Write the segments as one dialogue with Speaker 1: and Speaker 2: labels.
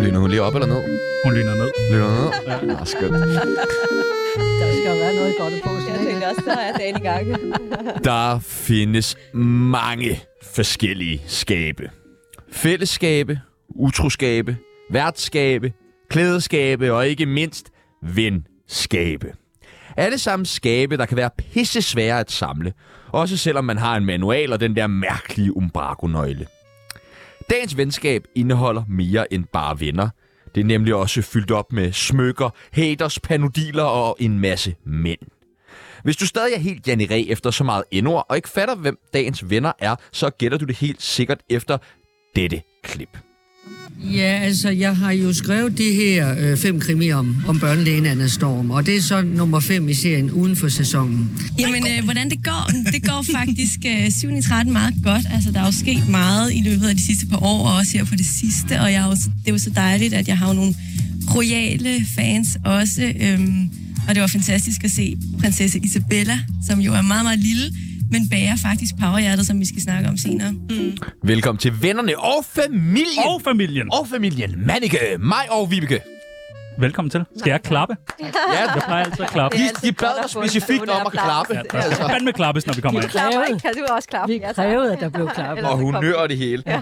Speaker 1: Lyner hun lige op eller ned?
Speaker 2: Hun lyner ned.
Speaker 1: Lyner hun ned? Ja. Ah, skønt.
Speaker 3: Der skal jo være noget godt på
Speaker 4: Jeg
Speaker 3: sådan
Speaker 4: tænker også, der er dagen i gang.
Speaker 1: Der findes mange forskellige skabe. Fælleskabe, utroskabe, værtskabe, klædeskabe og ikke mindst venskabe. Alle sammen skabe, der kan være pisse svære at samle. Også selvom man har en manual og den der mærkelige umbrakonøgle. Dagens venskab indeholder mere end bare venner. Det er nemlig også fyldt op med smykker, haters, panodiler og en masse mænd. Hvis du stadig er helt janeré efter så meget endord, og ikke fatter, hvem dagens venner er, så gætter du det helt sikkert efter dette klip.
Speaker 3: Ja, altså, jeg har jo skrevet de her øh, fem krimier om, om børnelægen Anna Storm, og det er så nummer fem i serien uden for sæsonen.
Speaker 5: Jamen, øh, hvordan det går? Det går faktisk øh, 7. i 13 meget godt. Altså, der er jo sket meget i løbet af de sidste par år, og også her på det sidste. Og jeg er jo, det er jo så dejligt, at jeg har jo nogle royale fans også. Øhm, og det var fantastisk at se prinsesse Isabella, som jo er meget, meget lille, men bærer faktisk powerhjertet, som vi skal snakke om senere.
Speaker 1: Velkommen til vennerne og familien!
Speaker 2: Og familien.
Speaker 1: og familien. Mannike, mig og Vibeke.
Speaker 2: Velkommen til. Skal jeg klappe?
Speaker 1: Ja,
Speaker 2: Jeg plejer altid at klappe.
Speaker 1: de,
Speaker 4: er altid
Speaker 1: de bad
Speaker 4: godt
Speaker 1: dig
Speaker 4: at få en
Speaker 1: specifikt om at
Speaker 4: applaus.
Speaker 1: klappe. altså.
Speaker 2: Ja, der skal fandme klappes, når vi kommer ind.
Speaker 4: Klar, kan du også klare?
Speaker 3: Vi krævede, at der blev klappet.
Speaker 1: Og hun nører det hele. Ja.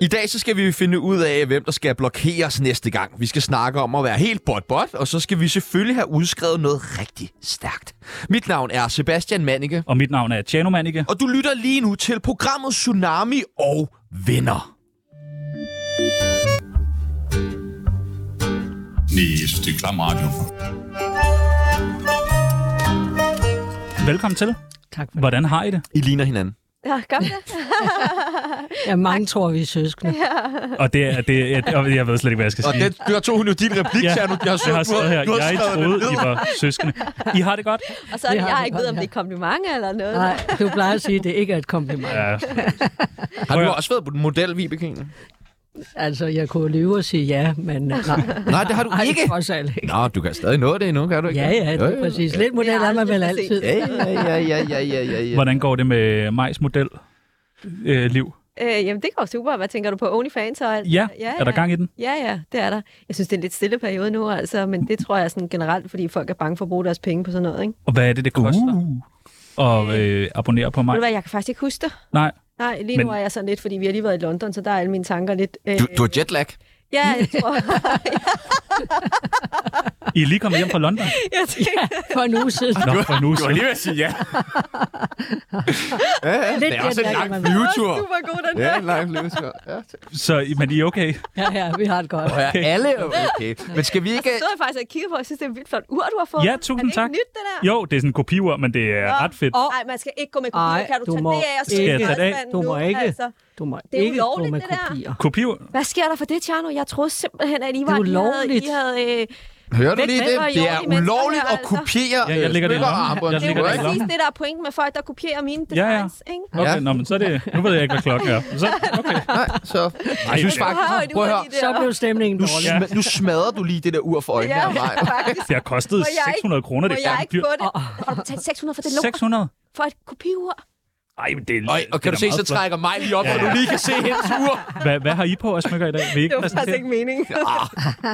Speaker 1: I dag så skal vi finde ud af, hvem der skal blokeres næste gang. Vi skal snakke om at være helt bot-bot, og så skal vi selvfølgelig have udskrevet noget rigtig stærkt. Mit navn er Sebastian Mannike.
Speaker 2: Og mit navn er Tjano Manike.
Speaker 1: Og du lytter lige nu til programmet Tsunami og Venner.
Speaker 6: Nej, jeg synes, det er klam radio.
Speaker 2: Velkommen til.
Speaker 3: Tak for det.
Speaker 2: Hvordan har I det?
Speaker 1: I ligner hinanden.
Speaker 4: Ja, gør vi det?
Speaker 3: Ja, mange tror, vi er søskende.
Speaker 2: Og det er, det er, og jeg ved slet ikke, hvad jeg skal
Speaker 1: Og
Speaker 2: sige.
Speaker 1: den, der tog hun jo din replik,
Speaker 2: Ja.
Speaker 1: ja. nu. Jeg har,
Speaker 2: Jeg har
Speaker 1: skrevet
Speaker 2: skrevet her,
Speaker 1: du har
Speaker 2: jeg
Speaker 1: skrevet det ned.
Speaker 2: troede, I var søskende. I har det godt?
Speaker 4: Og så er det,
Speaker 3: Det har
Speaker 4: jeg
Speaker 3: vi
Speaker 4: ikke ved,
Speaker 3: godt,
Speaker 4: om
Speaker 3: ja.
Speaker 4: det er kompliment eller noget.
Speaker 3: Nej, du plejer at sige, at det ikke er et kompliment.
Speaker 2: Ja.
Speaker 1: Har du også været på den model, Vibeke? egentlig?
Speaker 3: Altså, jeg kunne lyve og sige ja, men øh, nej.
Speaker 1: Nej, det har du
Speaker 3: Ej,
Speaker 1: ikke.
Speaker 3: trods alt ikke.
Speaker 1: Nå, du kan stadig nå det endnu, kan du ikke?
Speaker 3: Ja, ja,
Speaker 1: Jo,
Speaker 3: det er
Speaker 1: jo.
Speaker 3: præcis. Lidt model er man vel
Speaker 4: aldrig for
Speaker 3: altid.
Speaker 1: Ja, ja, ja, ja, ja, ja, ja.
Speaker 2: Hvordan går det med Majs model? Øh, liv.
Speaker 4: Øh, jamen, det går super. Hvad tænker du på? OnlyFans og alt?
Speaker 2: Ja, er der gang i den?
Speaker 4: Ja, ja, det er der. Jeg synes, det er en lidt stille periode nu, altså, men det tror jeg sådan generelt, fordi folk er bange for at bruge deres penge på sådan noget. Ikke?
Speaker 2: Og hvad er det, det koster uh. at øh, abonnere på
Speaker 4: Ved
Speaker 2: mig?
Speaker 4: du hvad, jeg kan faktisk ikke huske det.
Speaker 2: Nej,
Speaker 4: Nej, lige
Speaker 2: Men-
Speaker 4: men... nu er jeg sådan lidt, fordi vi har lige været i London, så der er alle mine tanker lidt... Øh,
Speaker 1: Du, du har jetlag.
Speaker 4: Ja, jeg tror,
Speaker 2: I er lige kommet hjem fra London.
Speaker 4: jeg tænker,
Speaker 3: For en uge siden.
Speaker 1: Ah,
Speaker 2: Nå, for nu så.
Speaker 1: lige ved at sige ja. ja, ja. Det er også en
Speaker 3: jetlag,
Speaker 1: lang
Speaker 3: man.
Speaker 1: flyvetur.
Speaker 4: super god den
Speaker 1: Ja,
Speaker 4: der.
Speaker 1: en lang flyvetur. Ja.
Speaker 2: så men I er okay.
Speaker 3: Ja, ja, vi har det godt.
Speaker 1: Og er alle okay? Men skal vi ikke...
Speaker 3: Altså,
Speaker 4: Så jeg faktisk og kigger på, og jeg synes, det er en vildt flot ur, du har fået.
Speaker 2: Ja, tusind
Speaker 4: er det
Speaker 2: tak.
Speaker 4: Ikke nyt, det der?
Speaker 2: Jo, det er sådan en kopiur, men det er ret fedt.
Speaker 4: Nej, man skal ikke gå med kopier.
Speaker 3: Ej,
Speaker 4: Kan du,
Speaker 3: du
Speaker 4: tage
Speaker 3: må
Speaker 4: det af og
Speaker 3: ikke.
Speaker 2: Skal jeg tage det af?
Speaker 4: skraldespanden
Speaker 3: Du må
Speaker 4: nu,
Speaker 3: ikke.
Speaker 4: Altså.
Speaker 3: Du må
Speaker 4: Det er
Speaker 3: ikke gå
Speaker 4: ulovligt,
Speaker 3: med
Speaker 4: det der.
Speaker 3: kopier.
Speaker 2: Kopiur?
Speaker 4: Hvad sker der for det, Tjerno? Jeg troede simpelthen, at I var...
Speaker 3: Det er ulovligt.
Speaker 4: I havde, I havde,
Speaker 2: Altså,
Speaker 4: øh,
Speaker 1: Hører du
Speaker 4: Væk
Speaker 1: lige
Speaker 4: med
Speaker 1: det?
Speaker 4: dig,
Speaker 1: Det
Speaker 4: jo,
Speaker 1: er
Speaker 4: de mennesker
Speaker 1: ulovligt
Speaker 4: her,
Speaker 1: at
Speaker 4: altså.
Speaker 1: kopiere
Speaker 2: Ja, jeg lægger det i
Speaker 1: smykker
Speaker 2: lommen.
Speaker 1: og armbånd.
Speaker 2: Jeg
Speaker 4: det er
Speaker 2: ligger
Speaker 4: jo
Speaker 2: der i
Speaker 4: præcis
Speaker 2: lommen.
Speaker 4: det, der er pointen med folk, der kopierer mine
Speaker 2: Ja, ja.
Speaker 4: designs. Ikke?
Speaker 2: Okay,
Speaker 1: Ja.
Speaker 2: nå, men så er det... Nu ved jeg ikke, hvad klokken er. Så, okay.
Speaker 1: Nej, så... Jeg synes
Speaker 2: det-
Speaker 4: Wow,
Speaker 1: faktisk...
Speaker 4: det
Speaker 1: Prøv at
Speaker 4: var
Speaker 1: høre.
Speaker 4: lige det.
Speaker 3: Så blev stemningen
Speaker 1: Nu,
Speaker 3: dårlig.
Speaker 2: Ja.
Speaker 1: sm- nu smadrer du lige det der ur for øjnene
Speaker 4: Ja,
Speaker 1: af mig.
Speaker 4: faktisk.
Speaker 2: Det har kostet
Speaker 4: Må jeg ikke-
Speaker 2: 600 kroner.
Speaker 4: Må
Speaker 2: Det
Speaker 4: jeg
Speaker 2: er
Speaker 4: ikke
Speaker 2: dyrt.
Speaker 4: få det? Har du betalt 600 for det lort
Speaker 2: 600?
Speaker 4: for et kopiur?
Speaker 2: Ej, men det er...
Speaker 1: Og, og kan du
Speaker 2: det
Speaker 1: se,
Speaker 2: er da
Speaker 1: så
Speaker 2: meget flot.
Speaker 1: trækker mig lige op,
Speaker 2: Ja,
Speaker 1: og
Speaker 2: ja.
Speaker 1: du lige kan se hendes ur.
Speaker 2: Hvad, hvad har I på af smykker i dag? Vil I ikke præsentere?
Speaker 4: meningen.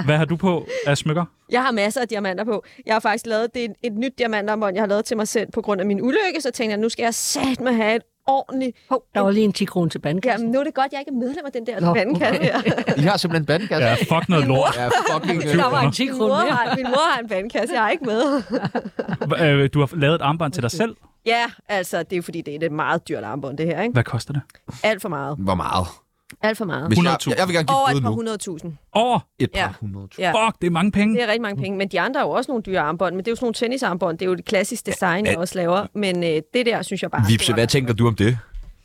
Speaker 2: Hvad har du på af smykker?
Speaker 4: Jeg har masser af diamanter på. Jeg har faktisk lavet det er et nyt diamantarmbånd, jeg har lavet til mig selv på grund af min ulykke. Så tænkte jeg, nu skal jeg satme have et ordentligt... Hov,
Speaker 3: Der var lige en 10 kroner til bandkassen.
Speaker 4: Jamen, nu er det godt, jeg ikke er medlem af den der
Speaker 3: Nå,
Speaker 4: vandkasse. her.
Speaker 1: I har simpelthen bandgas.
Speaker 4: Altså,
Speaker 2: Ja,
Speaker 1: Ja.
Speaker 2: fuck noget lort.
Speaker 1: ja, fucking...
Speaker 2: Der
Speaker 3: Der
Speaker 1: Øh,
Speaker 3: var en
Speaker 2: kroner.
Speaker 3: 10
Speaker 4: Min,
Speaker 3: kroner
Speaker 4: mor
Speaker 3: mere.
Speaker 4: har, min mor har en vandkasse, jeg er ikke med.
Speaker 2: Hva- øh, Du har lavet et armbånd til dig selv.
Speaker 4: Ja, altså, det er fordi, det er et meget dyrt armbånd, det her, ikke?
Speaker 2: Hvad koster det?
Speaker 4: Alt for meget.
Speaker 1: Hvor meget?
Speaker 4: Alt for meget.
Speaker 1: Hvis jeg,
Speaker 2: 100.000.
Speaker 1: jeg vil gerne give
Speaker 4: Over
Speaker 1: bøde
Speaker 4: et par
Speaker 1: nu.
Speaker 4: hundredtusind.
Speaker 2: Over!
Speaker 1: Et par
Speaker 4: Ja.
Speaker 1: hundrede.
Speaker 4: Ja.
Speaker 2: Fuck, det er mange penge.
Speaker 4: Det er rigtig mange penge, men de andre er jo også nogle dyre armbånd, men det er jo sådan nogle tennisarmbånd, det er jo et klassisk design, jeg også laver, men øh, det der synes jeg bare... det var-
Speaker 1: tænker du om det?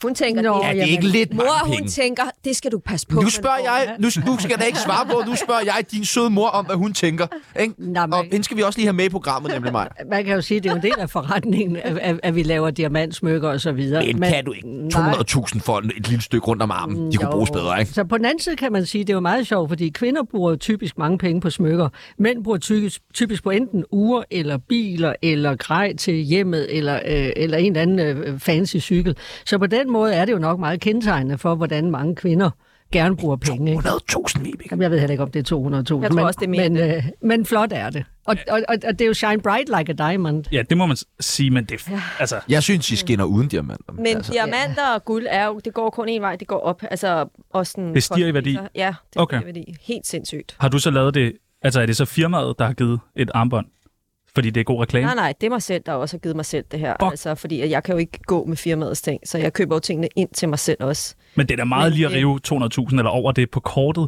Speaker 4: Hun tænker,
Speaker 5: Nå,
Speaker 1: Er det ikke lidt mange
Speaker 4: Mor, hun
Speaker 1: penge?
Speaker 4: tænker, det skal du passe på.
Speaker 1: Nu
Speaker 4: man
Speaker 1: spørger
Speaker 4: får,
Speaker 1: jeg, nu, nu skal der ikke svare på, nu spørger jeg din søde mor om, hvad hun tænker. Ikke?
Speaker 7: Nå, men-
Speaker 1: Og hende skal vi også lige have med i programmet, nemlig mig.
Speaker 7: Man kan jo sige, at det er jo en del af forretningen, at, at, at vi laver diamantsmykker og så videre.
Speaker 1: Men kan du ikke
Speaker 7: nej.
Speaker 1: 200.000 for en- et lille stykke rundt om armen? De kunne bruges bedre, ikke?
Speaker 7: Så på den anden side kan man sige, at det er jo meget sjovt, fordi kvinder bruger typisk mange penge på smykker. Mænd bruger typisk, typisk på enten uger, eller biler, eller grej til hjemmet, eller, øh, eller en eller anden øh, fancy cykel. Så på den måde er det jo nok meget kendetegnende for, hvordan mange kvinder gerne bruger penge. Ikke?
Speaker 1: 100.000, Vibeke.
Speaker 7: Jamen, jeg ved heller ikke, om det er 200.000. Jeg
Speaker 4: tror også, det er mere
Speaker 7: men, men, øh, men flot er det. Og, og, og, og det er jo shine bright like a diamond.
Speaker 2: Ja, det må man s- sige, men det... Ja. Altså,
Speaker 1: Jeg synes, I skinner uden diamanter.
Speaker 4: Men altså, diamanter og guld er jo, det går kun en vej, det går op. Altså, også sådan,
Speaker 2: Det stiger i værdi?
Speaker 4: Ja, det stiger
Speaker 2: Okay.
Speaker 4: i værdi. Helt sindssygt.
Speaker 2: har du så lavet det... Altså, er det så firmaet, der har givet et armbånd? Fordi det er god reklame?
Speaker 4: Nej, nej, det er mig selv, der også har givet mig selv det her.
Speaker 2: Fuck.
Speaker 4: Altså, fordi at jeg kan jo ikke gå med firmaets ting, så jeg køber jo tingene ind til mig selv også.
Speaker 2: Men det er da meget
Speaker 4: Men
Speaker 2: lige at
Speaker 4: det-
Speaker 2: rive 200.000 eller over det på kortet.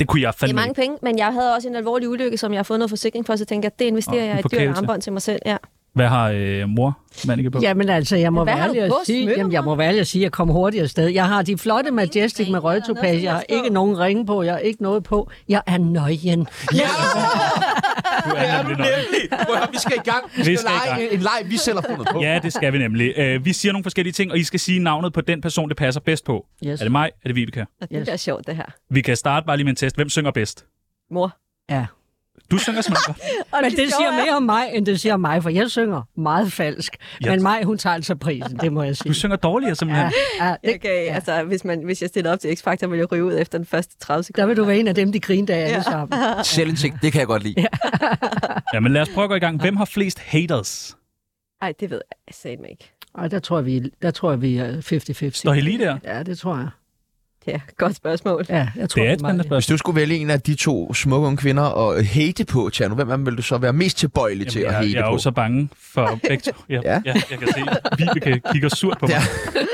Speaker 2: Det kunne jeg
Speaker 4: Det er
Speaker 2: fandme
Speaker 4: mange
Speaker 2: ikke.
Speaker 4: penge, men jeg havde også en alvorlig ulykke, som jeg har fået noget forsikring for, så tænkte jeg, det investerer
Speaker 2: Åh,
Speaker 4: jeg i
Speaker 2: en
Speaker 4: et dyrt
Speaker 2: forkælelse.
Speaker 4: armbånd til mig selv. Ja.
Speaker 2: Hvad har øh, mor Manneke på?
Speaker 7: Jamen altså, jeg må
Speaker 4: Hvad
Speaker 7: være
Speaker 4: har du
Speaker 7: ærlig at
Speaker 4: på?
Speaker 7: sige,
Speaker 4: Smykker
Speaker 7: jamen, jeg må være ærlig at sige, at jeg kom hurtigt afsted. Jeg har de flotte Majestic med røde topaz. Jeg har ikke nogen ringe på. Jeg har ikke noget på. Jeg er nøgen.
Speaker 1: Ja,
Speaker 2: Du
Speaker 1: det er
Speaker 2: er
Speaker 1: du
Speaker 2: nemlig nok.
Speaker 1: nemlig. Prøv at høre, vi skal i gang. Vi skal,
Speaker 2: Vi skal i
Speaker 1: lege
Speaker 2: gang.
Speaker 1: en, en leg, vi selv har fundet på.
Speaker 2: Ja, det skal vi nemlig. Øh, vi siger nogle forskellige ting, og I skal sige navnet på den person, det passer bedst på.
Speaker 7: Yes.
Speaker 2: Er det mig? Er det Vibeke?
Speaker 4: Og det
Speaker 7: Yes.
Speaker 4: bliver sjovt, det her.
Speaker 2: Vi kan starte bare lige med en test. Hvem synger bedst?
Speaker 4: Mor.
Speaker 7: Ja.
Speaker 2: Du synger simpelthen godt.
Speaker 4: Og
Speaker 7: Men det
Speaker 4: sjove
Speaker 7: siger
Speaker 4: er-
Speaker 7: mere om mig, end det siger om mig, for jeg synger meget falsk.
Speaker 2: Yes.
Speaker 7: Men mig, hun tager altså prisen, det må jeg sige.
Speaker 2: Du synger dårligere simpelthen.
Speaker 7: Ja, ja, det,
Speaker 4: Okay, ja. altså, hvis, man, hvis jeg stiller op til X-Factor, vil jeg ryge ud efter den første 30 sekunder.
Speaker 7: der vil du være en af dem, de griner af alle sammen.
Speaker 1: Selvindsigt, det kan jeg godt lide.
Speaker 2: Ja, men lad os prøve at gå i gang. Hvem har flest haters?
Speaker 4: Nej, det ved jeg satme ikke.
Speaker 7: Ej, der tror jeg, vi, der tror jeg, vi er
Speaker 2: Står
Speaker 7: 50-50.
Speaker 2: I lige der?
Speaker 7: Ja, det tror jeg.
Speaker 4: Det er et godt spørgsmål.
Speaker 7: Ja, jeg tror,
Speaker 2: Det er
Speaker 7: vi
Speaker 2: et spændende
Speaker 7: meget.
Speaker 1: Hvis
Speaker 2: spørgsmål.
Speaker 1: du skulle vælge en af de to smukke unge kvinder og hate på, Tjerno, hvem af dem ville du så være mest tilbøjelig til at
Speaker 2: jeg,
Speaker 1: hate
Speaker 2: jeg er
Speaker 1: på?
Speaker 2: jo så bange for begge to. Ja,
Speaker 1: Ja.
Speaker 2: ja. ja jeg kan se, at Vibeke kigger surt på mig.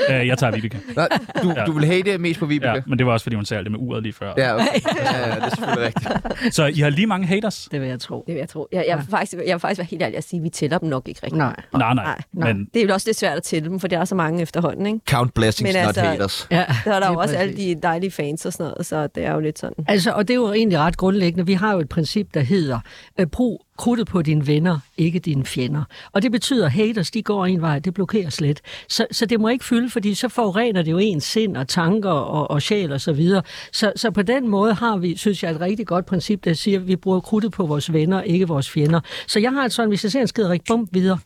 Speaker 2: Ja. jeg tager Vibeke.
Speaker 1: Nå, du,
Speaker 2: Ja.
Speaker 1: du vil hate mest på
Speaker 2: Ja,
Speaker 1: Vibeke?
Speaker 2: men det var også, fordi hun sagde alt det med uret lige før.
Speaker 1: Ja, okay. ja, ja, det er selvfølgelig rigtigt.
Speaker 2: Så I har lige mange haters?
Speaker 7: Det vil jeg tro.
Speaker 4: Det vil jeg tro. Jeg, jeg, vil faktisk, jeg vil faktisk være helt ærlig at sige, at vi tæller dem nok ikke rigtigt.
Speaker 7: Nej.
Speaker 2: Nej, nej.
Speaker 4: Nej,
Speaker 2: nej. Men
Speaker 4: Det er jo også lidt svært at tælle dem, for der er så mange efterhånden, ikke?
Speaker 1: Count blessings,
Speaker 4: Men
Speaker 1: not
Speaker 4: altså-
Speaker 1: haters.
Speaker 7: Ja,
Speaker 4: Der er der
Speaker 7: det
Speaker 4: jo også
Speaker 7: præcis.
Speaker 4: alle de dejlige fans og sådan noget, så det er jo lidt sådan.
Speaker 7: Altså, og det er jo egentlig ret grundlæggende. Vi har jo et princip, der hedder, øh, brug krudtet på dine venner, ikke dine fjender. Og det betyder, at haters, de går en vej, det blokerer slet. Så, så det må ikke fylde, fordi så forurener det jo ens sind og tanker og, og sjæl og så videre. Så, så på den måde har vi, synes jeg, et rigtig godt princip, der siger, at vi bruger krudtet på vores venner, ikke vores fjender. Så jeg har et sådan, hvis jeg ser en skiderik, bum, videre.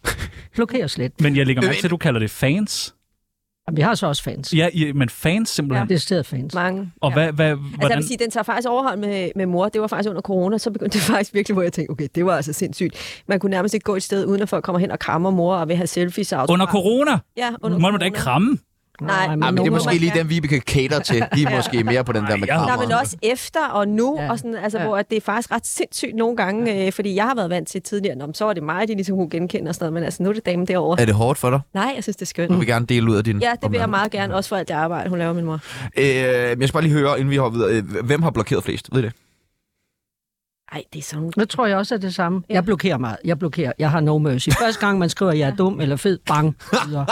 Speaker 7: Blokerer slet.
Speaker 2: Men jeg lægger mærke til, at du kalder det fans.
Speaker 7: Jamen, vi har så også fans.
Speaker 2: Ja, I, men fans simpelthen.
Speaker 7: Det er stedet fans.
Speaker 4: Mange.
Speaker 2: Og hvad, hvad,
Speaker 4: Altså, jeg
Speaker 2: hvordan,
Speaker 4: vil sige, den tager faktisk overhånd med, med mor. Det var faktisk under corona, så begyndte det faktisk virkelig, hvor jeg tænkte, okay, det var altså sindssygt. Man kunne nærmest ikke gå et sted, uden at folk kommer hen og krammer mor og vil have selfies. Og
Speaker 2: under corona?
Speaker 4: Ja, under
Speaker 2: Må man da ikke kramme?
Speaker 4: Nej,
Speaker 7: Nej,
Speaker 4: nej,
Speaker 7: men
Speaker 1: Ej, Ah, men det
Speaker 7: nogen
Speaker 1: er
Speaker 7: må
Speaker 1: måske lige dem, Vibeke cater til. De er måske mere på den der med
Speaker 2: Ej, jeg-
Speaker 4: Der
Speaker 1: krammer.
Speaker 4: er vel også efter og nu,
Speaker 7: Ja.
Speaker 4: ja. og sådan, altså,
Speaker 7: Ja.
Speaker 4: ja. hvor at det er faktisk ret sindssygt nogle gange, ja. øh, fordi jeg har været vant til tidligere, Nå, men så var det mig, de ligesom kunne genkende og sådan noget, men altså nu er det damen derovre.
Speaker 1: Er det hårdt for dig?
Speaker 4: Nej, jeg synes, det er skønt.
Speaker 2: Mm.
Speaker 1: Du vil gerne dele ud af din...
Speaker 4: Ja, det vil
Speaker 1: omverden.
Speaker 4: jeg meget gerne, også for alt det arbejde, hun laver, min mor.
Speaker 1: Øh, men jeg skal bare lige høre, inden vi hopper videre. øh, Hvem har blokeret flest? Ved I det?
Speaker 4: Ej, det er sådan
Speaker 7: Nu tror jeg også, at det er samme. Jeg blokerer meget. Jeg blokerer. Jeg har no mercy. Første gang, man skriver, at jeg er dum eller fed, bang. Videre.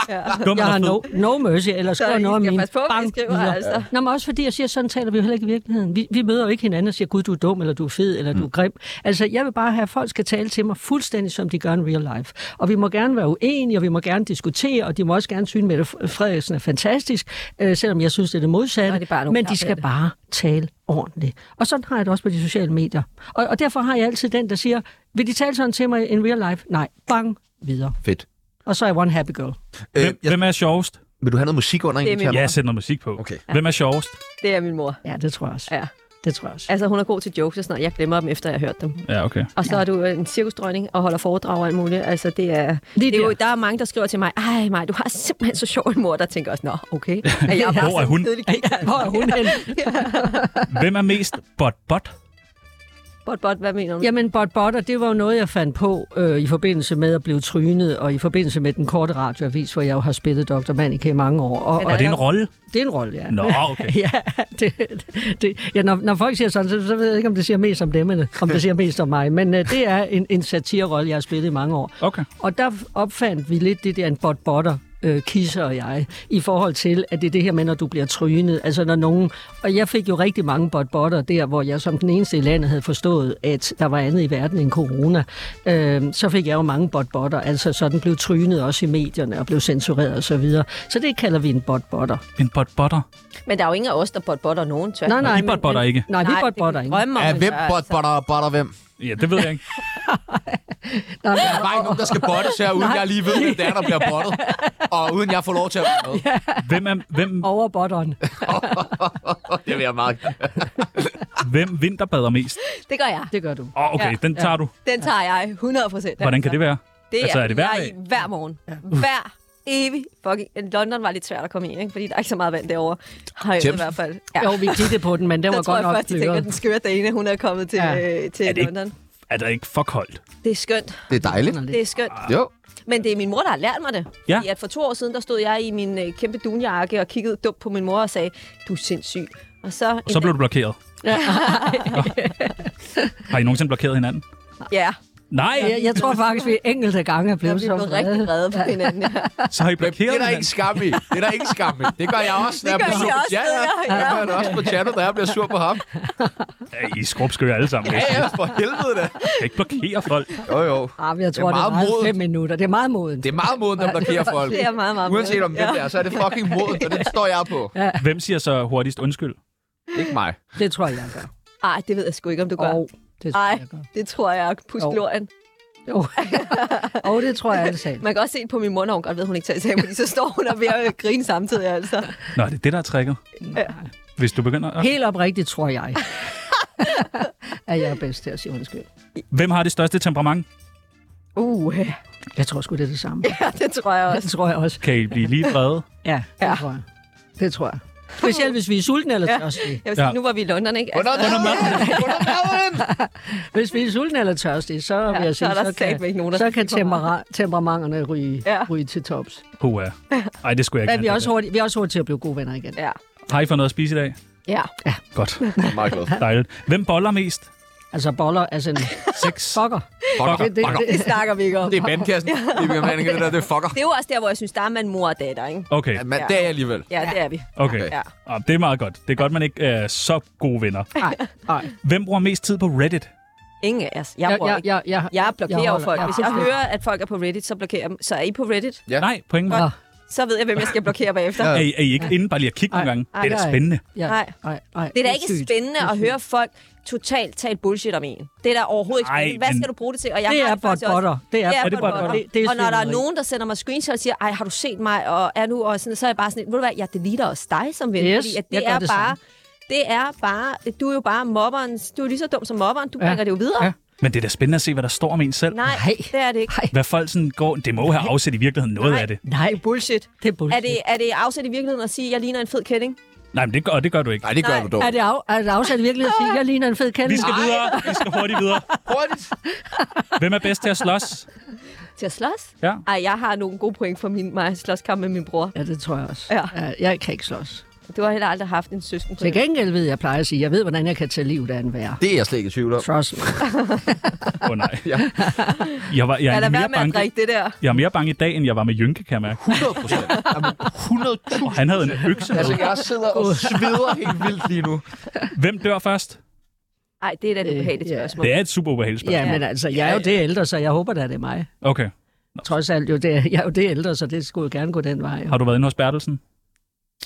Speaker 2: Dum
Speaker 7: Jeg har
Speaker 2: eller fed?
Speaker 7: no, no mercy, eller skriver
Speaker 4: I
Speaker 7: noget om
Speaker 4: skal
Speaker 7: min
Speaker 4: passe på, hvad I
Speaker 7: bang.
Speaker 4: skriver,
Speaker 7: videre.
Speaker 4: altså.
Speaker 7: Nå, men også fordi jeg siger, sådan taler vi jo heller ikke i virkeligheden. Vi, vi møder jo ikke hinanden og siger, gud, du er dum, eller du er fed, eller du er grim. Altså, jeg vil bare have, at folk skal tale til mig fuldstændig, som de gør i real life. Og vi må gerne være uenige, og vi må gerne diskutere, og de må også gerne synes, at Mette Frederiksen er fantastisk, øh, selvom jeg synes, det er det modsatte.
Speaker 4: Og det er bare nogle
Speaker 7: men de
Speaker 4: klaphatte.
Speaker 7: skal bare tale ordentligt. Og sådan har jeg det også på de sociale medier. Og, og derfor har jeg altid den, der siger, vil de tale sådan til mig in real life? Nej. Bang. Videre.
Speaker 1: Fedt.
Speaker 7: Og så er jeg one happy girl.
Speaker 1: Øh,
Speaker 2: Hvem,
Speaker 1: jeg,
Speaker 2: hvem er sjovest?
Speaker 1: vil du have noget musik under
Speaker 4: Det
Speaker 1: en?
Speaker 4: er min-
Speaker 1: Tjerno?
Speaker 2: Ja, sæt noget musik på.
Speaker 1: Okay.
Speaker 2: Hvem er sjovest?
Speaker 4: Det er min mor.
Speaker 7: Ja, det tror jeg også.
Speaker 4: Ja.
Speaker 7: Det tror jeg også.
Speaker 4: Altså, hun er god til jokes og sådan noget. Jeg glemmer dem, efter jeg har hørt dem.
Speaker 2: Ja, okay.
Speaker 4: Og så er du øh, en cirkusdronning og holder foredrag og alt muligt. Altså, det er,
Speaker 7: Lige
Speaker 4: det er jo,
Speaker 7: der.
Speaker 4: der er mange, der skriver til mig, ej mig, du har simpelthen så sjov en mor, der tænker også, nå, okay. Er jeg
Speaker 2: Hvor er hun?
Speaker 7: Hvor er hun henne?
Speaker 2: Hvem er mest bot-bot?
Speaker 4: Bot, bot, hvad mener du?
Speaker 7: Jamen, bot botter, det var jo noget, jeg fandt på øh, i forbindelse med at blive trynet, og i forbindelse med den korte radioavis, hvor jeg jo har spillet Dr. Manike i mange år. Og,
Speaker 2: Og
Speaker 7: og
Speaker 2: det er en rolle?
Speaker 7: det er en rolle, ja.
Speaker 2: Nå, okay.
Speaker 7: Ja, det, det, ja når, når folk siger sådan, så, så ved jeg ikke, om det siger mest om dem, eller om det siger mest om mig. Men øh, det er en, en satirrolle, jeg har spillet i mange år.
Speaker 2: Okay.
Speaker 7: Og der opfandt vi lidt det der en bot botter øh, Kisse og jeg, i forhold til, at det er det her med, når du bliver trynet. Altså når nogen... Og jeg fik jo rigtig mange botbotter der, hvor jeg som den eneste i landet havde forstået, at der var andet i verden end corona. Øh, så fik jeg jo mange botbotter, altså sådan blev trynet også i medierne og blev censureret og Så, videre. så det kalder vi en botbotter.
Speaker 2: En botbotter.
Speaker 4: Men der er jo ingen af os, der botbotter nogen, tør.
Speaker 7: Nej, nej,
Speaker 2: I botbotter ikke.
Speaker 7: Nej, vi botbotter ikke.
Speaker 4: Drømme om,
Speaker 1: Er
Speaker 4: man
Speaker 1: hvem
Speaker 4: gør,
Speaker 1: bot, botter, botter hvem?
Speaker 2: Ja, det ved jeg ikke.
Speaker 7: Nej,
Speaker 1: Der er bare ikke nogen, der skal bottes her, uden jeg lige ved, hvem det er, der bliver bottet. Og uden jeg får lov til at være med.
Speaker 2: Hvem, er, hvem,
Speaker 7: over botteren.
Speaker 1: Det vil jeg meget
Speaker 2: hvem vinterbader mest?
Speaker 4: Det gør jeg.
Speaker 7: Det gør du.
Speaker 2: Åh, oh, okay,
Speaker 4: Ja,
Speaker 2: den tager du.
Speaker 4: Den tager jeg 100 procent.
Speaker 2: Hvordan kan det være?
Speaker 4: Det er,
Speaker 2: altså, er det hver
Speaker 4: jeg
Speaker 2: dag?
Speaker 4: i hver morgen. Ja. Hver evig fucking... London var lidt svært at komme i, ikke? fordi der er ikke så meget vand derovre. Har jeg i
Speaker 1: Tjept.
Speaker 4: hvert fald. Ja.
Speaker 7: Jo, vi kiggede på den, men den var
Speaker 4: Så tror
Speaker 7: godt
Speaker 4: jeg
Speaker 7: nok
Speaker 4: først, de tænker, at
Speaker 7: pløret.
Speaker 4: den skøre Dane, hun er kommet til,
Speaker 7: Ja.
Speaker 4: ja. øh, til
Speaker 2: Er det ikke-
Speaker 4: London.
Speaker 2: Er det ikke for koldt?
Speaker 4: Det er skønt.
Speaker 1: Det er dejligt.
Speaker 4: Det er skønt.
Speaker 1: Jo.
Speaker 4: Men det er min mor, der har lært mig det.
Speaker 2: Ja.
Speaker 4: Fordi at for to år siden, der stod jeg i min øh, kæmpe dunjakke og kiggede dumt på min mor og sagde, du er sindssyg. Og så, en
Speaker 2: Så blev
Speaker 4: dag-
Speaker 2: du blokeret. Har I nogensinde blokeret hinanden?
Speaker 4: Ja,
Speaker 2: Nej,
Speaker 7: Jeg, jeg tror faktisk, vi enkelte gange er
Speaker 4: jeg
Speaker 7: blevet
Speaker 4: blev
Speaker 7: så
Speaker 4: rigtig
Speaker 7: vrede.
Speaker 4: vrede på hinanden. Ja.
Speaker 2: så har I
Speaker 1: Men det
Speaker 2: blokeret
Speaker 1: er der
Speaker 2: hinanden.
Speaker 1: ikke skam i. Det er der ikke skam i. Det gør jeg også, når jeg
Speaker 4: Det
Speaker 1: bliver
Speaker 4: gør
Speaker 1: sur
Speaker 4: jeg
Speaker 1: på
Speaker 4: også,
Speaker 1: Tjano.
Speaker 4: ja,
Speaker 1: Det
Speaker 4: ja.
Speaker 1: gør jeg da også på Tjano, da jeg bliver sur på ham.
Speaker 2: Ja, I er skrubskøre alle sammen.
Speaker 1: Ja,
Speaker 2: Jeg
Speaker 1: ja, for helvede da.
Speaker 2: kan ikke blokere folk.
Speaker 1: Jo, jo.
Speaker 7: Ah, men jeg tror, det er,
Speaker 1: meget
Speaker 7: det er meget
Speaker 1: modent.
Speaker 7: fem minutter. Det er meget modent.
Speaker 1: Det er meget moden, der blokerer folk.
Speaker 4: Det er meget, meget
Speaker 1: Uanset om
Speaker 4: moden,
Speaker 1: hvem
Speaker 4: ja.
Speaker 1: det er, så er det fucking moden, og det står jeg på.
Speaker 2: Hvem siger så hurtigst undskyld?
Speaker 1: Ikke mig.
Speaker 4: Altså,
Speaker 7: Det tror jeg, jeg gør.
Speaker 4: Ej, det ved jeg sgu ikke, om du gør.
Speaker 7: Og det tror jeg,
Speaker 4: Nej,
Speaker 7: jeg gør.
Speaker 4: det tror jeg er puskelorien.
Speaker 7: Jo. og det tror jeg, alle sagde.
Speaker 4: Man kan også se det på min mor, når hun godt ved, at hun ikke tager eksamen, fordi så står hun og er ved at grine samtidig, altså.
Speaker 2: Nå, det er det, der er tricket. Hvis du begynder at...
Speaker 7: Helt oprigtigt tror jeg, at jeg er bedst til at sige undskyld.
Speaker 2: Hvem har det største temperament?
Speaker 4: Uh,
Speaker 7: Jeg tror sgu, det er det samme.
Speaker 4: ja, det tror jeg
Speaker 7: Det
Speaker 4: også.
Speaker 7: tror jeg også.
Speaker 2: Kan I blive lige vrede?
Speaker 7: Ja, det
Speaker 4: Ja.
Speaker 7: tror jeg. Det tror jeg. Specielt hvis vi er sultne eller
Speaker 4: Ja.
Speaker 7: tørstige.
Speaker 4: Jeg vil sige,
Speaker 2: Ja.
Speaker 4: nu var vi i London, ikke? Altså,
Speaker 1: Under maden! Under maden!
Speaker 7: Hvis vi er sultne eller tørstige, så, ja, vil jeg
Speaker 4: så
Speaker 7: sige,
Speaker 4: er der
Speaker 7: så,
Speaker 4: satme ikke
Speaker 7: kan,
Speaker 4: nogen, der
Speaker 7: så kan
Speaker 4: spiser for
Speaker 7: tempera- temperamenterne ryge,
Speaker 4: Ja.
Speaker 7: ja. ryge til tops.
Speaker 2: Hoa. Ej, det skulle jeg
Speaker 7: Men
Speaker 2: ikke.
Speaker 7: vi er,
Speaker 2: have,
Speaker 7: også
Speaker 2: det
Speaker 7: hurtigt, vi er også hurtigt til at blive gode venner igen.
Speaker 4: Ja,
Speaker 2: der. Har I fået noget at spise i dag?
Speaker 4: ja.
Speaker 2: Godt.
Speaker 1: Jeg er meget glad.
Speaker 2: Dejligt. Hvem boller mest?
Speaker 7: Altså boller, altså en
Speaker 2: Seks.
Speaker 7: sokker.
Speaker 1: Fucker,
Speaker 7: Det, det,
Speaker 1: fucker.
Speaker 7: det,
Speaker 4: Det snakker vi ikke om.
Speaker 1: Det er vandkassen. Det er vandkassen, det der, det er fucker.
Speaker 4: Det er jo også der, hvor jeg synes, der er man mor og datter, ikke?
Speaker 2: Okay,
Speaker 1: Ja, men det er jeg alligevel.
Speaker 4: Ja, det er vi.
Speaker 2: okay.
Speaker 4: Ja.
Speaker 2: Ja, det er meget godt. Det er godt, man ikke er så gode venner.
Speaker 7: nej, nej.
Speaker 2: Hvem bruger mest tid på Reddit?
Speaker 4: Ingen af os. Jeg,
Speaker 7: Jeg,
Speaker 4: bruger
Speaker 7: jeg,
Speaker 4: ikke.
Speaker 7: jeg, jeg,
Speaker 4: Jeg blokerer
Speaker 7: Jeg
Speaker 4: jeg
Speaker 7: holder-
Speaker 4: folk.
Speaker 7: jeg
Speaker 4: Hvis jeg
Speaker 7: holder-
Speaker 4: hører, at folk er på Reddit, så blokerer jeg dem. Så er I på Reddit,
Speaker 1: Ja.
Speaker 2: Nej, på ingen måde.
Speaker 7: Nå.
Speaker 4: så ved jeg, hvem jeg skal blokere bagefter.
Speaker 2: Er I, er I ikke inde bare lige at kigge nogle gange?
Speaker 7: Ej,
Speaker 2: Det er
Speaker 7: der
Speaker 2: da
Speaker 7: er
Speaker 2: spændende.
Speaker 7: jeg,
Speaker 4: Nej.
Speaker 7: nej, nej,
Speaker 4: Det er da ikke
Speaker 7: sygt.
Speaker 4: spændende
Speaker 7: Det er
Speaker 4: at
Speaker 7: sygt.
Speaker 4: høre folk totalt tale bullshit om en. Det er da overhovedet ikke
Speaker 2: Ej,
Speaker 4: spændende. Hvad
Speaker 2: men-
Speaker 4: skal du bruge det til? Og jeg
Speaker 7: Det
Speaker 4: har
Speaker 7: er
Speaker 4: faktisk også-
Speaker 7: botbotter. Det er,
Speaker 4: Ja,
Speaker 2: er det
Speaker 4: det
Speaker 2: bare
Speaker 4: er
Speaker 7: Det, det er
Speaker 4: og når der er
Speaker 7: svineri.
Speaker 4: nogen, der sender mig screenshots og siger, ej, har du set mig, og er nu, og sådan, så er jeg bare sådan, lidt, ved du hvad, jeg deleter også dig som ven.
Speaker 7: Yes,
Speaker 4: fordi at
Speaker 7: jeg
Speaker 4: det
Speaker 7: gør
Speaker 4: er
Speaker 7: det
Speaker 4: bare, det er bare, du er jo bare mobberen, du er lige så dum som mobberen, du
Speaker 7: Ja.
Speaker 4: bringer det jo videre.
Speaker 7: Ja.
Speaker 2: Men det er da spændende at se, hvad der står om en selv.
Speaker 4: Nej,
Speaker 7: Nej.
Speaker 4: det er det ikke.
Speaker 7: Nej,
Speaker 2: Hvad folk sådan går... Det må have afsat i virkeligheden noget
Speaker 4: Nej.
Speaker 2: af det.
Speaker 7: nej,
Speaker 4: Bullshit.
Speaker 7: det er bullshit.
Speaker 4: Er det, er det afsat i virkeligheden at sige, at jeg ligner en fed kælling?
Speaker 2: Nej, men det gør, det gør du ikke.
Speaker 1: Nej, det gør
Speaker 4: Nej.
Speaker 1: du dog.
Speaker 7: er det, af, er det afsat virkelig at sige, at jeg ligner en fed
Speaker 2: Vi
Speaker 7: kælling?
Speaker 2: skal videre. Vi skal hurtigt videre.
Speaker 1: Hurtigt!
Speaker 2: Hvem er bedst til at slås?
Speaker 4: Til at slås?
Speaker 2: Ja.
Speaker 4: Ej, jeg har nogle gode point for min mig slåskamp med min bror.
Speaker 7: Ja, det tror jeg også.
Speaker 4: Ja.
Speaker 7: Ja, Jeg kan ikke slås.
Speaker 4: Du har heller aldrig haft en søsken på
Speaker 7: Til gengæld ved jeg, plejer at sige, jeg ved, hvordan jeg kan tage livet af en værre.
Speaker 1: Det er jeg slet ikke i tvivl om.
Speaker 7: Trust me.
Speaker 2: Åh oh, nej. Jeg, var, jeg,
Speaker 4: Ja,
Speaker 2: er
Speaker 4: lad
Speaker 2: mere
Speaker 4: være med at
Speaker 2: bange,
Speaker 4: drikke det der.
Speaker 2: jeg er mere bange i dag, end jeg var med Jynke, kan jeg mærke.
Speaker 1: 100 procent. 100
Speaker 2: Og han havde en økse med.
Speaker 1: Altså, jeg sidder og sveder helt vildt lige nu.
Speaker 2: Hvem dør først?
Speaker 4: Nej, det er da et ubehageligt
Speaker 7: ja.
Speaker 4: spørgsmål.
Speaker 2: Det er et super ubehageligt spørgsmål.
Speaker 7: Ja, men altså, jeg er jo det ældre, så jeg håber da, det er mig.
Speaker 2: Okay.
Speaker 7: Trods alt, jo, det, er- jeg er jo det ældre, så det skulle jo gerne gå den vej. jo.
Speaker 2: Har du været inde hos Bertelsen?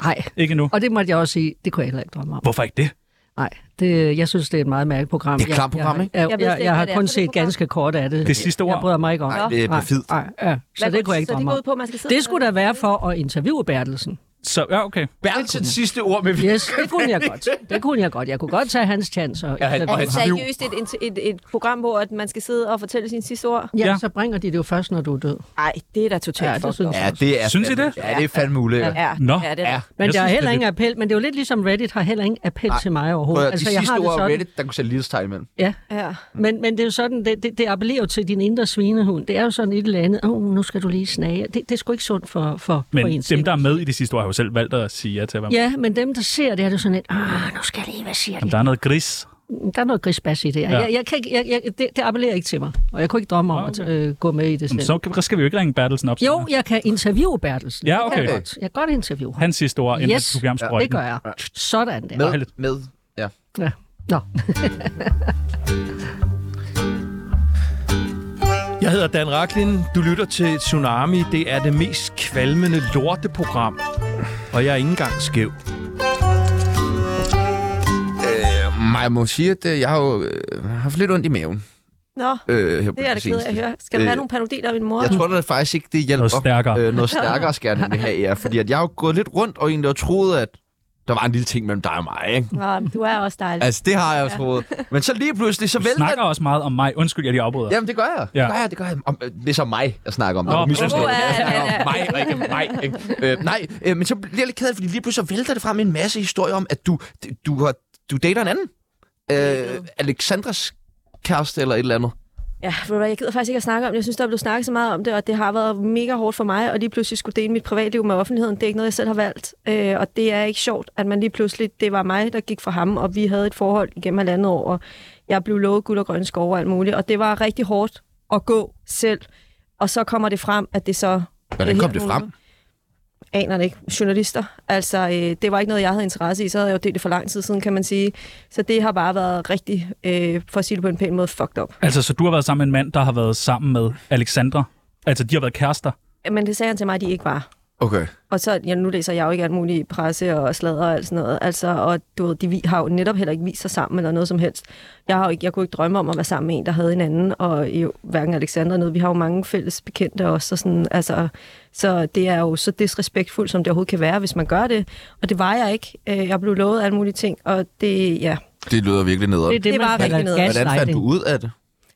Speaker 7: Nej,
Speaker 2: Ikke endnu.
Speaker 7: og det måtte jeg også sige, det kunne jeg heller ikke drømme om.
Speaker 2: Hvorfor ikke det?
Speaker 7: Nej, det, jeg synes, det er et meget mærkeligt program.
Speaker 1: Det er et klamt program,
Speaker 7: jeg,
Speaker 1: ikke?
Speaker 7: Jeg,
Speaker 4: Jeg
Speaker 7: jeg,
Speaker 4: ved slet
Speaker 7: jeg,
Speaker 4: ikke,
Speaker 7: jeg
Speaker 4: hvad
Speaker 7: har
Speaker 4: det er
Speaker 7: kun
Speaker 4: for et
Speaker 7: set
Speaker 4: program.
Speaker 7: ganske kort af det.
Speaker 2: Det sidste
Speaker 7: Jeg
Speaker 2: ord.
Speaker 7: bryder mig ikke om.
Speaker 1: Nej, det er perfidt.
Speaker 7: Nej, ja, så
Speaker 4: Hvad
Speaker 7: det
Speaker 4: går-
Speaker 7: kunne jeg ikke
Speaker 4: så det
Speaker 7: drømme
Speaker 4: går
Speaker 7: om.
Speaker 4: ud på, at man skal sidde
Speaker 7: Det skulle da være for at interviewe Bertelsen.
Speaker 2: Så, ja, okay.
Speaker 1: Bertelsens sidste ord med vi.
Speaker 7: Yes, det kunne jeg godt. Det kunne jeg godt. Jeg kunne godt tage hans chancer. og
Speaker 1: Ja, han-
Speaker 7: interviewe
Speaker 4: Er
Speaker 1: og
Speaker 4: det
Speaker 1: hans liv.
Speaker 7: ham.
Speaker 4: seriøst et, et, et, et program, hvor at man skal sidde og fortælle sine sidste ord?
Speaker 7: Ja,
Speaker 2: Ja.
Speaker 7: så bringer de det jo først, når du er død.
Speaker 4: Nej, det er da totalt
Speaker 7: Ja,
Speaker 4: ja,
Speaker 7: det
Speaker 4: fucked
Speaker 7: synes
Speaker 4: up.
Speaker 1: Ja, det er...
Speaker 2: Synes I det?
Speaker 1: Ja, det er fandme ulækkert.
Speaker 4: Ja,
Speaker 2: Nå.
Speaker 4: ja, det er
Speaker 1: Ja.
Speaker 4: ja.
Speaker 2: Jeg
Speaker 7: Men der er
Speaker 2: synes, det er
Speaker 7: heller
Speaker 2: lidt-
Speaker 7: ingen appel, men det er jo lidt ligesom Reddit har heller ingen appel til mig
Speaker 1: Prøv at,
Speaker 7: overhovedet. Altså,
Speaker 1: høre, de sidste
Speaker 7: har det
Speaker 1: ord af
Speaker 7: sådan-
Speaker 1: Reddit, der kunne sætte lidt time ind.
Speaker 7: Ja,
Speaker 4: ja.
Speaker 7: men, men det er jo sådan, det, det, det appellerer jo til din indre svinehund. Det er jo sådan et eller andet, åh, oh, nu skal du lige snage. Det, det er sgu ikke sundt for, for, for
Speaker 2: Men
Speaker 7: ens
Speaker 2: dem,
Speaker 7: sind.
Speaker 2: der er med i det sidste år, har jo selv valgt at sige ja til at være med.
Speaker 7: Ja, men dem, der ser det, er det sådan et, ah, nu skal jeg lige, hvad siger de?
Speaker 2: Jamen, der er noget gris.
Speaker 7: der er noget grisbas i det. Ja.
Speaker 2: Ja.
Speaker 7: Jeg, jeg kan ikke, jeg, jeg, det, det appellerer ikke til mig, og jeg kunne ikke drømme om
Speaker 2: Ah,
Speaker 7: okay. at
Speaker 2: okay.
Speaker 7: øh, gå med i det.
Speaker 2: Jamen,
Speaker 7: selv.
Speaker 2: Så kan- skal vi jo ikke ringe Bertelsen op.
Speaker 7: Jo,
Speaker 2: senere.
Speaker 7: jeg kan interviewe Bertelsen.
Speaker 2: Ja,
Speaker 7: Det kan
Speaker 2: okay.
Speaker 7: Jeg, godt. jeg kan godt interviewe ham.
Speaker 2: Hans sidste ord, inden
Speaker 7: Yes.
Speaker 2: yes. program
Speaker 7: Det gør jeg. Sådan der.
Speaker 2: Dejligt.
Speaker 8: Med, med. Ja.
Speaker 7: Ja. Nå.
Speaker 9: Jeg hedder Dan Raklin. Du lytter til Tsunami. Det er det mest kvalmende lorteprogram. Og jeg er ikke engang skæv.
Speaker 1: Øh, jeg må sige, at øh, jeg har jo øh, haft lidt ondt i maven.
Speaker 4: Nå,
Speaker 1: Øh, her på
Speaker 4: det er jeg da ked af
Speaker 1: seneste.
Speaker 4: at høre. Skal du
Speaker 1: Øh,
Speaker 4: have nogle panodiler af min mor?
Speaker 1: Jeg tror da faktisk ikke, det hjælper.
Speaker 2: Noget stærkere.
Speaker 1: Øh, noget stærkere skal jeg nemlig have, ja. Fordi at jeg har jo gået lidt rundt og egentlig har troet, at der var en lille ting mellem dig og mig, ikke?
Speaker 4: Nå, men du er også dejlig.
Speaker 1: Altså, det har jeg jo troet. Men så lige pludselig, så
Speaker 2: Du
Speaker 1: vælter...
Speaker 2: snakker også meget om mig. Undskyld, jeg lige afbryder.
Speaker 1: Jamen, det gør jeg.
Speaker 2: Ja.
Speaker 1: Det gør jeg, det gør jeg. Om, øh, det er så mig, jeg snakker om.
Speaker 2: Nå,
Speaker 1: Om misforstået.
Speaker 4: uh,
Speaker 1: jeg snakker
Speaker 4: ja, ja.
Speaker 1: om mig, og ikke om mig. Ikke? Øh, nej, øh, men så bliver jeg lidt ked af, det, fordi lige pludselig så vælter det frem med en masse historier om, at du, du, har, du dater en anden. Øh, Alexandras kæreste eller et eller andet.
Speaker 4: Ja, ved du hvad, jeg gider faktisk ikke at snakke om det. Jeg synes, der er blevet snakket så meget om det, og det har været mega hårdt for mig, og lige pludselig skulle dele mit privatliv med offentligheden. Det er ikke noget, jeg selv har valgt, øh, og det er ikke sjovt, at man lige pludselig, det var mig, der gik fra ham, og vi havde et forhold igennem halvandet år, og jeg blev lovet guld og grønne skove og alt muligt, og det var rigtig hårdt at gå selv, og så kommer det frem, at det så...
Speaker 1: Hvordan kom det
Speaker 4: her-
Speaker 1: frem?
Speaker 4: aner det ikke, journalister. Altså, øh, det var ikke noget, jeg havde interesse i, så havde jeg jo delt det for lang tid siden, kan man sige. Så det har bare været rigtig, øh, for at sige det på en pæn måde, fucked up.
Speaker 2: Altså, så du har været sammen med en mand, der har været sammen med Alexandra. Altså, de har været kærester.
Speaker 4: Men det sagde han til mig, at de ikke var.
Speaker 1: Okay.
Speaker 4: Og så, ja, nu læser jeg jo ikke alt muligt presse og sladder og alt sådan noget. Altså, og du ved, de vi- har jo netop heller ikke vist sig sammen eller noget som helst. Jeg, har jo ikke, jeg kunne ikke drømme om at være sammen med en, der havde en anden, og jo, hverken Alexander eller noget. Vi har jo mange fælles bekendte også, og sådan, altså, så det er jo så disrespektfuldt, som det overhovedet kan være, hvis man gør det. Og det var jeg ikke. Øh, Jeg blev lovet alle mulige ting, og det, ja.
Speaker 1: Det lyder virkelig
Speaker 7: Det er
Speaker 1: nederen.
Speaker 7: det,
Speaker 4: Det var
Speaker 7: man kalder
Speaker 4: rigtig noget. Hvordan
Speaker 1: Hvordan fandt du ud
Speaker 7: gaslighting.
Speaker 1: af det?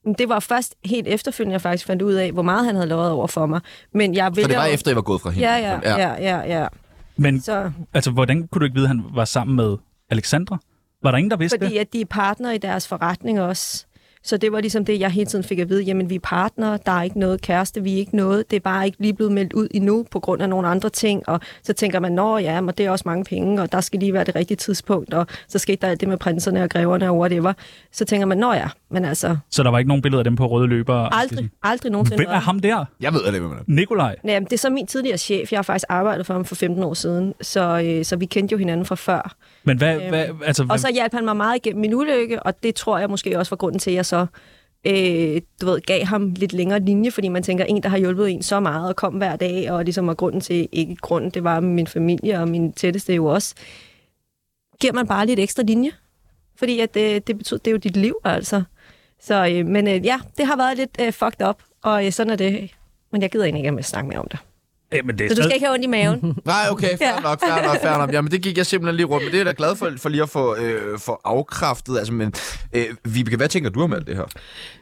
Speaker 4: Men det var først helt efterfølgende, jeg faktisk fandt ud af, hvor meget han havde lovet over for mig. Men jeg vælger...
Speaker 1: Så det var
Speaker 4: jo-
Speaker 1: efter, jeg var gået fra hende?
Speaker 4: Ja, ja, ja, ja, ja.
Speaker 2: Men
Speaker 4: Så...
Speaker 2: altså, hvordan kunne du ikke vide, at han var sammen med Alexandra? Var der ingen, der vidste det?
Speaker 4: Fordi at de er partner i deres forretning også. Så det var ligesom det, jeg hele tiden fik at vide. Jamen, vi er partnere, der er ikke noget kæreste, vi er ikke noget. Det er bare ikke lige blevet meldt ud endnu på grund af nogle andre ting. Og så tænker man, nå ja, men det er også mange penge, og der skal lige være det rigtige tidspunkt. Og så skete der alt det med prinserne og greverne og whatever. Så tænker man, nå ja, men altså
Speaker 2: Så der var ikke nogen billeder af dem på røde løbere?
Speaker 4: aldrig, aldrig nogensinde.
Speaker 2: Hvem er
Speaker 4: noget.
Speaker 2: ham der?
Speaker 1: Jeg ved det, men...
Speaker 2: Nikolaj?
Speaker 4: Nej, men det er så min tidligere chef. Jeg har faktisk arbejdet for ham for 15 år siden, så, øh, så vi kendte jo hinanden fra før.
Speaker 2: Men hvad, hvad altså,
Speaker 4: Øhm. Og
Speaker 2: hvem,
Speaker 4: så hjalp han mig meget igennem min ulykke, og det tror jeg måske også var grunden til, at jeg så øh, du ved, gav ham lidt længere linje, fordi man tænker, en, der har hjulpet en så meget og kom hver dag, og ligesom var grunden til, ikke grunden, det var min familie og min tætteste jo også, giver man bare lidt ekstra linje. Fordi at, øh, det, betyder, det er jo dit liv, altså. Så, øh, men øh, ja, det har været lidt øh, fucked up, og øh, sådan er det. Men jeg gider egentlig ikke at snakke mere om det.
Speaker 2: øh, men det er
Speaker 4: Så du skal
Speaker 2: stadig-
Speaker 4: ikke have ondt i maven.
Speaker 1: Nej, okay, fair
Speaker 4: Ja.
Speaker 1: nok, fair nok, fair nok. Jamen, det gik jeg simpelthen lige rundt, men det er jeg da glad for, for lige at få, øh, få afkræftet. Altså, men, øh, Vibeke, hvad tænker du om alt det her?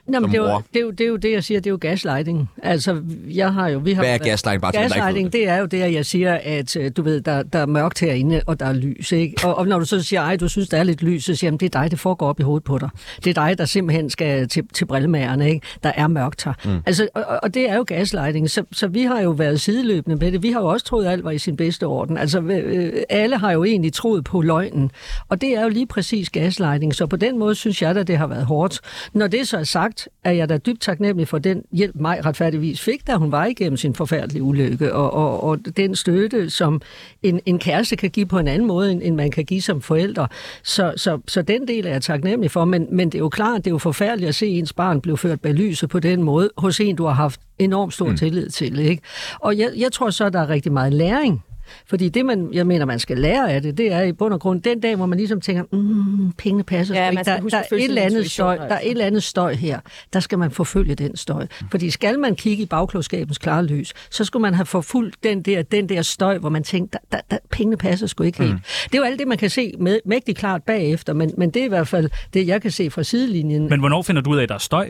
Speaker 7: Nå, men
Speaker 1: som
Speaker 7: det, er jo,
Speaker 1: mor.
Speaker 7: det, er jo, det er jo det, jeg siger, det er jo gaslighting. Altså, jeg har jo... Vi har,
Speaker 1: Hvad er gaslighting? Bare til dem, der ikke ved
Speaker 7: gaslighting,
Speaker 1: det.
Speaker 7: det er jo det, at jeg siger, at øh, du ved, der, der er mørkt herinde, og der er lys, ikke? Og, og når du så siger, ej, du synes, der er lidt lys, så siger jeg, "Men det er dig, det foregår op i hovedet på dig. Det er dig, der simpelthen skal til, til brillemagerne, ikke? Der er mørkt her. Mm. Altså, og, og- og det er jo gaslighting, så, så vi har jo været sideløbende med det. Vi har jo også troet, at alt var i sin bedste orden. Altså, øh, alle har jo egentlig troet på løgnen, og det er jo lige præcis gaslighting, så på den måde synes jeg da, det har været hårdt. Når det så er sagt, er jeg da dybt taknemmelig for den hjælp, mig retfærdigvis fik, da hun var igennem sin forfærdelige ulykke, og, og, og den støtte, som en, en kæreste kan give på en anden måde, end, end man kan give som forældre. Så, så, så den del er jeg taknemmelig for, men, men det er jo klart, det er jo forfærdeligt at se ens barn blive ført bag lyset på den måde, hos en, du har haft enormt stor mm. tillid til. Ikke? Og jeg, jeg tror så, der er rigtig meget læring fordi det, man, jeg mener, man skal lære af det, det er i bund og grund den dag, hvor man ligesom tænker, mm, pengene passer
Speaker 4: Ja, man
Speaker 7: sgu ikke.
Speaker 4: skal
Speaker 7: Der,
Speaker 4: huske altså.
Speaker 7: der,
Speaker 4: at
Speaker 7: er
Speaker 4: følge
Speaker 7: et
Speaker 4: sine
Speaker 7: eller andet
Speaker 4: intuitioner,
Speaker 7: støj, der er et eller andet støj her. Der skal man forfølge den støj. Fordi skal man kigge i bagklogskabens klare lys, så skulle man have forfulgt den der, den der støj, hvor man tænkte, der, der, der, pengene passer sgu ikke helt. Mm. Det er jo alt det, man kan se med, mægtig klart bagefter, men, men det er i hvert fald det, jeg kan se fra sidelinjen.
Speaker 2: Men hvornår finder du ud af, at der er støj?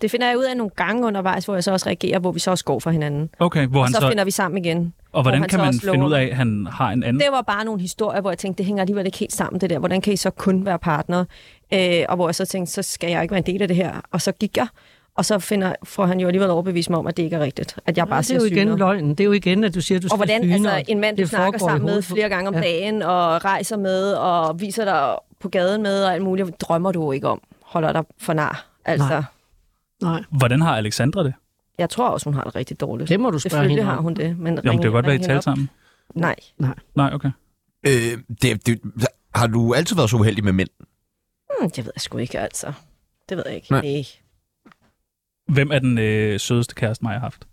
Speaker 4: Det finder jeg ud af nogle gange undervejs, hvor jeg så også reagerer, hvor vi så også går fra hinanden.
Speaker 2: Okay, hvor
Speaker 4: Og
Speaker 2: han
Speaker 4: så
Speaker 2: så,
Speaker 4: finder vi sammen igen.
Speaker 2: og hvordan
Speaker 4: hvor han
Speaker 2: kan
Speaker 4: så
Speaker 2: man
Speaker 4: også
Speaker 2: finde
Speaker 4: lover
Speaker 2: ud af,
Speaker 4: mig.
Speaker 2: at han har en
Speaker 7: Mm.
Speaker 2: anden?
Speaker 4: Det var bare nogle historier, hvor jeg tænkte, det hænger alligevel ikke helt sammen, det der. Hvordan kan I så kun være partner? Øh, og hvor jeg så tænkte, så skal jeg ikke være en del af det her. Og så gik jeg, og så finder, får han jo alligevel overbevist mig om, at det ikke er rigtigt. At jeg bare
Speaker 7: det er
Speaker 4: siger
Speaker 7: jo igen
Speaker 4: syner.
Speaker 7: løgnen. Det er jo igen, at du siger, du
Speaker 4: Og
Speaker 7: skal
Speaker 4: hvordan
Speaker 7: syne,
Speaker 4: altså,
Speaker 7: og
Speaker 4: en mand, du
Speaker 7: det
Speaker 4: snakker
Speaker 7: foregår i
Speaker 4: sammen med
Speaker 7: hovedet på-
Speaker 4: flere gange om
Speaker 7: Ja.
Speaker 4: dagen, og rejser med, og viser dig på gaden med og alt muligt, drømmer du jo ikke om. Holder dig for nar. Altså,
Speaker 7: Nej.
Speaker 4: Nej.
Speaker 7: Nej,
Speaker 2: Hvordan har Alexandra det?
Speaker 4: jeg tror også, hun har det rigtig dårligt.
Speaker 7: det må du spørge hende
Speaker 4: Selvfølgelig har
Speaker 7: om.
Speaker 4: hun det. Men
Speaker 2: Jamen, det kan godt være, I
Speaker 4: hende
Speaker 2: talte
Speaker 4: op.
Speaker 2: sammen.
Speaker 4: Nej,
Speaker 2: Nej, okay.
Speaker 1: Øh, det, det, har du altid været så uheldig med mænd?
Speaker 4: hmm, det ved jeg sgu ikke, altså. Det ved jeg ikke.
Speaker 1: Nej.
Speaker 4: Nej. Nej.
Speaker 2: Hvem er den øh, sødeste kæreste, mig har haft?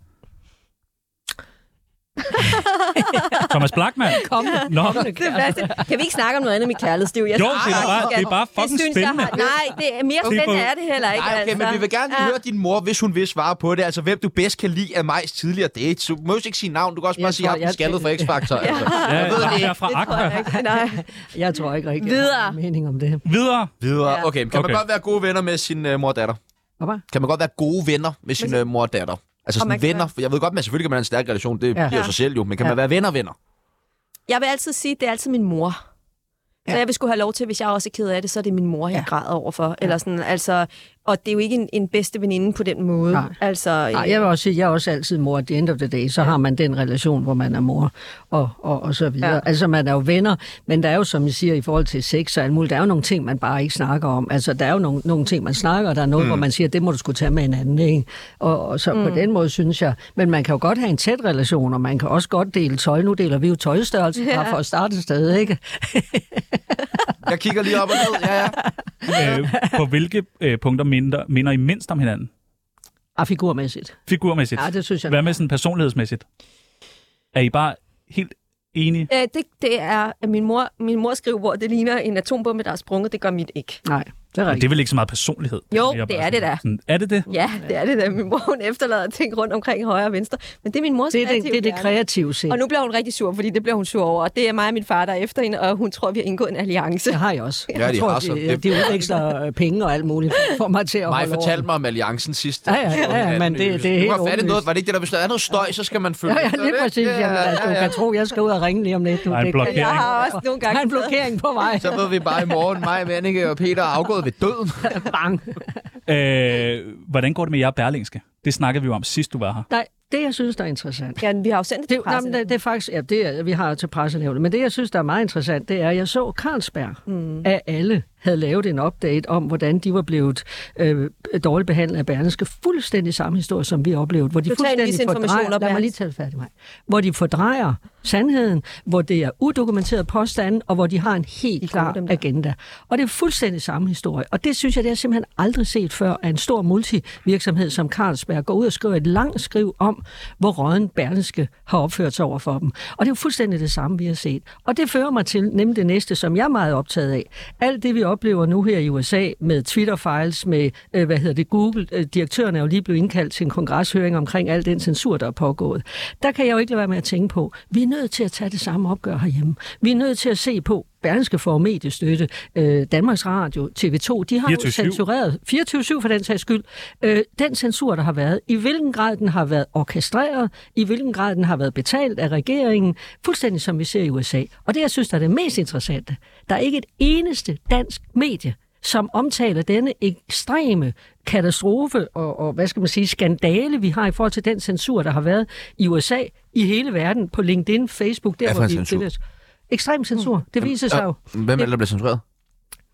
Speaker 2: Thomas Blackman?
Speaker 7: Kom,
Speaker 2: Nå,
Speaker 4: Det er plads til- Kan vi ikke snakke om noget andet Altså, med kærlighedsliv? Jeg
Speaker 2: Jo,
Speaker 4: synes
Speaker 2: det er da bare-
Speaker 4: faktisk, at-
Speaker 2: det er bare fucking
Speaker 4: jeg synes, jeg har, Nej, det er mere
Speaker 2: Okay.
Speaker 4: spændende er det heller ikke.
Speaker 1: Nej, okay,
Speaker 4: altså.
Speaker 1: men vi vil gerne ja. høre din mor, hvis hun vil svare på det. Altså, hvem du bedst kan lide af Majs tidligere date. Så du må jo ikke sige navn, du kan også
Speaker 7: Jeg
Speaker 1: bare sige,
Speaker 7: tror,
Speaker 1: at jeg
Speaker 7: jeg-
Speaker 1: er skaldet for X-Factor. Altså.
Speaker 2: Ja,
Speaker 1: Jeg ved det
Speaker 2: jeg er
Speaker 1: ikke.
Speaker 2: fra
Speaker 4: Det tror jeg
Speaker 2: Aqua.
Speaker 4: ikke. Nej.
Speaker 7: Jeg tror ikke rigtig, jeg har
Speaker 4: Videre.
Speaker 7: en mening om det.
Speaker 2: Videre.
Speaker 1: Videre.
Speaker 4: Ja.
Speaker 1: Okay, men kan okay.
Speaker 2: Okay.
Speaker 1: man godt være gode venner med sin øh, mor og datter?
Speaker 7: Hvad?
Speaker 1: Kan man godt være gode venner med sin øh, mor og datter? Altså
Speaker 4: Og man
Speaker 1: sådan
Speaker 4: kan
Speaker 1: venner.
Speaker 4: være-
Speaker 1: For jeg ved godt, at man selvfølgelig kan man have en stærk relation. Det
Speaker 7: Ja.
Speaker 1: ja. giver sig selv jo. Men kan
Speaker 7: Ja.
Speaker 1: man være venner-venner?
Speaker 4: Jeg vil altid sige, at det er altid min mor. Så jeg vil skulle have lov til, hvis jeg også er ked af det, så er det min mor, jeg ja. græder over for. Eller sådan, altså, og det er jo ikke en, en bedste veninde på den måde.
Speaker 7: Nej.
Speaker 4: Altså,
Speaker 7: Nej, jeg vil også sige, jeg er også altid mor. At the end of the day, så har man den relation, hvor man er mor og, og, og så videre. Ja.
Speaker 4: Ja.
Speaker 7: Altså, man er jo venner, men der er jo, som I siger, i forhold til sex og alt muligt, der er jo nogle ting, man bare ikke snakker om. Altså, der er jo nogle, nogle ting, man snakker, og der er noget, mm. hvor man siger, det må du skulle tage med en anden, ikke? Og, og så mm. på den måde, synes jeg. Men man kan jo godt have en tæt relation, og man kan også godt dele tøj. Nu deler vi jo tøjstørrelse ja. bare for at starte et sted, ikke?
Speaker 1: Jeg kigger lige op og ned. Ja, ja.
Speaker 2: Øh, på hvilke øh, punkter minder, minder I mindst om hinanden?
Speaker 7: Og Ah, figurmæssigt.
Speaker 2: Figurmæssigt.
Speaker 7: Ja, det synes jeg.
Speaker 2: Hvad med sådan personlighedsmæssigt? Er I bare helt enige?
Speaker 4: Øh, det, det er at min mor, min mor skrivebord, det ligner en atombombe, der er sprunget. Det gør mit ikke.
Speaker 7: Nej, det er
Speaker 2: Men Det
Speaker 7: rigtigt.
Speaker 2: er vel ikke så meget personlighed?
Speaker 4: Jo,
Speaker 2: mere
Speaker 4: det
Speaker 2: bare
Speaker 4: er det
Speaker 2: sådan-
Speaker 4: da.
Speaker 2: Sådan, er det det?
Speaker 4: Ja, det er det da. Min mor, hun efterlader ting rundt omkring højre og venstre. Men det er min mors
Speaker 7: Det er det,
Speaker 4: kreative
Speaker 7: det, er det
Speaker 4: hjerne.
Speaker 7: kreative sind.
Speaker 4: Og nu bliver hun rigtig sur, fordi det bliver hun sur over. Og det er mig og min far, der er efter hende, og hun tror, vi har indgået en alliance.
Speaker 7: Det har jeg også.
Speaker 1: Ja,
Speaker 7: jeg
Speaker 1: de
Speaker 7: tror,
Speaker 1: har så-
Speaker 7: de, de udveksler øh, penge og alt muligt for mig til at
Speaker 1: Maj
Speaker 7: holde
Speaker 1: fortalte
Speaker 7: over.
Speaker 1: mig om alliancen sidst.
Speaker 7: Ja, ja, ja, ja, men det- det er
Speaker 1: Du
Speaker 7: helt
Speaker 1: har fat i
Speaker 7: åbenlyst.
Speaker 1: noget. Var det ikke det, der bestod? Er noget støj, så skal man følge.
Speaker 7: Ja, ja,
Speaker 1: efter
Speaker 7: lige
Speaker 1: det.
Speaker 7: præcis.
Speaker 1: Ja,
Speaker 7: Jamen, altså,
Speaker 1: ja,
Speaker 7: du
Speaker 1: ja.
Speaker 7: kan tro, jeg skal ud og ringe lige om lidt. Du,
Speaker 2: Der er en
Speaker 7: det kan-
Speaker 2: blokering.
Speaker 4: Jeg har også nogle
Speaker 7: Der
Speaker 4: gange...
Speaker 7: er en blokering på vej.
Speaker 1: Så ved vi bare i morgen, mig, Vanninge og Peter er afgået ved døden.
Speaker 7: Bang.
Speaker 2: Øh, hvordan går det med jer og Berlingske? Det snakkede vi jo om sidst, du var her.
Speaker 7: Nej, det jeg synes, der er interessant.
Speaker 4: Ja, vi har jo sendt det til
Speaker 7: Det, nej, men
Speaker 4: pressen.
Speaker 7: det, det er faktisk, ja, det er, vi har jo til pressenævnet, men det jeg synes, der er meget interessant, det er, at jeg så Carlsberg mm. af alle havde lavet en update om, hvordan de var blevet øh, dårligt behandlet af Berlingske. Fuldstændig samme historie, som vi oplevede, hvor de
Speaker 4: Total
Speaker 7: fuldstændig
Speaker 4: misinformation
Speaker 7: fordrejer,
Speaker 4: og
Speaker 7: lad mig
Speaker 4: Berlingske.
Speaker 7: lige tale færdig, mig, hvor de fordrejer sandheden, hvor det er udokumenteret påstande, og hvor de har en helt
Speaker 4: De er
Speaker 7: klar
Speaker 4: gode, dem der.
Speaker 7: agenda. Og det er fuldstændig samme historie. Og det synes jeg, det har jeg simpelthen aldrig set før, at en stor multivirksomhed som Carlsberg går ud og skriver et langt skriv om, hvor Røden Berlingske har opført sig over for dem. Og det er jo fuldstændig det samme, vi har set. Og det fører mig til nemlig det næste, som jeg er meget optaget af. Alt det, vi oplever nu her i USA med Twitter-files, med, øh, hvad hedder det, Google. Øh, Direktøren er jo lige blevet indkaldt til en kongreshøring omkring al den censur, der er pågået. Der kan jeg jo ikke lade være med at tænke på, vi er nødt til at tage det samme opgør herhjemme. Vi er nødt til at se på, Berlingske får mediestøtte, øh, Danmarks Radio, TV2, de har
Speaker 2: 24/7.
Speaker 7: jo censureret, 24-7 for den sags skyld, øh, den censur, der har været, i hvilken grad den har været orkestreret, i hvilken grad den har været betalt af regeringen, fuldstændig som vi ser i USA. Og det, jeg synes, der er det mest interessante, der er ikke et eneste dansk medie, som omtaler denne ekstreme katastrofe og, og, hvad skal man sige, skandale, vi har i forhold til den censur, der har været i USA, i hele verden, på LinkedIn, Facebook, der
Speaker 1: Hvad for
Speaker 7: hvor
Speaker 1: en
Speaker 7: vi
Speaker 1: censur? Hmm.
Speaker 7: befinder os. Ekstrem censur, det viser sig jo.
Speaker 1: Hvem er det, der bliver censureret?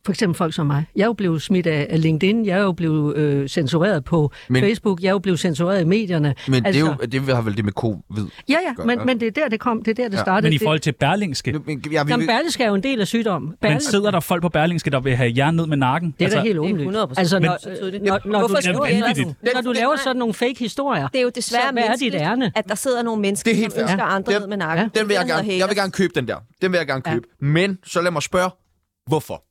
Speaker 7: For eksempel folk som mig. Jeg er jo blevet smidt af af LinkedIn, jeg er jo blevet øh, censureret på
Speaker 1: Men-
Speaker 7: men, Facebook, jeg er jo blevet censureret i medierne.
Speaker 1: Men altså, det, er jo, det har vel det med covid.
Speaker 7: Ja, ja,
Speaker 1: Godt, ja.
Speaker 7: men, men det er der, det kom, det er der, det
Speaker 1: Ja.
Speaker 7: startede.
Speaker 2: Men i
Speaker 7: Det-
Speaker 2: forhold til Berlingske,
Speaker 1: Men, ja, vi,
Speaker 7: Jamen, Berlingske er jo en del af sygdommen.
Speaker 2: men
Speaker 7: Berlingske-
Speaker 2: sidder der folk på Berlingske, der vil have jer ned med nakken?
Speaker 7: Det er da helt
Speaker 4: det er
Speaker 7: åbenlyst.
Speaker 4: 100%.
Speaker 7: Altså,
Speaker 2: Men-
Speaker 7: når, øh, når, når, du,
Speaker 4: Hvorfor
Speaker 2: skulle
Speaker 7: laver,
Speaker 2: vi ellers-
Speaker 7: sådan- når du laver sådan nogle fake historier,
Speaker 4: Det er jo desværre
Speaker 7: så hvad er dit
Speaker 4: menneskeligt,
Speaker 7: ærne?
Speaker 4: at der sidder nogle mennesker,
Speaker 1: Det er helt
Speaker 4: som
Speaker 1: fair.
Speaker 4: ønsker andre
Speaker 1: Det-
Speaker 4: ned med nakken.
Speaker 1: den vil jeg,
Speaker 4: hedder
Speaker 1: gerne, jeg vil
Speaker 4: haters.
Speaker 1: gerne købe den der. Den vil jeg gerne købe. Ja. Men så lad mig spørge, hvorfor?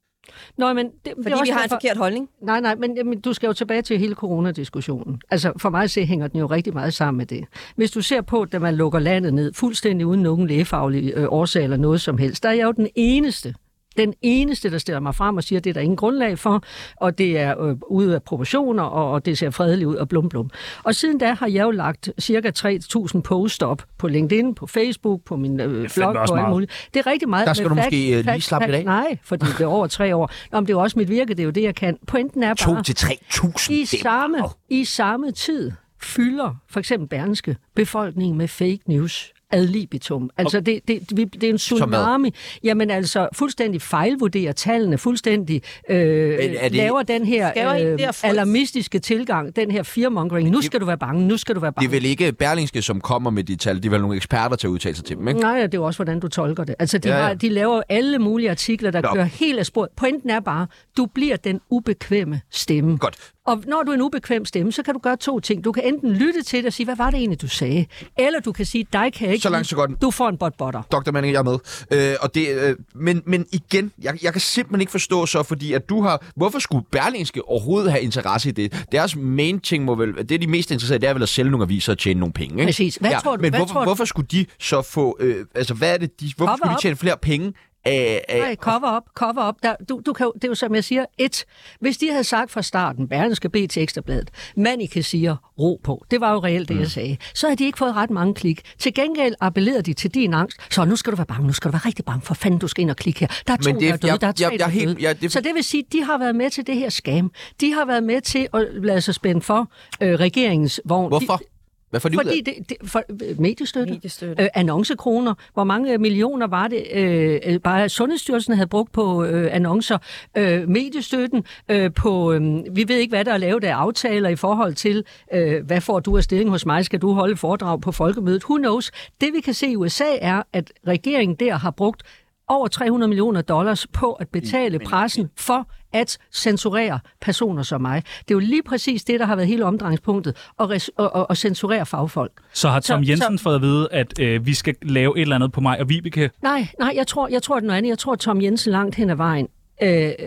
Speaker 7: Nå, men det, det er
Speaker 4: Fordi
Speaker 7: også
Speaker 4: vi har en
Speaker 7: derfor-
Speaker 4: forkert holdning.
Speaker 7: Nej, nej, men jamen, du skal jo tilbage til hele coronadiskussionen. Altså, for mig at se, hænger den jo rigtig meget sammen med det. Hvis du ser på, da man lukker landet ned, fuldstændig uden nogen lægefaglig øh, årsag eller noget som helst, der er jeg jo den eneste, den eneste, der stiller mig frem og siger, det er der ingen grundlag for, og det er øh, ude af proportioner, og, og det ser fredeligt ud, og blum blum. Og siden da har jeg jo lagt cirka 3.000 post op på LinkedIn, på Facebook, på min øh, blog,
Speaker 2: også
Speaker 7: på alt
Speaker 2: meget.
Speaker 7: muligt. Det er rigtig meget.
Speaker 1: Der skal
Speaker 7: med
Speaker 1: du måske, øh, lige slappe lidt af.
Speaker 7: Nej, fordi det er over tre år. Nå, men det er jo også mit virke, det er jo det, jeg kan. Pointen er bare...
Speaker 1: 2-3.000.
Speaker 7: I samme, I samme tid fylder for eksempel Berlingske befolkningen med fake news ad libitum. Altså, det, det, vi- det er en
Speaker 1: hvad?
Speaker 7: tsunami. Jamen altså, fuldstændig fejlvurderer tallene, fuldstændig øh,
Speaker 1: er det-
Speaker 7: laver den
Speaker 4: Skaber
Speaker 7: her
Speaker 4: ikke
Speaker 7: øh,
Speaker 4: det her frygt?
Speaker 7: alarmistiske tilgang, den her fearmongering. Nu skal du være bange, nu skal du være
Speaker 1: Det
Speaker 7: bange.
Speaker 1: er vel ikke Berlingske, som kommer med de tal. Det er vel nogle eksperter til at udtale sig til dem, ikke?
Speaker 7: Nej, og det er jo også, hvordan du tolker det. Altså, de,
Speaker 1: Ja,
Speaker 7: ja,
Speaker 1: ja.
Speaker 7: ja. Har, de laver jo alle mulige artikler, der
Speaker 1: Nå.
Speaker 7: Nå. kører helt af sporet. Pointen er bare, du bliver den ubekvemme stemme.
Speaker 1: Godt.
Speaker 7: Og når du er en ubekvem stemme, så kan du gøre to ting. Du kan enten lytte til det og sige, hvad var det egentlig, du sagde? Eller du kan sige, dig kan jeg ikke
Speaker 1: Så langt,
Speaker 7: lide.
Speaker 1: så godt.
Speaker 7: Du får en bot-botter.
Speaker 1: Dr. Manning, jeg er med. Øh, og det, øh, men, men igen, jeg, jeg kan simpelthen ikke forstå så, fordi at du har... Hvorfor skulle Berlingske overhovedet have interesse i det? Deres main ting må vel... Det, de er mest interesserede, det er vel at sælge nogle aviser og tjene nogle penge, ikke?
Speaker 7: Præcis. Hvad tror du-
Speaker 1: Men
Speaker 7: hvad
Speaker 1: hvorfor,
Speaker 7: tror du-
Speaker 1: hvorfor skulle de så få... Øh, altså, hvad er det, de... Hvorfor
Speaker 7: Cover
Speaker 1: skulle de
Speaker 7: up.
Speaker 1: tjene flere penge af... af
Speaker 7: Nej, cover op, cover op. Der, du, du kan, jo- det er jo som jeg siger, et, hvis de havde sagt fra starten, Berlingske B til Ekstrabladet, Manike siger, ro på, det var jo reelt det,
Speaker 1: Mm.
Speaker 7: jeg sagde, så havde de ikke fået ret mange klik. Til gengæld appellerede de til din angst, så nu skal du være bange, nu skal du være rigtig bange, for fanden, du skal ind og klikke her. Der er to,
Speaker 1: Men det-
Speaker 7: der er døde,
Speaker 1: jeg-
Speaker 7: der er
Speaker 1: jeg-
Speaker 7: tre,
Speaker 1: jeg
Speaker 7: der
Speaker 1: er
Speaker 7: er
Speaker 1: helt-
Speaker 7: døde.
Speaker 1: ja, det-
Speaker 7: Så det vil sige, de har været med til det her skam. De har været med til at lade sig spænde for øh, regeringens vogn.
Speaker 1: hvorfor?
Speaker 7: De,
Speaker 1: Hvad får de ud af?
Speaker 7: fordi det, det, for, øh, mediestøtte,
Speaker 4: Mediestøtte.
Speaker 7: Øh, annoncekroner, hvor mange øh, millioner var det, øh, øh, bare Sundhedsstyrelsen havde brugt på øh, annoncer, øh, mediestøtten øh, på, øh, vi ved ikke, hvad der er lavet af aftaler i forhold til, øh, hvad får du af stilling hos mig, skal du holde foredrag på folkemødet, who knows. Det vi kan se i USA er, at regeringen der har brugt over 300 millioner dollars på at betale pressen for at censurere personer som mig. Det er jo lige præcis det, der har været hele omdrejningspunktet, at, res- og, og, og censurere fagfolk.
Speaker 2: Så har Tom
Speaker 7: Så-
Speaker 2: Jensen
Speaker 7: så-
Speaker 2: fået at vide, at øh, vi skal lave et eller andet på mig og Vibeke?
Speaker 7: Nej, nej, jeg tror, jeg tror det er noget andet. Jeg tror, Tom Jensen langt hen ad vejen. Øh, øh,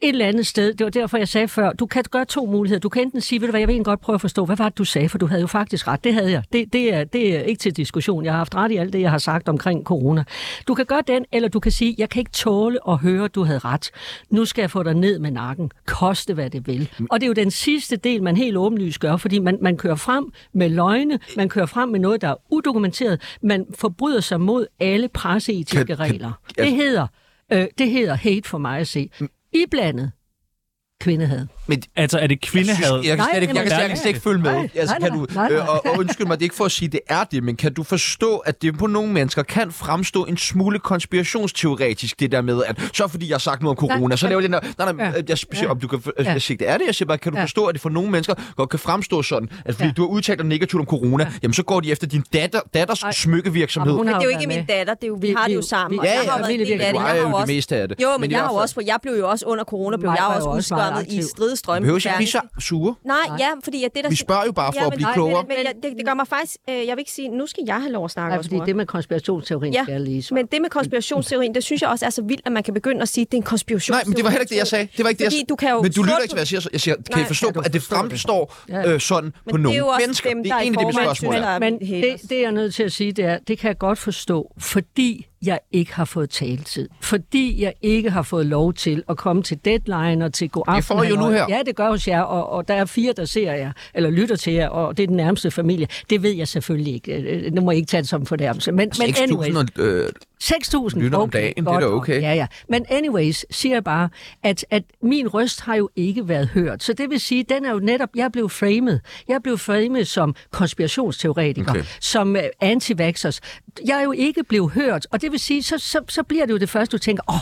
Speaker 7: et eller andet sted, det var derfor, jeg sagde før, du kan gøre to muligheder. Du kan enten sige, ved du hvad, jeg vil egentlig godt prøve at forstå, hvad var det, du sagde, for du havde jo faktisk ret. Det havde jeg. Det, det, er, det er ikke til diskussion. Jeg har haft ret i alt det, jeg har sagt omkring corona. Du kan gøre den, eller du kan sige, jeg kan ikke tåle at høre, at du havde ret. Nu skal jeg få dig ned med nakken. Koste hvad det vil. Og det er jo den sidste del, man helt åbenlyst gør, fordi man, man kører frem med løgne, man kører frem med noget, der er udokumenteret, man forbryder sig mod alle presseetiske
Speaker 1: Kan- kan-
Speaker 7: regler.
Speaker 1: altså- Mm.
Speaker 7: Det hedder, øh, det hedder hate for mig at se. Iblandet kvindehad.
Speaker 2: Altså, er det kvindehad?
Speaker 1: Jeg kan
Speaker 7: Nej,
Speaker 1: slet ikke, jeg kan
Speaker 7: jamen,
Speaker 1: slet, jeg
Speaker 7: nej,
Speaker 1: kan slet ikke følge med.
Speaker 7: nej,
Speaker 1: altså,
Speaker 7: nej,
Speaker 1: kan du,
Speaker 7: nej, nej.
Speaker 1: Øh, og, og undskyld mig, det er ikke for at sige, det er det, men kan du forstå, at det på nogle mennesker kan fremstå en smule konspirationsteoretisk, det der med, at så fordi jeg har sagt noget om corona,
Speaker 7: Nej,
Speaker 1: så laver jeg den der... Nej, nej,
Speaker 7: Ja.
Speaker 1: øh, jeg siger,
Speaker 7: Ja.
Speaker 1: om du kan... Ja.
Speaker 7: Ja.
Speaker 1: Jeg siger, det er det, jeg siger bare, kan du
Speaker 7: Ja.
Speaker 1: forstå, at det for nogle mennesker godt kan fremstå sådan, at fordi
Speaker 7: Ja.
Speaker 1: du har udtalt dig negativt om corona, jamen så går de efter din datter, datters
Speaker 7: Ej.
Speaker 1: smykkevirksomhed.
Speaker 7: Jamen, hun
Speaker 4: Men
Speaker 7: har
Speaker 4: det er
Speaker 7: jo
Speaker 4: jo ikke
Speaker 7: været
Speaker 4: min
Speaker 7: med.
Speaker 4: datter, det er jo, vi,
Speaker 7: Vi-
Speaker 4: har det
Speaker 7: vi-
Speaker 4: jo sammen.
Speaker 7: vi-
Speaker 4: og
Speaker 7: Ja,
Speaker 4: jeg
Speaker 7: ja,
Speaker 4: har været en
Speaker 7: virkelig,
Speaker 4: del af det.
Speaker 7: virkelig.
Speaker 4: Jeg
Speaker 1: Du
Speaker 4: har
Speaker 1: ejer jo det
Speaker 4: også-
Speaker 1: meste af det.
Speaker 4: Jo, men,
Speaker 1: Men i
Speaker 4: jeg,
Speaker 1: hvert
Speaker 4: har jo
Speaker 1: fald-
Speaker 4: også, jeg blev jo også under corona, blev
Speaker 7: Mig
Speaker 4: jeg
Speaker 7: var
Speaker 4: også
Speaker 7: jo også meget
Speaker 4: udskammet i
Speaker 7: aktiv.
Speaker 4: stride strømme.
Speaker 1: Behøver ikke at blive så sure.
Speaker 4: Nej, ja, fordi ja, det der...
Speaker 1: Vi spørger jo bare for at
Speaker 4: men-
Speaker 1: blive
Speaker 4: nej,
Speaker 1: klogere.
Speaker 4: Men, men, jeg, det, det gør mig faktisk... Øh, jeg vil ikke sige, nu skal jeg have lov at snakke
Speaker 7: Nej,
Speaker 4: også,
Speaker 7: fordi
Speaker 4: mor.
Speaker 7: det med konspirationsteorien skal jeg lige så.
Speaker 4: men det med konspirationsteorien, det synes jeg også er så vildt, at man kan begynde at sige, at det er en konspiration.
Speaker 1: Nej, men det var heller ikke det, jeg sagde. Det var ikke det,
Speaker 4: Fordi
Speaker 1: jeg...
Speaker 4: du kan jo
Speaker 1: Men du
Speaker 4: slå
Speaker 1: lytter
Speaker 4: på-
Speaker 1: ikke til, hvad jeg siger. Jeg siger, kan
Speaker 4: Nej,
Speaker 1: I forstå,
Speaker 7: kan du
Speaker 1: at det
Speaker 7: forstå det?
Speaker 1: fremstår
Speaker 7: Ja.
Speaker 1: øh, sådan på
Speaker 4: det er
Speaker 1: nogle
Speaker 4: jo også
Speaker 1: mennesker?
Speaker 4: dem,
Speaker 1: det
Speaker 4: der
Speaker 1: er
Speaker 4: er i
Speaker 1: egentlig det, mit
Speaker 4: forvejen
Speaker 1: spørgsmål
Speaker 4: synes,
Speaker 1: er.
Speaker 4: der er
Speaker 7: Men
Speaker 4: haters.
Speaker 7: det, det, jeg er nødt til at sige, det er, det kan jeg godt forstå, fordi jeg ikke har fået taletid. Fordi jeg ikke har fået lov til at komme til deadline og til god aften.
Speaker 1: får I jo nu
Speaker 7: halløj.
Speaker 1: her.
Speaker 7: Ja, det gør hos jer, og, og der er fire, der ser jer, eller lytter til jer, og det er den nærmeste familie. Det ved jeg selvfølgelig ikke. Øh, Nu må jeg ikke tage det som fornærmelse.
Speaker 4: øh,
Speaker 7: Men, men anyway.
Speaker 1: 6.000 Altså, og, øh,
Speaker 7: 6.000
Speaker 1: lytter om dagen, det er da
Speaker 7: godt,
Speaker 1: okay.
Speaker 7: Ja, ja. Men anyways, siger jeg bare, at, at min røst har jo ikke været hørt. Så det vil sige, den er jo netop, jeg blev framed. Jeg blev framed som konspirationsteoretiker,
Speaker 1: Okay.
Speaker 7: okay. som uh, antivaxxers. Jeg er jo ikke blevet hørt, og det vil sige, så, så, så bliver det jo det første, du tænker, åh, oh,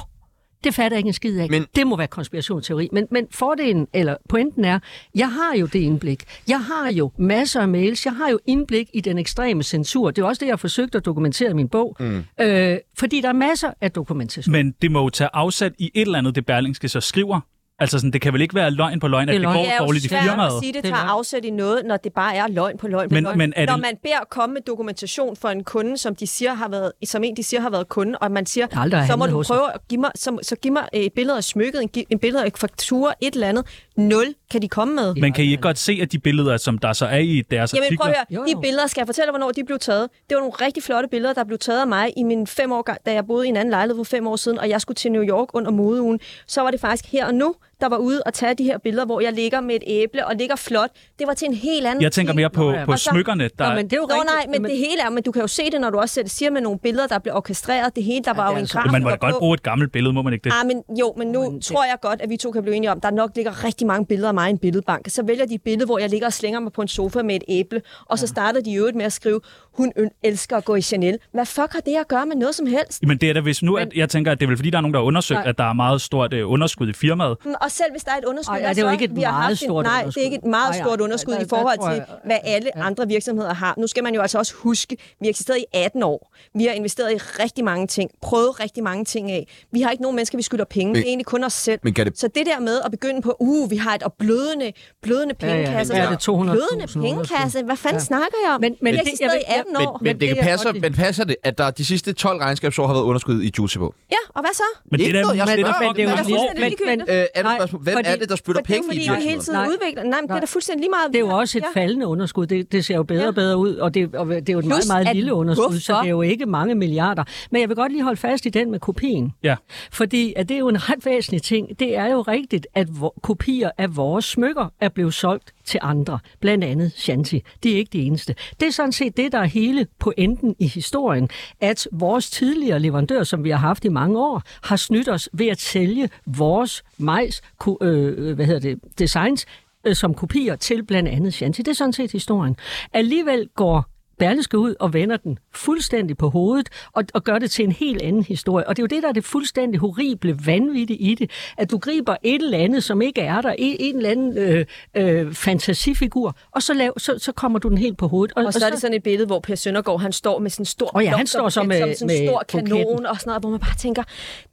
Speaker 7: det fatter jeg ikke en skid af.
Speaker 1: Men-
Speaker 7: Men, det må være konspirationsteori. Men, men fordelen, eller pointen er, jeg har jo det indblik. Jeg har jo masser af mails. Jeg har jo indblik i den ekstreme censur. Det er jo også det, jeg har forsøgt at dokumentere i min bog. Mm. Øh, fordi der er masser af dokumentation.
Speaker 2: Men det må jo tage afsat i et eller andet, det Berlingske så skriver. Altså, sådan, det kan vel ikke være løgn på løgn, at
Speaker 7: Det
Speaker 2: det
Speaker 7: er løgn.
Speaker 2: går
Speaker 4: Det er jo
Speaker 2: dårligt i
Speaker 4: svært at
Speaker 2: firmaet.
Speaker 4: sige, det
Speaker 7: Det er
Speaker 4: tager
Speaker 7: løgn.
Speaker 4: afsæt i noget, når det bare er løgn på løgn på
Speaker 2: Men-
Speaker 4: løgn.
Speaker 2: men er
Speaker 4: når
Speaker 2: det-
Speaker 4: man beder komme med dokumentation for en kunde, som de siger har været, som en de siger har været kunde, og man siger,
Speaker 7: har aldrig
Speaker 4: så må
Speaker 7: handlet
Speaker 4: du
Speaker 7: hos
Speaker 4: prøve at give mig, så, så giv mig et billede af smykket, en, gi- en billede af faktura, et eller andet. Nul kan de komme med.
Speaker 2: Men kan I ikke godt se, at de billeder, som der så er i deres
Speaker 4: Jamen prøv
Speaker 2: artikler...
Speaker 4: at høre,
Speaker 7: Jo,
Speaker 4: jo,
Speaker 7: jo.
Speaker 4: de billeder, skal jeg fortælle dig, hvornår de blev taget? Det var nogle rigtig flotte billeder, der blev taget af mig i mine fem år, ga- da jeg boede i en anden lejlighed for fem år siden, og jeg skulle til New York under modeugen. Så var det faktisk her og nu, der var ude og tage de her billeder, hvor jeg ligger med et æble og ligger flot. Det var til en helt anden
Speaker 2: Jeg tænker
Speaker 4: pige.
Speaker 2: mere på,
Speaker 7: Nå, ja.
Speaker 2: på
Speaker 4: Og så-
Speaker 2: smykkerne, der...
Speaker 7: Nå, men det er jo
Speaker 4: Nå,
Speaker 7: rigtigt.
Speaker 4: nej, men
Speaker 7: Jamen,
Speaker 4: det hele er, men du kan jo se det, når du også selv siger med nogle billeder, der blev orkestreret. Det hele, der var
Speaker 7: det
Speaker 4: jo
Speaker 7: er
Speaker 4: en
Speaker 7: altså-
Speaker 4: graf.
Speaker 2: man må
Speaker 4: der
Speaker 2: da
Speaker 4: var
Speaker 2: godt
Speaker 4: på.
Speaker 2: bruge et gammelt billede, må man ikke det?
Speaker 4: Ah, men jo, men nu tror jeg godt, at vi to kan blive enige om, der nok ligger rigtig mange billeder af mig i en billedbank. Så vælger de et billede, hvor jeg ligger og slænger mig på en sofa med et æble, og så starter de i øvrigt med at skrive, hun øn- elsker at gå i Chanel. Hvad fuck har det at gøre med noget som helst?
Speaker 2: Men det er da, hvis nu, at jeg tænker, at det er vel fordi, der er nogen, der har undersøgt,
Speaker 4: Nej.
Speaker 2: at der er meget stort øh, underskud i firmaet.
Speaker 4: Mm, Og selv hvis der er et underskud,
Speaker 7: Ej,
Speaker 4: hvad
Speaker 7: er det jo
Speaker 4: så?
Speaker 7: ikke et
Speaker 4: Vi har
Speaker 7: meget
Speaker 4: haft en-
Speaker 7: stort
Speaker 4: Nej, det
Speaker 7: underskud?
Speaker 4: er ikke et meget
Speaker 7: Ej, ej,
Speaker 4: stort underskud
Speaker 7: der-
Speaker 4: i
Speaker 7: der
Speaker 4: forhold
Speaker 7: tror
Speaker 4: til,
Speaker 7: jeg-
Speaker 4: hvad alle andre virksomheder har. Nu skal man jo altså også huske, vi har eksisteret i 18 år. Vi har investeret i rigtig mange ting, prøvet rigtig mange ting af. Vi har ikke nogen mennesker, vi skylder penge.
Speaker 1: Men-
Speaker 4: Det er egentlig kun os selv.
Speaker 1: Men kan det-
Speaker 4: Så det der med at begynde på, uh, vi har et og blødende, blødende
Speaker 7: Ja, ja,
Speaker 4: pengekasse. altså,
Speaker 7: ja, det er 200.000
Speaker 4: blødende pengekasse? Hvad fanden ja. snakker jeg om?
Speaker 7: Men- men
Speaker 4: vi har
Speaker 7: det-
Speaker 4: eksisteret
Speaker 7: jeg
Speaker 4: i
Speaker 7: ved-
Speaker 4: 18
Speaker 1: Men,
Speaker 4: år.
Speaker 1: men, det
Speaker 7: det
Speaker 1: kan
Speaker 7: er
Speaker 1: passer,
Speaker 7: godt, det-
Speaker 1: men passer det, at der de sidste 12 regnskabsår har været underskud i Juicy på?
Speaker 4: Ja, og hvad så?
Speaker 2: Men det,
Speaker 1: Ikke
Speaker 2: er da
Speaker 1: noget, jeg
Speaker 2: det er da
Speaker 1: spørger om.
Speaker 2: fucking
Speaker 7: Men det er jo
Speaker 4: Men
Speaker 2: meget
Speaker 4: jeg synes,
Speaker 2: hårdt.
Speaker 4: det er ligegyldigt.
Speaker 7: men-
Speaker 1: Øh, andet
Speaker 7: Nej,
Speaker 1: spørgsmål. Hvem
Speaker 7: fordi-
Speaker 1: er det, der spytter
Speaker 4: For det er
Speaker 1: penge i
Speaker 4: fordi, vi hele
Speaker 1: virksomheden?
Speaker 4: tiden
Speaker 7: Nej.
Speaker 4: udvikler. Nej, men det er da fuldstændig lige meget.
Speaker 7: Det er jo også et faldende underskud. Det, det ser jo bedre og bedre ud, og det, og det er jo et meget,
Speaker 4: Plus,
Speaker 7: meget
Speaker 4: at
Speaker 7: lille underskud, så
Speaker 4: hvorfor?
Speaker 7: det er jo ikke mange milliarder. Men jeg vil godt lige holde fast i den med kopien.
Speaker 2: Ja.
Speaker 7: Fordi at det er jo en ret væsentlig ting. Det er jo rigtigt, at vo- kopier af vores smykker er blevet solgt til andre. Blandt andet Shanti. Det er ikke det eneste. Det er sådan set det, der er hele pointen i historien. At vores tidligere leverandør, som vi har haft i mange år, har snydt os ved at sælge vores majs, ko- øh, hvad hedder det, designs, øh, som kopier til blandt andet Shanti. Det er sådan set historien. Alligevel går Berlingske ud og vender den fuldstændig på hovedet og, og gør det til en helt anden historie. Og det er jo det, der er det fuldstændig horrible vanvittige i det, at du griber et eller andet, som ikke er der, en, en eller anden øh, øh, fantasifigur, og så, lav, så, så kommer du den helt på hovedet.
Speaker 4: Og så er det sådan et billede, hvor Per Søndergaard, han står med sådan en stor
Speaker 7: Åh ja, han
Speaker 4: blomsterbuket,
Speaker 7: står så med-
Speaker 4: som sådan en
Speaker 7: med
Speaker 4: stor kanon
Speaker 7: buketten.
Speaker 4: og sådan noget, hvor man bare tænker,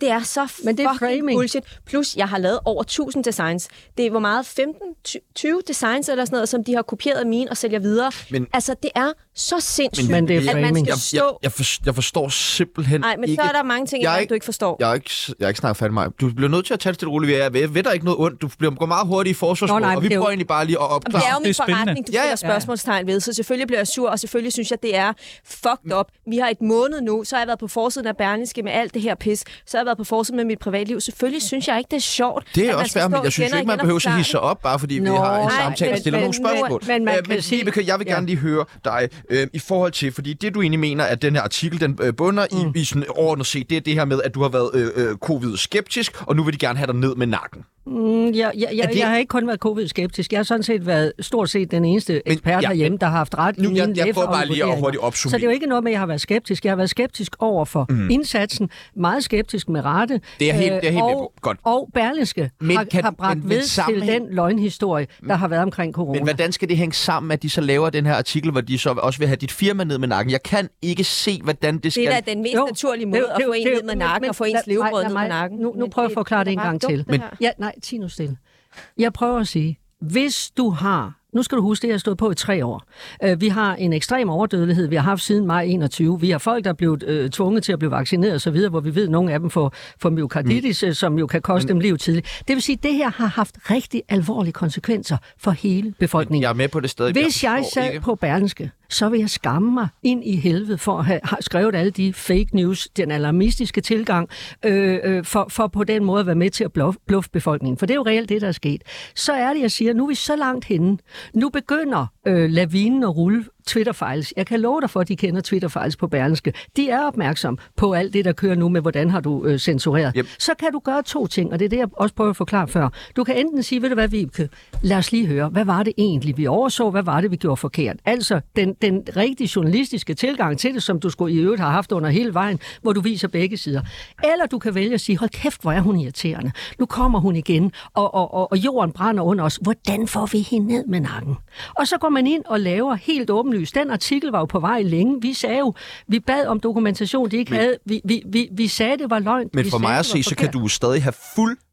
Speaker 4: det er så
Speaker 7: Men det er
Speaker 4: fucking
Speaker 7: framing.
Speaker 4: bullshit. Plus, jeg har lavet over 1000 designs. Det er hvor meget? 15, 20 designs eller sådan noget, som de har kopieret af mine og sælger videre.
Speaker 1: Men-
Speaker 4: Men, altså, det er så sindssygt,
Speaker 7: Men det er
Speaker 4: at man
Speaker 7: framing.
Speaker 1: Jeg,
Speaker 4: skal
Speaker 1: jeg,
Speaker 4: stå...
Speaker 1: jeg, forstår, jeg forstår simpelthen
Speaker 4: Nej, men
Speaker 1: ikke...
Speaker 4: så er der mange ting, i
Speaker 1: Jeg er
Speaker 4: verden,
Speaker 1: ikke-
Speaker 4: du ikke forstår.
Speaker 1: Jeg er ikke, jeg er ikke snakket færdig med mig. Du bliver nødt til at tage det stille roligt. Jeg ved, ved der ikke noget ondt. Du bliver, går meget hurtigt i
Speaker 7: Nå,
Speaker 1: forsvarsmål,
Speaker 7: nej,
Speaker 1: og vi
Speaker 7: det er jo-
Speaker 1: prøver egentlig bare lige at
Speaker 4: Jamen, det
Speaker 1: opdrage.
Speaker 4: er jo
Speaker 2: Det er
Speaker 4: min
Speaker 2: spændende.
Speaker 4: forretning, du
Speaker 1: Ja,
Speaker 4: ja,
Speaker 1: ja.
Speaker 4: ja. spørgsmålstegn ved, så selvfølgelig bliver jeg sur, og selvfølgelig synes jeg, det er fucked up. Vi har et måned nu, så har jeg været på forsiden af Berlingske med alt det her pis, så har jeg været på forsiden med mit privatliv. Selvfølgelig synes jeg ikke, det er sjovt,
Speaker 1: Det er
Speaker 4: at man
Speaker 1: også
Speaker 4: skal
Speaker 1: fair,
Speaker 4: stå
Speaker 1: men jeg
Speaker 4: igen
Speaker 1: synes jo
Speaker 4: og
Speaker 1: ikke, man
Speaker 4: igen og
Speaker 1: behøver at
Speaker 4: forklare.
Speaker 1: hisse sig op, bare fordi vi
Speaker 7: Nå,
Speaker 1: har en
Speaker 7: nej,
Speaker 1: samtale og
Speaker 7: men-
Speaker 1: stiller
Speaker 7: men
Speaker 1: nogle
Speaker 7: nu-
Speaker 1: spørgsmål.
Speaker 7: men man
Speaker 1: Øh,
Speaker 7: kan sige-
Speaker 1: Vibeke, jeg vil gerne
Speaker 7: Ja.
Speaker 1: lige høre dig øh, i forhold til, fordi det du egentlig mener, at den her artikel den øh, bunder i, i sådan overordnet set, det er det her med, at du har været øh, øh, covid-skeptisk, og nu vil de gerne have dig ned med nakken.
Speaker 7: Mm, Jeg, jeg, jeg,
Speaker 1: det-
Speaker 7: det... jeg har ikke kun været covid-skeptisk. Jeg har sådan set været stort set den eneste ekspert
Speaker 1: ja,
Speaker 7: ja, herhjemme, der har haft ret
Speaker 1: Nu,
Speaker 7: i mine
Speaker 1: jeg- jeg prøver bare lige at
Speaker 7: lægefaglivurderinger.
Speaker 1: hurtigt opsummere. Mhm.
Speaker 7: Så det er jo ikke noget med, at jeg har været skeptisk. Jeg har været skeptisk over for mm. indsatsen. Meget skeptisk med rette. Øh,
Speaker 1: Det er helt- det er helt med
Speaker 7: og,
Speaker 1: på. Godt.
Speaker 7: Og Berlingske
Speaker 1: Men
Speaker 7: har,
Speaker 1: kan-
Speaker 7: har bragt
Speaker 1: men- men
Speaker 7: ved
Speaker 1: sammenhæng- Mm.
Speaker 7: til den løgnhistorie, der har været omkring corona.
Speaker 1: Men hvordan skal det hænge sammen, at de så laver den her artikel, hvor de så også vil have dit firma ned med nakken? Jeg kan ikke se, hvordan det skal...
Speaker 4: Det er da den mest
Speaker 7: Jo,
Speaker 4: naturlige
Speaker 7: det-
Speaker 4: måde
Speaker 7: det-
Speaker 4: at få
Speaker 7: det-
Speaker 4: en
Speaker 7: det-
Speaker 4: ned med
Speaker 7: men-
Speaker 4: nakken
Speaker 7: men-
Speaker 4: og få ens
Speaker 7: lad-
Speaker 4: levebrød
Speaker 7: nej,
Speaker 4: ned
Speaker 7: nej,
Speaker 4: med nakken.
Speaker 7: Nu, nu
Speaker 4: Men
Speaker 7: prøver jeg at forklare det en
Speaker 4: er bare
Speaker 7: gang
Speaker 4: dumt,
Speaker 7: til.
Speaker 4: det her.
Speaker 7: Ja, nej, ti nu stille. Jeg prøver at sige, hvis du har nu skal du huske, det har stået på i tre år. Øh, Vi har en ekstrem overdødelighed, vi har haft siden maj 21. Vi har folk, der er blevet øh, tvunget til at blive vaccineret osv., hvor vi ved, at nogle af dem får, får myokarditis, mm. som jo kan koste dem liv tidligt. Det vil sige, at det her har haft rigtig alvorlige konsekvenser for hele befolkningen.
Speaker 1: Jeg er med på det stadig.
Speaker 7: Hvis jeg
Speaker 1: forstår
Speaker 7: sad
Speaker 1: ikke.
Speaker 7: på Berlingske, så vil jeg skamme mig ind i helvede for at have, have skrevet alle de fake news, den alarmistiske tilgang, øh, øh, for, for på den måde at være med til at bluffe, bluffe befolkningen. For det er jo reelt det, der er sket. Så er det, jeg siger, nu er vi så langt henne. Nu begynder øh, lavinen at rulle Twitter-files. Jeg kan love dig for, at de kender Twitter-files på Berlingske. De er opmærksomme på alt det, der kører nu med, hvordan har du øh, censureret.
Speaker 1: Yep.
Speaker 7: Yep. Så kan du gøre to ting, og det er det, jeg også prøver at forklare før. Du kan enten sige, ved du hvad, Vibke, lad os lige høre, hvad var det egentlig, vi overså, hvad var det, vi gjorde forkert? Altså, den, den rigtige journalistiske tilgang til det, som du skulle i øvrigt have haft under hele vejen, hvor du viser begge sider. Eller du kan vælge at sige, hold kæft, hvor er hun irriterende. Nu kommer hun igen, og, og, og, og jorden brænder under os. Hvordan får vi hende ned med nakken? Og så går man ind og laver helt åbenlyst. Den artikel var jo på vej længe. Vi sagde jo, vi bad om dokumentation, de ikke men, havde. Vi, vi, vi, vi sagde, det var løgn.
Speaker 1: Men for
Speaker 7: vi sagde,
Speaker 1: mig at
Speaker 7: det var
Speaker 1: se, så kan
Speaker 7: forkert.
Speaker 1: du stadig have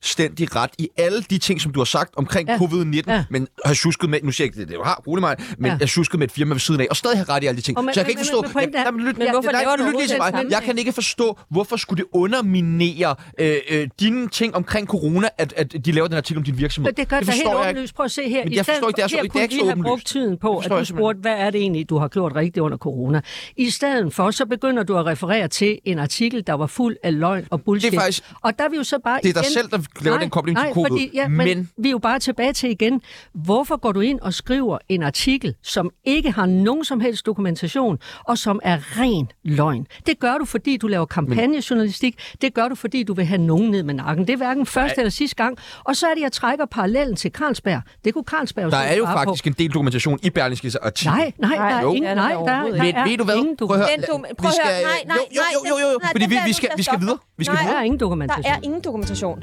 Speaker 1: fuldstændig ret i alle de ting, som du har sagt omkring ja. covid-19, ja.
Speaker 7: Ja.
Speaker 1: men har susket med, nu siger jeg ikke, det er det du har, rolig mig, men
Speaker 7: Ja.
Speaker 1: jeg har susket med et firma ved siden af, og stadig har ret i alle de ting.
Speaker 7: Og men-
Speaker 1: så jeg kan
Speaker 7: men-
Speaker 1: ikke
Speaker 7: men-
Speaker 1: forstå,
Speaker 7: men pointen er-
Speaker 1: Jamen, lyt-
Speaker 7: Men
Speaker 1: ja,
Speaker 7: hvorfor
Speaker 1: nej,
Speaker 7: laver du
Speaker 1: lyt lige til
Speaker 7: overhovedet
Speaker 1: mig.
Speaker 7: den
Speaker 1: Jeg kan ikke forstå, hvorfor skulle det underminere øh, øh, dine ting omkring corona, at, at de laver den artikel om din virksomhed.
Speaker 7: Men det gør det, det
Speaker 1: forstår
Speaker 7: helt
Speaker 1: jeg ikke.
Speaker 7: åbenlyst. Prøv at se her.
Speaker 1: Men
Speaker 7: I
Speaker 1: jeg forstår
Speaker 7: stedet
Speaker 1: ikke, det er
Speaker 7: for-
Speaker 1: så-
Speaker 7: her
Speaker 1: det er
Speaker 7: kunne
Speaker 1: ikke
Speaker 7: vi
Speaker 1: så
Speaker 7: have
Speaker 1: åbenlyst.
Speaker 7: brugt tiden på,
Speaker 1: Det
Speaker 7: at
Speaker 1: forstår
Speaker 7: du
Speaker 1: jeg simpelthen
Speaker 7: spurgte, hvad er det egentlig, du har gjort rigtigt under corona. I stedet for, så begynder du at referere til en artikel, der var fuld af løgn og bullshit.
Speaker 1: Det er faktisk-
Speaker 7: og der er vi jo så bare
Speaker 1: Det er dig
Speaker 7: igen-
Speaker 1: selv, der laver den kobling til
Speaker 7: nej,
Speaker 1: covid.
Speaker 7: Fordi, ja, men,
Speaker 1: Men-
Speaker 7: men vi er jo bare tilbage til igen, hvorfor går du ind og skriver en artikel, som ikke har nogen som helst dokumentation, og som er ren løgn? Det gør du, fordi du laver kampagnejournalistik. Det gør du, fordi du vil have nogen ned med nakken. Det er hverken første eller sidste gang. Og så er det, jeg trækker parallellen til Carlsberg. Det kunne Carlsberg jo
Speaker 1: Der
Speaker 7: selv
Speaker 1: er jo
Speaker 7: svare
Speaker 1: faktisk en del dokumentation i Berlingskes
Speaker 7: På.
Speaker 1: artikel.
Speaker 7: Nej, nej, nej, der er
Speaker 4: Jo.
Speaker 7: ingen, nej, der, der,
Speaker 4: Men
Speaker 1: Men
Speaker 7: er
Speaker 1: ved du hvad?
Speaker 7: ingen
Speaker 1: Prøv at
Speaker 7: dokumentation.
Speaker 1: høre.
Speaker 8: Den dom-
Speaker 1: Vi
Speaker 8: prøv at
Speaker 1: skal-
Speaker 8: høre. Nej, nej,
Speaker 1: jo, jo,
Speaker 8: nej,
Speaker 1: jo, jo, jo,
Speaker 8: den- nej,
Speaker 1: fordi
Speaker 8: den
Speaker 1: vi,
Speaker 8: bliver
Speaker 1: vi,
Speaker 8: jeg
Speaker 1: skal,
Speaker 8: nødt til
Speaker 1: vi
Speaker 8: at
Speaker 1: skal
Speaker 8: stoppe.
Speaker 1: videre. Vi skal
Speaker 8: Nej.
Speaker 1: videre.
Speaker 7: Der er ingen
Speaker 4: Der
Speaker 7: dokumentation.
Speaker 4: er ingen dokumentation.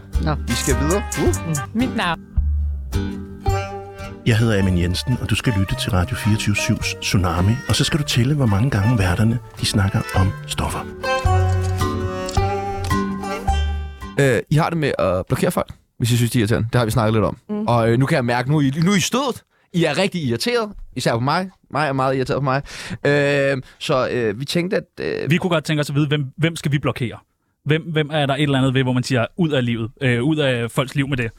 Speaker 1: Vi skal videre. Uh.
Speaker 10: Mit navn.
Speaker 11: Jeg hedder Amin Jensen, og du skal lytte til Radio 24-7's Tsunami, og så skal du tælle, hvor mange gange værterne de snakker om stoffer.
Speaker 1: Øh, I har det med at blokere folk, hvis I synes, de er irriterende. Det har vi snakket lidt om. Mm. Og øh, nu kan jeg mærke, nu er I, nu er I stødet. I er rigtig irriteret, især på mig. Mig er meget irriteret på mig. Øh, så øh, vi tænkte, at... Øh,
Speaker 2: Vi kunne godt tænke os at vide, hvem, hvem skal vi blokere? Hvem, hvem er der et eller andet ved, hvor man siger, ud af livet, øh, ud af folks liv med det?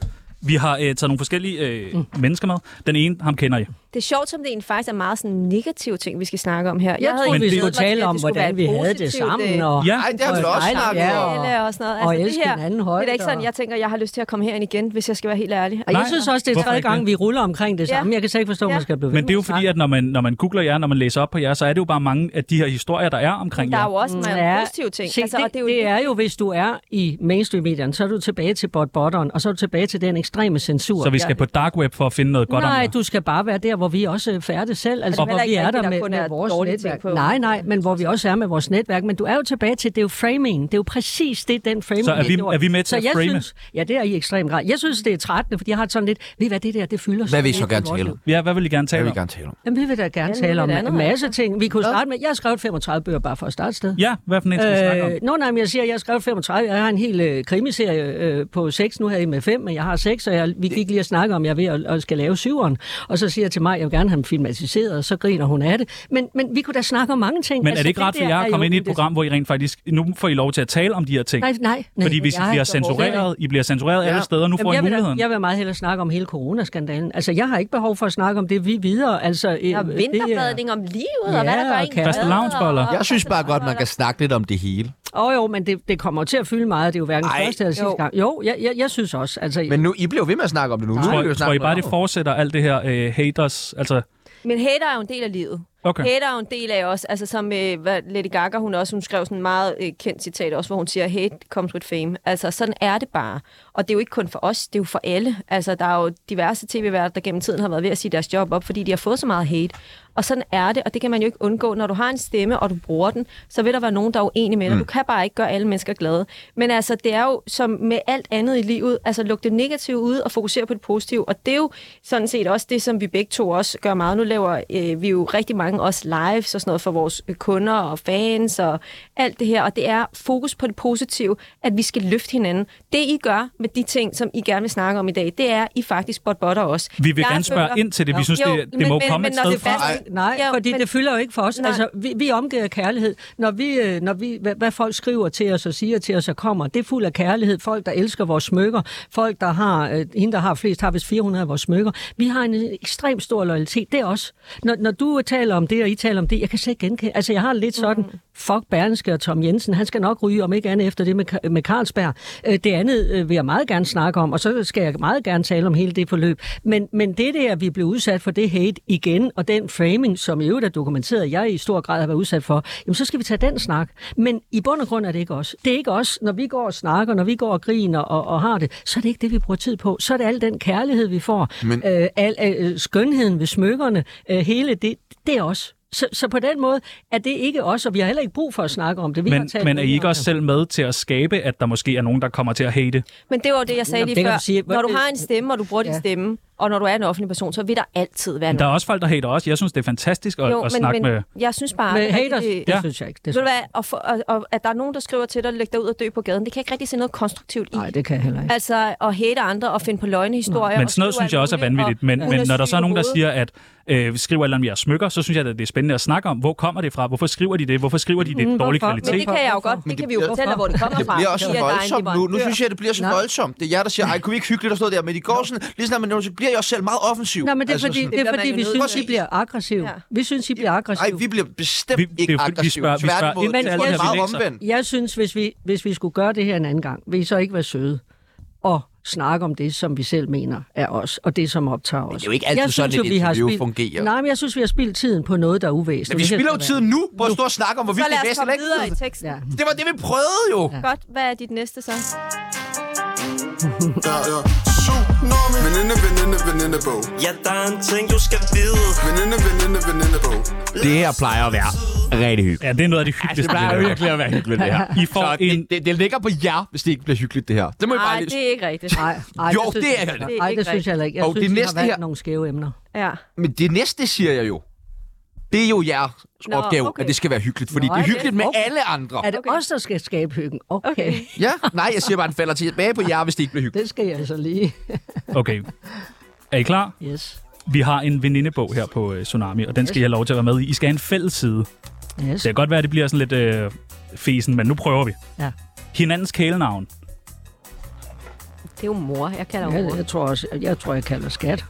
Speaker 2: Vi har øh, taget nogle forskellige øh, mm. mennesker med. Den ene, ham kender jeg.
Speaker 4: Det er sjovt, som det egentlig faktisk er meget sådan negative ting, vi skal snakke om her. Jeg,
Speaker 7: troede,
Speaker 2: vi skulle
Speaker 7: tale om, hvordan vi havde det
Speaker 4: øh,
Speaker 7: sammen, og-
Speaker 2: Ja,
Speaker 1: ej, det har vi da
Speaker 7: Og
Speaker 1: også
Speaker 7: dejligt,
Speaker 1: snakket
Speaker 7: ja,
Speaker 1: om.
Speaker 4: og, og sådan noget. Altså,
Speaker 7: Og
Speaker 4: det
Speaker 7: elske
Speaker 4: her,
Speaker 7: hinanden
Speaker 4: Det er
Speaker 7: højt,
Speaker 4: da ikke sådan,
Speaker 7: og-
Speaker 4: jeg tænker, jeg har lyst til at komme herind igen, hvis jeg skal være helt ærlig.
Speaker 7: Og jeg
Speaker 2: Nej.
Speaker 7: synes også, det er
Speaker 2: Hvorfor
Speaker 7: tredje
Speaker 2: ikke
Speaker 7: gang,
Speaker 2: det?
Speaker 7: vi ruller omkring det
Speaker 4: Ja.
Speaker 7: samme. Jeg kan slet ikke forstå, at
Speaker 4: Ja.
Speaker 7: man skal blive ved
Speaker 2: Men det er jo
Speaker 7: med at
Speaker 2: fordi, at når man, når man googler jer, når man læser op på jer, så er det jo bare mange af de her historier, der er omkring
Speaker 4: Der er
Speaker 2: jer.
Speaker 4: jo også mange
Speaker 7: Ja,
Speaker 4: positive ting.
Speaker 7: Se, altså, det,
Speaker 4: og
Speaker 7: det, er jo... det er jo, hvis du er i mainstream-medierne, så er du tilbage til bot botteren, og så er du tilbage til den ekstreme censur.
Speaker 2: Så vi skal på dark web for at finde noget godt om
Speaker 7: Nej,
Speaker 2: jer.
Speaker 7: du skal bare være der, hvor vi også er færdige selv, altså
Speaker 4: Og-
Speaker 7: hvor vi
Speaker 4: Heller ikke
Speaker 7: er der
Speaker 4: rigtigt,
Speaker 7: med,
Speaker 4: der kun er
Speaker 7: med vores
Speaker 4: dårlige
Speaker 7: netværk.
Speaker 4: ting på.
Speaker 7: Nej, nej, men hvor vi også er med vores netværk. Men du er jo tilbage til, det er jo framing. Det er jo præcis det, den framing
Speaker 2: Så er vi-
Speaker 7: gjort.
Speaker 2: er vi med til
Speaker 7: så
Speaker 2: at
Speaker 7: jeg
Speaker 2: frame?
Speaker 7: Synes, ja, det er i ekstrem grad. Jeg synes, det er trættende, fordi jeg har det sådan lidt, ved I hvad det der, det fylder
Speaker 1: Hvad vil I
Speaker 7: lidt
Speaker 1: så
Speaker 7: i
Speaker 1: gerne
Speaker 7: vores
Speaker 1: tale
Speaker 7: liv."
Speaker 1: om?
Speaker 2: Ja, hvad vil I gerne
Speaker 1: Hvad
Speaker 2: tale
Speaker 1: vil
Speaker 2: om?
Speaker 1: I gerne tale om?
Speaker 7: Jamen, vi vil da gerne
Speaker 4: Ja,
Speaker 7: tale om
Speaker 4: lidt andet,
Speaker 7: en masse ting. Vi kunne starte med, jeg har skrevet 35 bøger bare for at starte et sted.
Speaker 2: Ja, hvad for en skal vi snakke om?
Speaker 7: Øh, nå, nej, men jeg siger, jeg har skrevet 35. Jeg har en hel øh, krimiserie øh, på 6. Nu havde I med 5, men jeg har 6, og jeg, vi gik lige at snakke om, at jeg er ved at, at skal lave 7'eren. Og så siger jeg til mig, at jeg vil gerne have dem filmatiseret, og så griner hun af det. Men, men vi kunne da snakke om mange ting. Altså,
Speaker 2: Men er det ikke ret for
Speaker 7: der
Speaker 2: jer at komme
Speaker 7: jo
Speaker 2: ind i et
Speaker 7: det-
Speaker 2: program, hvor I rent faktisk... Nu får I lov til at tale om de her ting.
Speaker 7: Nej, nej. nej
Speaker 2: Fordi hvis I
Speaker 7: jeg-
Speaker 2: bliver censureret, I bliver censureret alle steder, nu får I
Speaker 7: jeg, vil da,
Speaker 2: muligheden.
Speaker 7: jeg vil meget hellere snakke om hele coronaskandalen. Altså, jeg har ikke behov for at snakke om det, vi er videre. Altså, øh,
Speaker 4: Der er
Speaker 7: det er-
Speaker 4: vinterbadning om livet, og hvad der
Speaker 7: Ja,
Speaker 4: gør
Speaker 7: og
Speaker 4: en
Speaker 7: kan-
Speaker 2: Faste lavnsboller.
Speaker 1: Jeg synes bare godt, man kan snakke lidt om det hele.
Speaker 7: Åh oh, jo, men det, det kommer jo til at fylde meget. Det er jo hverken
Speaker 1: Ej.
Speaker 7: første eller sidste
Speaker 4: Jo.
Speaker 7: gang. Jo, jeg, jeg, jeg synes også. Altså,
Speaker 1: Men nu, I bliver jo ved med at snakke om det nu. nu
Speaker 2: Tror,
Speaker 1: vil vi jo
Speaker 2: tror
Speaker 1: snakke
Speaker 2: I bare,
Speaker 1: noget
Speaker 2: det
Speaker 1: om
Speaker 2: fortsætter alt det her øh, haters? Altså,
Speaker 4: Men hater er jo en del af livet.
Speaker 2: okay.
Speaker 4: Hater er jo en del af os, altså som øh, hvad Lady Gaga, hun også hun skrev sådan en meget øh, kendt citat også, hvor hun siger, hate comes with fame. Altså sådan er det bare. Og det er jo ikke kun for os, det er jo for alle. Altså der er jo diverse tv-værter, der gennem tiden har været ved at sige deres job op, fordi de har fået så meget hate. Og sådan er det, og det kan man jo ikke undgå. Når du har en stemme, og du bruger den, så vil der være nogen, der er uenige med dig. Mm. Du kan bare ikke gøre alle mennesker glade. Men altså, det er jo som med alt andet i livet, altså luk det negative ud og fokusere på det positive. Og det er jo sådan set også det, som vi begge to også gør meget. Nu laver øh, vi jo rigtig mange også lives og sådan noget for vores øh, kunder og fans og alt det her. Og det er fokus på det positive, at vi skal løfte hinanden. Det I gør med de ting, som I gerne vil snakke om i dag, det er, at I faktisk bot botter os.
Speaker 2: Vi vil
Speaker 4: Jeg
Speaker 2: gerne spørge
Speaker 4: føler-
Speaker 2: ind til det. Vi synes,
Speaker 4: Jo,
Speaker 2: det, det
Speaker 4: men-
Speaker 2: må
Speaker 4: men-
Speaker 2: komme
Speaker 4: men
Speaker 2: et
Speaker 4: når
Speaker 2: sted
Speaker 4: det
Speaker 2: fra.
Speaker 4: fast-
Speaker 7: Nej, nej
Speaker 4: Ja,
Speaker 7: fordi
Speaker 4: men-
Speaker 7: det fylder jo ikke for os.
Speaker 4: Nej.
Speaker 7: Altså, vi, vi er omgivet af kærlighed. Når vi, øh, når vi, hvad, hvad folk skriver til os og siger til os og kommer, det er fuld af kærlighed. Folk, der elsker vores smykker. Folk, der har, øh, hende, der har flest, har vist 400 af vores smykker. Vi har en øh, ekstremt stor loyalitet. Det er os. Når, når du taler om det, og I taler om det, jeg kan slet ikke genkende. Altså, jeg har det lidt sådan, mm. fuck Berlingske og Tom Jensen, han skal nok ryge, om ikke andet efter det med, Ka- med Carlsberg. Øh, det andet øh, vil jeg meget gerne snakke om, og så skal jeg meget gerne tale om hele det forløb. Men, men det der, vi blev udsat for det hate igen, og den framing, som i øvrigt er dokumenteret, at jeg i stor grad har været udsat for, jamen så skal vi tage den snak. Men i bund og grund er det ikke os. Det er ikke os, når vi går og snakker, når vi går og griner og, og har det, så er det ikke det, vi bruger tid på. Så er det al den kærlighed, vi får, men... øh, al øh, skønheden ved smykkerne, øh, hele det, det er os. Så, så på den måde er det ikke os, og vi har heller ikke brug for at snakke om det. Vi har
Speaker 2: Men,
Speaker 7: talt
Speaker 2: men er I
Speaker 7: længe
Speaker 2: ikke
Speaker 7: om
Speaker 2: også
Speaker 7: det.
Speaker 2: selv med til at skabe, at der måske er nogen, der kommer til at hate?
Speaker 4: Men det var jo det, jeg sagde
Speaker 7: Nå,
Speaker 4: lige
Speaker 7: det kan
Speaker 4: før.
Speaker 7: du sige.
Speaker 4: Når du har en stemme, og du bruger ja. din stemme, og når du er en offentlig person, så vil der altid være
Speaker 2: Men der
Speaker 4: nogen.
Speaker 2: er også folk, der hater også. Jeg synes, det er fantastisk at, at snakke med...
Speaker 4: jeg synes bare...
Speaker 7: Med
Speaker 4: at det-
Speaker 7: haters, altså, det,
Speaker 4: det-
Speaker 7: det
Speaker 2: Ja.
Speaker 7: synes jeg ikke. Det
Speaker 4: Ved
Speaker 7: synes
Speaker 4: du hvad, og, for, og, og, at der er nogen, der skriver til dig, læg dig ud og dø på gaden, det kan jeg ikke rigtig se noget konstruktivt i.
Speaker 7: Nej, det kan jeg heller ikke.
Speaker 4: Altså, at hate andre og finde på løgnehistorier.
Speaker 2: Men
Speaker 4: og
Speaker 2: sådan noget
Speaker 4: skrive
Speaker 2: synes jeg
Speaker 4: alt
Speaker 2: også er
Speaker 4: muligt,
Speaker 2: vanvittigt.
Speaker 4: og
Speaker 2: Men,
Speaker 4: hun
Speaker 2: men når der så
Speaker 4: syg
Speaker 2: er
Speaker 4: i
Speaker 2: nogen, der
Speaker 4: hovedet.
Speaker 2: siger, at øh, skriver alle om jeres smykker, så synes jeg, at det er spændende at snakke om. Hvor kommer det fra? Hvorfor skriver de det? Hvorfor skriver de det? Dårlig
Speaker 7: Mm, hvorfor?
Speaker 4: Men
Speaker 2: kvalitet?
Speaker 4: det kan jeg jo
Speaker 7: Hvorfor?
Speaker 4: godt, det kan vi jo
Speaker 1: bliver-
Speaker 4: fortælle dig, hvor det kommer
Speaker 1: Det
Speaker 4: fra.
Speaker 1: bliver også
Speaker 4: Fordi
Speaker 1: så
Speaker 4: at der er
Speaker 1: voldsomt
Speaker 4: en
Speaker 1: nu. Nu
Speaker 4: leverandør.
Speaker 1: synes jeg, det bliver så voldsomt. Det er jer, der siger, ej, kunne vi ikke hygge lidt og stå der? Men i går sådan, lige snart man nævner, så bliver bliver jeg også selv meget offensiv.
Speaker 7: Nej, men det er fordi,
Speaker 1: Altså, sådan-
Speaker 7: altså, det
Speaker 4: Det
Speaker 7: er,
Speaker 4: gør
Speaker 7: fordi
Speaker 4: man
Speaker 7: vi
Speaker 4: jo
Speaker 7: synes,
Speaker 4: nødt
Speaker 7: I
Speaker 4: til.
Speaker 7: bliver aggressive.
Speaker 4: Ja.
Speaker 7: Vi synes, I bliver
Speaker 1: Nej,
Speaker 7: aggressive.
Speaker 1: vi bliver bestemt
Speaker 2: Vi-
Speaker 1: vi,
Speaker 2: det er
Speaker 1: ikke
Speaker 2: jo fordi, vi
Speaker 1: aggressive.
Speaker 2: spørger- vi spørger
Speaker 1: Tværtimod,
Speaker 7: ind til
Speaker 1: jeg tror,
Speaker 7: alt
Speaker 1: det
Speaker 7: det
Speaker 1: er
Speaker 7: her,
Speaker 1: meget
Speaker 2: vi
Speaker 1: omvendt.
Speaker 7: Jeg synes, hvis vi, hvis vi skulle gøre det her en anden gang, vil I så ikke være søde og snakke om det, som vi selv mener er os, og det, som optager os.
Speaker 1: det er jo ikke altid sådan, et interview fungerer.
Speaker 7: Nej, men jeg synes, vi har spildt tiden på noget, der er uvæsentligt.
Speaker 1: Men vi
Speaker 7: Det kan
Speaker 1: spilder jo
Speaker 7: sgu
Speaker 1: tiden nu på at stå og snakke om,
Speaker 4: Så
Speaker 1: hvorvidt det
Speaker 4: lad
Speaker 1: er
Speaker 4: os
Speaker 1: bedst eller
Speaker 4: komme
Speaker 1: ikke.
Speaker 4: videre i teksten.
Speaker 7: være. Ja.
Speaker 1: Det var det, vi prøvede jo.
Speaker 4: Godt, hvad er dit næste så?
Speaker 8: Ja, ja. Tsunami. Veninde, veninde, venindebog.
Speaker 10: Ja, der er en ting, du skal vide.
Speaker 8: Veninde, veninde, venindebog.
Speaker 1: Det her plejer at være rigtig hyggeligt.
Speaker 2: Ja, det er noget af det
Speaker 1: Altså, det
Speaker 2: hyggeligste.
Speaker 1: plejer
Speaker 2: vi har
Speaker 1: virkelig at være hyggeligt, det her.
Speaker 2: I får
Speaker 1: Så
Speaker 2: en-
Speaker 1: det, det, det ligger på jer, hvis det ikke bliver hyggeligt, det her. Det må I bare
Speaker 4: Nej,
Speaker 1: lige...
Speaker 4: det er ikke rigtigt.
Speaker 7: Nej, ej,
Speaker 1: Jo,
Speaker 7: synes
Speaker 1: det er
Speaker 7: jeg-
Speaker 1: det.
Speaker 4: Det er
Speaker 7: Ej,
Speaker 4: ikke
Speaker 7: det synes jeg heller ikke. Jeg
Speaker 1: Og
Speaker 7: synes,
Speaker 1: det
Speaker 7: vi har
Speaker 1: næste
Speaker 7: valgt
Speaker 1: her-
Speaker 7: nogle skæve emner.
Speaker 4: Ja.
Speaker 1: Men det næste, siger jeg jo, det er jo jeres
Speaker 4: Nå,
Speaker 1: opgave,
Speaker 4: okay.
Speaker 1: at det skal være hyggeligt. Fordi
Speaker 7: Nå,
Speaker 1: det er
Speaker 7: okay.
Speaker 1: hyggeligt med
Speaker 7: Okay.
Speaker 1: alle andre.
Speaker 7: Er det os, der skal skabe hyggen? Okay. okay.
Speaker 4: Okay.
Speaker 1: Ja, nej, jeg siger bare, at den falder tilbage på jer, hvis det ikke bliver hyggeligt.
Speaker 7: Det skal jeg altså lige.
Speaker 2: Okay. Er I klar?
Speaker 7: Yes.
Speaker 2: Vi har en venindebog her på øh, Tsunami, og den skal I have lov til at være med i. I skal have en fælles side. Det
Speaker 7: yes.
Speaker 2: kan godt være, at det bliver sådan lidt øh, fesen, men nu prøver vi.
Speaker 7: Ja.
Speaker 2: Hinandens kælenavn.
Speaker 4: Det er jo mor, jeg kalder jo mor.
Speaker 7: Jeg, jeg, tror også, jeg tror, jeg kalder skat.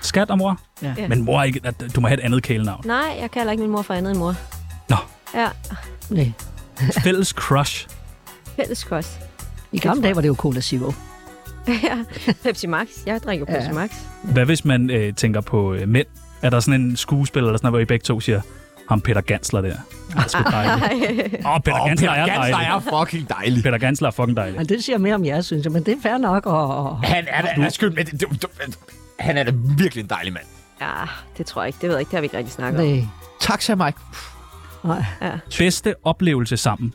Speaker 2: Skat og mor.
Speaker 7: Ja.
Speaker 4: Ja.
Speaker 2: Men mor er ikke... At, du må have et andet kælenavn.
Speaker 4: Nej, jeg kalder ikke min mor for andet end mor.
Speaker 2: Nå.
Speaker 4: Ja,
Speaker 7: Nej.
Speaker 2: Fælles crush.
Speaker 4: fælles kost.
Speaker 7: I gamle dage var det jo Cola Zero.
Speaker 4: Pepsi Max. Jeg drikker
Speaker 7: Ja.
Speaker 4: Pepsi Max.
Speaker 2: Hvad hvis man øh, tænker på øh, mænd? Er der sådan en skuespiller, eller sådan noget, hvor I begge to siger, ham Peter Gansler der. Han er sgu dejlig. Åh, oh, Peter
Speaker 1: Åh,
Speaker 2: oh, Gansler er
Speaker 1: Gansler
Speaker 2: dejlig.
Speaker 1: er fucking dejlig.
Speaker 2: Peter Gansler er fucking dejlig.
Speaker 7: Men det siger mere om jer, synes jeg. Men det er fair nok. Og, og...
Speaker 1: Han er da... Undskyld, men det- det- det- Han er da virkelig en dejlig mand.
Speaker 4: Ja, det tror jeg ikke. Det ved jeg ikke. Det har vi ikke rigtig snakket om.
Speaker 7: Nej.
Speaker 1: Tak, så Mike.
Speaker 7: Nej.
Speaker 2: Bedste oplevelse sammen.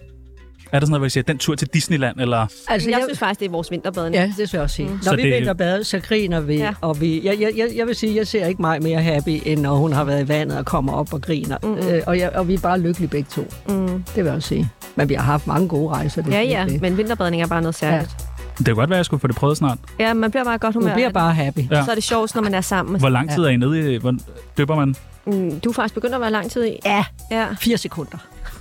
Speaker 2: Er der sådan noget, hvor I siger, den tur til Disneyland, eller...
Speaker 7: Altså,
Speaker 4: Jeg synes faktisk, det er vores vinterbadning.
Speaker 7: Ja, det skal jeg også sige. Mm. Når
Speaker 2: Så
Speaker 7: vi
Speaker 2: det-
Speaker 7: vinder bade, så griner vi. Ja.
Speaker 4: Ja.
Speaker 7: Og vi jeg, jeg, jeg, jeg vil sige, jeg ser ikke mig mere happy, end når hun har været i vandet og kommer op og griner. Mm. Øh, og, jeg, og vi er bare lykkelige begge to.
Speaker 4: Mm.
Speaker 7: Det vil jeg også sige. Men vi har haft mange gode rejser. Det er
Speaker 4: Ja,
Speaker 7: slet
Speaker 4: ja,
Speaker 7: ikke det.
Speaker 4: men vinterbadning er bare noget særligt.
Speaker 2: Det kan godt være, at jeg skulle få det prøvet snart.
Speaker 4: Ja, man bliver bare i godt humør.
Speaker 7: Du bliver bare happy.
Speaker 2: Ja.
Speaker 7: Ja.
Speaker 4: Så er det sjovt, når man er sammen.
Speaker 2: Hvor lang tid er I nede i... Hvor døber man?
Speaker 4: Mm, Du er faktisk begyndt at være lang tid i.
Speaker 7: ja.
Speaker 4: Ja.
Speaker 7: Fire sekunder.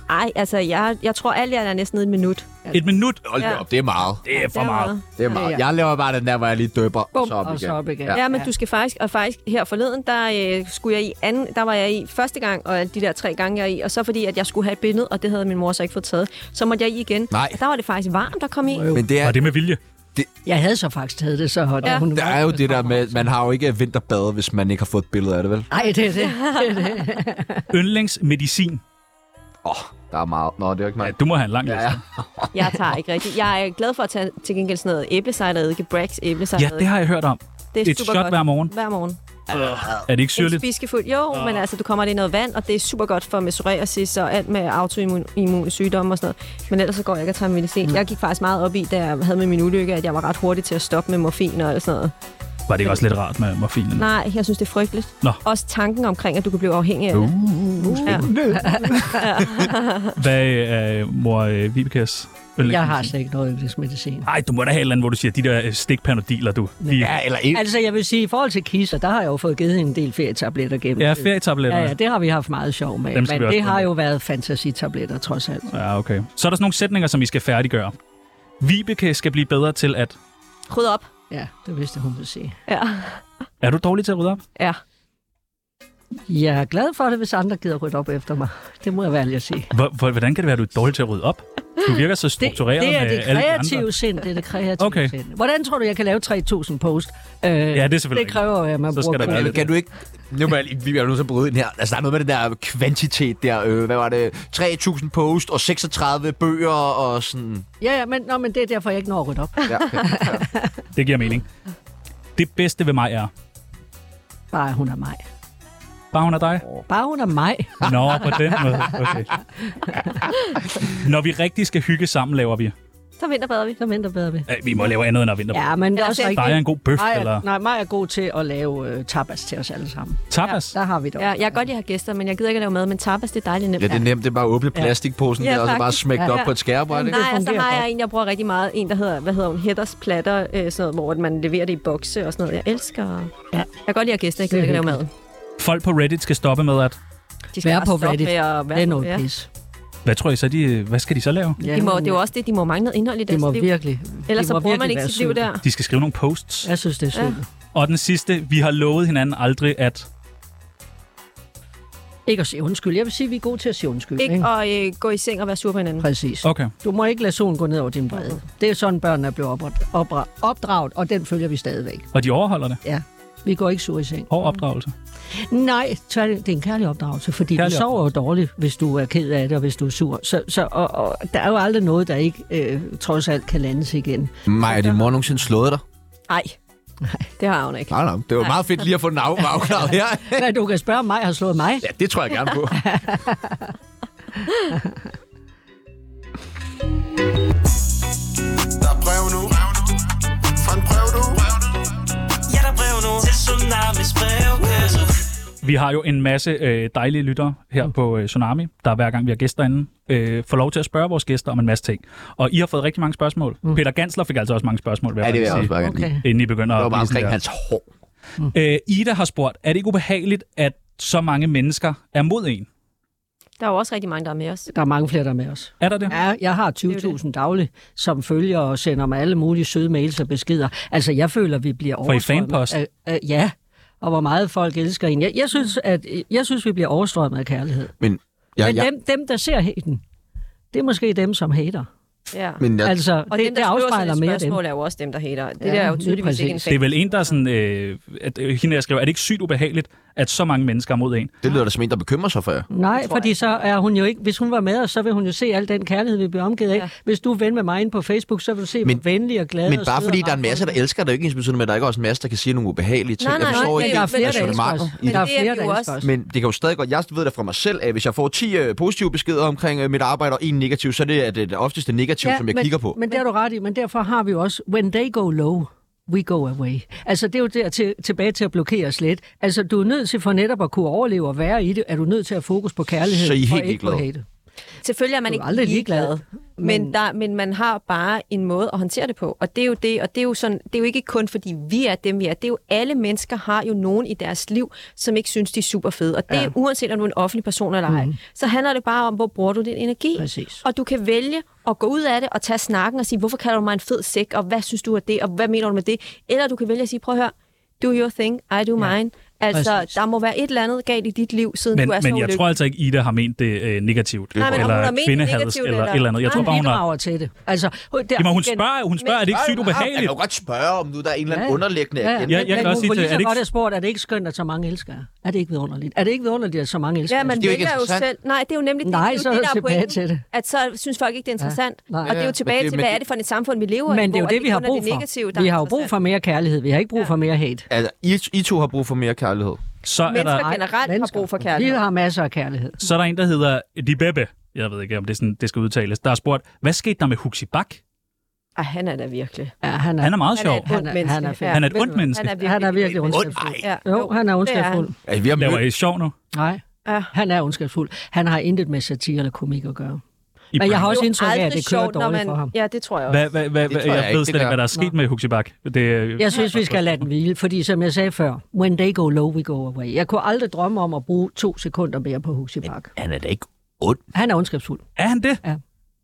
Speaker 4: Ej, altså, jeg, jeg tror, alt jeg er næsten nede i et minut.
Speaker 2: Et minut?
Speaker 1: Hold da
Speaker 4: Ja.
Speaker 1: op, det er meget.
Speaker 2: Det er for
Speaker 4: Det er
Speaker 2: meget.
Speaker 1: Det er
Speaker 7: Ja.
Speaker 1: meget. Jeg laver bare den der, hvor jeg lige døber,
Speaker 7: Bum,
Speaker 1: og så op
Speaker 7: og
Speaker 1: igen.
Speaker 7: så op igen.
Speaker 1: Ja.
Speaker 4: Ja, men du skal faktisk, og faktisk her forleden, der øh, skulle jeg i anden, der var jeg i første gang, og de der tre gange, jeg er i, og så fordi, at jeg skulle have et billede, og det havde min mor så ikke fået taget, så måtte jeg i igen.
Speaker 1: Nej.
Speaker 4: Og der var det faktisk varmt, der kom i.
Speaker 1: Men det er,
Speaker 2: Og det med vilje.
Speaker 7: Jeg havde så faktisk taget det, så hot.
Speaker 4: Ja.
Speaker 7: Ja. Hun
Speaker 1: der er jo det der med, man har jo ikke vinterbade, hvis man ikke har fået et billede af det, vel?
Speaker 7: Nej, det er det.
Speaker 2: Yndlingsmedicin.
Speaker 1: Åh, oh, der er meget. Nå, det er jo ikke
Speaker 2: Ja,
Speaker 1: mig.
Speaker 2: du må have en lang liste. Ja,
Speaker 4: Jeg tager ikke rigtigt. Jeg er glad for at tage til gengæld sådan noget æblesejt og eddike, Brax æblesejt.
Speaker 2: ja det har jeg hørt om.
Speaker 4: det er
Speaker 2: Et shot hver morgen.
Speaker 4: Hver morgen.
Speaker 2: Er det ikke
Speaker 4: En
Speaker 2: syrligt?
Speaker 4: spiskefuld. Jo, men altså, du kommer ind i noget vand, og det er super godt for psoriasis og alt med autoimmune sygdomme og sådan noget. Men ellers så går jeg ikke og tager medicin.
Speaker 2: Mm.
Speaker 4: Jeg gik faktisk meget op i, da jeg havde med min ulykke, at jeg var ret hurtig til at stoppe med morfin og alt sådan noget.
Speaker 2: Var det ikke også lidt rart med morfinen?
Speaker 4: Nej, jeg synes, det er frygteligt.
Speaker 2: Nå.
Speaker 4: Også tanken omkring, at du kan blive afhængig af det. Uh, ja.
Speaker 2: Hvad er øh, mor øh, Vibekes yndlingsmedicin?
Speaker 7: Jeg har slet ikke noget yndlingsmedicin.
Speaker 2: Ej, du må da have et eller andet, hvor du siger, de der øh, stikpanodiler, du. De,
Speaker 1: Ja, eller ikke.
Speaker 7: Altså, jeg vil sige, i forhold til kisser, der har jeg jo fået givet hende en del ferietabletter gennem.
Speaker 2: ja,
Speaker 7: tiden.
Speaker 2: ferietabletter.
Speaker 7: Ja, ja, det har vi haft meget sjov med.
Speaker 2: Dem skal
Speaker 7: Men
Speaker 2: vi også
Speaker 7: det har
Speaker 2: prøve.
Speaker 7: jo været fantasitabletter, trods alt.
Speaker 2: ja, okay. Så er der sådan nogle sætninger, som I skal færdiggøre. Vibeke skal blive bedre til at...
Speaker 4: Ryd op.
Speaker 7: Ja, det vidste hun ville sige.
Speaker 4: Ja.
Speaker 2: Er du dårlig til at rydde op?
Speaker 4: ja.
Speaker 7: Jeg er glad for det, hvis andre gider rydde op efter mig. Det må jeg være ærlig at sige.
Speaker 2: Hvor, hvor- hvordan kan det være, at du er dårlig til at rydde op? Du virker så
Speaker 7: Det,
Speaker 2: struktureret
Speaker 7: det er
Speaker 2: med
Speaker 7: det
Speaker 2: alle de andre.
Speaker 7: kreative sind, det er det kreative
Speaker 2: Okay.
Speaker 7: sind. Hvordan tror du, jeg kan lave 3.000 post? Øh,
Speaker 2: Ja, det er selvfølgelig
Speaker 7: det kræver jo, at man
Speaker 2: Så skal
Speaker 7: bruger
Speaker 2: der være
Speaker 7: kreativ-
Speaker 2: lidt-
Speaker 1: Kan du ikke... Nu må jeg, lige- vi er jo nødt til at bryde ind her. Altså, der er noget med den der kvantitet der. Øh, hvad var det? 3.000 post og 36 bøger og sådan...
Speaker 7: Ja, ja men, nå, men det er derfor, jeg ikke når at rydde op.
Speaker 1: Ja, okay.
Speaker 2: Det giver mening. Det bedste ved mig er...
Speaker 7: Bare hun er mig.
Speaker 2: Bare hun er dig?
Speaker 7: Bare hun er mig.
Speaker 2: Nå, på den måde. Okay. Når vi rigtig skal hygge sammen, laver vi...
Speaker 4: Så vinterbader vi.
Speaker 7: Så mindre bedre ved.
Speaker 2: Øh, vi må lave andet end at vinter.
Speaker 7: Ja, men det er
Speaker 4: Eller
Speaker 7: også
Speaker 4: selv
Speaker 7: rigtigt.
Speaker 2: Der er en god bøf,
Speaker 7: Maja-
Speaker 2: eller
Speaker 7: Nej, mig er god til at lave øh, tapas til os alle sammen.
Speaker 2: tapas.
Speaker 7: Der har vi det
Speaker 4: Ja,
Speaker 7: også.
Speaker 4: jeg kan godt lide at have gæster, men jeg gider ikke at lave mad, men tapas, det er dejligt nemt.
Speaker 1: ja, det er nemt. Det er bare at åbne plastikposen
Speaker 4: Ja,
Speaker 1: der, og så bare
Speaker 4: faktisk.
Speaker 1: smække det op
Speaker 4: Ja.
Speaker 1: på et skærebræt. ikke?
Speaker 4: Nej, altså,
Speaker 7: fungerer
Speaker 4: der har
Speaker 7: godt.
Speaker 4: jeg en, jeg bruger rigtig meget. En, der hedder, hvad hedder hun, Hedders Platter, øh, sådan noget, hvor at man leverer det i bokse og sådan noget. Jeg elsker. Ja. Jeg kan godt lide at have gæster, jeg gider
Speaker 7: Det
Speaker 4: ikke
Speaker 7: er
Speaker 4: at lave mad.
Speaker 2: Folk på Reddit skal stoppe med at...
Speaker 4: De
Speaker 7: Være
Speaker 4: bare
Speaker 7: på
Speaker 4: stoppe
Speaker 7: Reddit.
Speaker 4: med at
Speaker 7: Det er noget
Speaker 4: ja.
Speaker 7: pis.
Speaker 2: Hvad tror I så, de... Hvad skal de så lave?
Speaker 7: Ja,
Speaker 4: De må, det er jo også det, de må mangle noget indhold i
Speaker 7: det
Speaker 4: deres
Speaker 7: må
Speaker 4: liv.
Speaker 7: virkelig.
Speaker 4: Ellers
Speaker 7: det
Speaker 4: så
Speaker 7: må
Speaker 4: bruger man
Speaker 7: virkelig
Speaker 4: ikke
Speaker 7: være
Speaker 4: sit liv
Speaker 7: sygt.
Speaker 4: der.
Speaker 2: De skal skrive nogle posts.
Speaker 7: Jeg synes, det er synd.
Speaker 2: Og den sidste, vi har lovet hinanden aldrig at...
Speaker 7: Ikke at sige undskyld. Jeg vil sige, at vi er gode til at sige undskyld. Ikke,
Speaker 4: ikke? og øh, gå i seng og være sur på hinanden.
Speaker 7: Præcis.
Speaker 2: Okay.
Speaker 7: Du må ikke lade solen gå ned over din brede. Det er sådan, børnene er blevet opdra- opdra- opdraget, og den følger vi stadigvæk.
Speaker 2: Og de overholder det.
Speaker 7: Ja. Vi går ikke sur i seng.
Speaker 2: Og opdragelse.
Speaker 7: Nej, tværtimod, det er en kærlig opdragelse, fordi kærlig
Speaker 2: Kærlig
Speaker 7: du sover jo dårligt, hvis du er ked af det, og hvis du er sur. Så, så og, og, der er jo aldrig noget, der ikke øh, trods alt kan landes igen.
Speaker 1: Maja, din mor nogensinde slået dig?
Speaker 4: Nej. Det har hun ikke.
Speaker 1: Nej, nej. Det var meget fedt lige at få den af, afklaret her.
Speaker 7: Men du kan spørge, om mig har slået mig.
Speaker 1: Ja, det tror jeg gerne på.
Speaker 8: Der er brev nu. Fra en brev nu.
Speaker 10: Ja, der er brev nu til Tsunamis brevkasse.
Speaker 2: Vi har jo en masse øh, dejlige lyttere her mm. på øh, Tsunami, der hver gang vi har gæster inde, øh, får lov til at spørge vores gæster om en masse ting. Og I har fået rigtig mange spørgsmål. Mm. Peter Gansler fik altså også mange spørgsmål.
Speaker 1: Ja, det vil jeg også bare
Speaker 2: sige,
Speaker 1: gerne lide.
Speaker 2: Inden I begynder
Speaker 1: Det var
Speaker 2: at
Speaker 1: bare
Speaker 2: blive sådan
Speaker 1: omkring
Speaker 2: der.
Speaker 1: hans hår.
Speaker 2: Øh, Ida har spurgt, er det ikke ubehageligt, at så mange mennesker er mod en?
Speaker 4: Der er jo også rigtig mange, der er med os.
Speaker 7: Der er mange flere, der er med os.
Speaker 2: Er der det?
Speaker 7: Ja, jeg har 20.000 dagligt, som følger og sender mig alle mulige søde mails og beskeder. Altså, jeg føler, vi bliver
Speaker 2: Får I
Speaker 7: overstrømmet.
Speaker 2: fanpost?
Speaker 7: af- af- Ja, og hvor meget folk elsker en. Jeg, jeg, synes, at, jeg synes, vi bliver overstrømmet af kærlighed.
Speaker 1: Men,
Speaker 7: Ja,
Speaker 1: jeg,
Speaker 7: Men
Speaker 1: jeg,
Speaker 7: dem, dem, der ser haten, det er måske dem, som hater.
Speaker 4: Ja.
Speaker 1: men jeg,
Speaker 7: Altså,
Speaker 4: og
Speaker 7: det,
Speaker 4: dem, der
Speaker 7: det
Speaker 4: skriver sådan
Speaker 7: afspejler
Speaker 4: et
Speaker 7: mere dem.
Speaker 4: spørgsmål, er jo også dem, der hater. Det
Speaker 7: Ja,
Speaker 4: ja, der er jo
Speaker 7: lige
Speaker 4: tydeligvis ikke en
Speaker 7: præcis.
Speaker 2: Det er
Speaker 4: fake.
Speaker 2: vel en, der er sådan, øh, at, øh, hende, jeg skriver, er det ikke sygt ubehageligt, at så mange mennesker er mod en?
Speaker 1: det lyder da som en, der bekymrer sig for jer.
Speaker 7: Nej,
Speaker 4: Det tror
Speaker 7: fordi så er hun jo ikke... Hvis hun var med os, så vil hun jo se al den kærlighed, vi bliver omgivet af. Ja.
Speaker 4: Ja.
Speaker 7: Hvis du er ven med mig inde på Facebook, så vil du se, men,
Speaker 1: Men-
Speaker 7: hvor venlig og glad
Speaker 1: Men
Speaker 7: og
Speaker 1: bare
Speaker 7: sød og
Speaker 1: fordi der er en
Speaker 7: rar
Speaker 1: masse,
Speaker 7: hun
Speaker 1: der elsker, det er jo ikke ens betydende med, at der ikke er også en masse, der kan sige nogle ubehagelige ting.
Speaker 4: Nej, nej,
Speaker 1: jeg forstår
Speaker 4: nej,
Speaker 1: ikke
Speaker 7: men der er
Speaker 1: helt
Speaker 7: flere,
Speaker 1: ræsonnementet
Speaker 7: der
Speaker 1: i det.
Speaker 4: det er vi
Speaker 7: elsker os. Men der er flere, der
Speaker 4: jo
Speaker 7: elsker
Speaker 4: også.
Speaker 7: os.
Speaker 1: Men det kan jo stadig godt. Jeg ved da fra mig selv, at hvis jeg får 10 øh, positive beskeder omkring øh, mit arbejde og en negativ, så er det, at det er det ofteste negativ, som jeg
Speaker 7: men,
Speaker 1: kigger på.
Speaker 7: Men det har du ret i, men derfor har vi jo også, when they go low, we go away. Altså det er jo der til, tilbage til at blokere os lidt. Altså du er nødt til for netop at kunne overleve og være i det, er du nødt til at have fokus på kærlighed
Speaker 1: Så I er helt
Speaker 7: og ikke på
Speaker 1: ligeglade?
Speaker 7: hate.
Speaker 4: Selvfølgelig er man
Speaker 7: Du er
Speaker 4: ikke
Speaker 7: aldrig ligeglad,
Speaker 4: Men, der, men man har bare en måde at håndtere det på. Og det er jo det, og det er jo, sådan, det er jo ikke kun fordi vi er dem, vi er. Det er jo alle mennesker har jo nogen i deres liv, som ikke synes, de er super fede. Og det ja. uanset om du er en offentlig person eller ej. Mm. Så handler det bare om, hvor bruger du din energi.
Speaker 7: Præcis.
Speaker 4: Og du kan vælge at gå ud af det og tage snakken og sige, hvorfor kalder du mig en fed sæk, og hvad synes du af det, og hvad mener du med det? Eller du kan vælge at sige, prøv at høre, do your thing, I do mine. Altså,
Speaker 7: præcis.
Speaker 4: der må være et eller andet galt i dit liv, siden
Speaker 2: Men,
Speaker 4: du er så
Speaker 2: men jeg
Speaker 4: ulykkelig.
Speaker 2: tror altså ikke, Ida har ment det øh, negativt.
Speaker 4: Nej, men om hun har
Speaker 2: eller
Speaker 4: ment det
Speaker 2: kvindehads,
Speaker 4: negativt,
Speaker 2: eller, eller et eller andet. Jeg
Speaker 4: eller-
Speaker 2: tror
Speaker 7: Hun
Speaker 2: bare, hun har...
Speaker 7: bidrager til det. Altså, hun- der,
Speaker 2: Jamen, hun
Speaker 7: igen-
Speaker 2: spørger, hun spørger, er det ikke sygt
Speaker 1: Jeg kan
Speaker 2: ubehageligt?
Speaker 1: jo godt spørge, om nu der er en eller anden
Speaker 7: Ja, ja.
Speaker 1: underliggende
Speaker 7: Ja,
Speaker 1: agenda.
Speaker 2: jeg kan
Speaker 7: men
Speaker 2: også sige
Speaker 7: hun kunne
Speaker 2: til-
Speaker 7: lige
Speaker 2: er
Speaker 7: så
Speaker 2: det ikke-
Speaker 7: godt have spurgt, er det ikke skønt, at så mange elsker jer? Er det ikke vidunderligt? Er det ikke vidunderligt, at så mange elsker
Speaker 4: Ja,
Speaker 7: jer?
Speaker 4: man
Speaker 1: Det er jo ikke
Speaker 4: vælger jo
Speaker 1: interessant.
Speaker 4: selv. Nej, det er jo nemlig
Speaker 7: Nej,
Speaker 4: det,
Speaker 7: så
Speaker 4: det, er
Speaker 7: er
Speaker 4: jo det
Speaker 7: det
Speaker 4: der er
Speaker 7: tilbage
Speaker 4: pointen,
Speaker 7: til det.
Speaker 4: At så synes folk ikke, det er interessant.
Speaker 7: nej.
Speaker 4: Ja, og det er
Speaker 1: Ja,
Speaker 4: jo
Speaker 1: men
Speaker 4: tilbage
Speaker 1: det-
Speaker 4: til,
Speaker 1: men
Speaker 4: hvad
Speaker 1: det-
Speaker 4: er det for et samfund, vi lever i?
Speaker 7: Men det er
Speaker 4: hvor
Speaker 7: jo det, vi har
Speaker 4: kun er
Speaker 7: brug
Speaker 4: negative,
Speaker 7: for.
Speaker 4: der
Speaker 7: Vi
Speaker 4: er
Speaker 7: har jo brug
Speaker 4: interessant.
Speaker 7: for mere kærlighed. Vi har ikke brug for mere hate.
Speaker 1: Altså, I, I to har brug for mere kærlighed.
Speaker 2: Så er,
Speaker 4: Mennesker
Speaker 2: der,
Speaker 7: Nej,
Speaker 4: generelt har
Speaker 7: mennesker.
Speaker 4: brug for
Speaker 7: Vi
Speaker 4: kærlighed.
Speaker 7: har masser af kærlighed.
Speaker 2: så er der en, der hedder Di Bebe. Jeg ved ikke, om det, er sådan, det skal udtales. Der har spurgt, hvad skete der med Huxi Bak?
Speaker 4: Ej, han er da virkelig.
Speaker 7: Ja, han er,
Speaker 2: Han er meget
Speaker 4: Han er
Speaker 2: sjov.
Speaker 4: et ondt
Speaker 7: Han er-
Speaker 4: menneske.
Speaker 7: han er fed.
Speaker 4: Ja.
Speaker 2: Han er et ondt menneske.
Speaker 4: Han er virkelig,
Speaker 7: han er virkelig
Speaker 4: ondt menneske.
Speaker 7: ondskabsfuld.
Speaker 4: Ja,
Speaker 7: Jo, han er
Speaker 4: det
Speaker 7: ondskabsfuld.
Speaker 1: Altså, vi har
Speaker 2: Laver
Speaker 1: mødt...
Speaker 2: I sjov nu?
Speaker 7: Nej,
Speaker 4: Ja.
Speaker 7: han er ondskabsfuld. Han har intet med satire eller komik at gøre.
Speaker 2: I
Speaker 7: Men jeg
Speaker 4: Det
Speaker 7: har
Speaker 4: er
Speaker 7: også
Speaker 4: jo
Speaker 7: indtryk af, at
Speaker 4: aldrig
Speaker 7: det kører
Speaker 4: sjovt, når
Speaker 7: dårligt
Speaker 4: man-
Speaker 7: for ham.
Speaker 4: Ja, det tror jeg også.
Speaker 2: Hvad, hvad, hvad,
Speaker 1: Det
Speaker 2: hvad,
Speaker 1: tror jeg
Speaker 2: jeg
Speaker 1: ikke,
Speaker 2: ved
Speaker 1: det
Speaker 2: slet ikke,
Speaker 1: der.
Speaker 2: hvad der er sket med Huxi Bak. Det, øh,
Speaker 7: Jeg synes, vi skal lade den hvile, fordi som jeg sagde før, when they go low, we go away. Jeg kunne aldrig drømme om at bruge to sekunder mere på Huxi Bak.
Speaker 1: Han er da ikke ond.
Speaker 7: Han er ondskabsfuld.
Speaker 2: Er han det?
Speaker 7: Ja.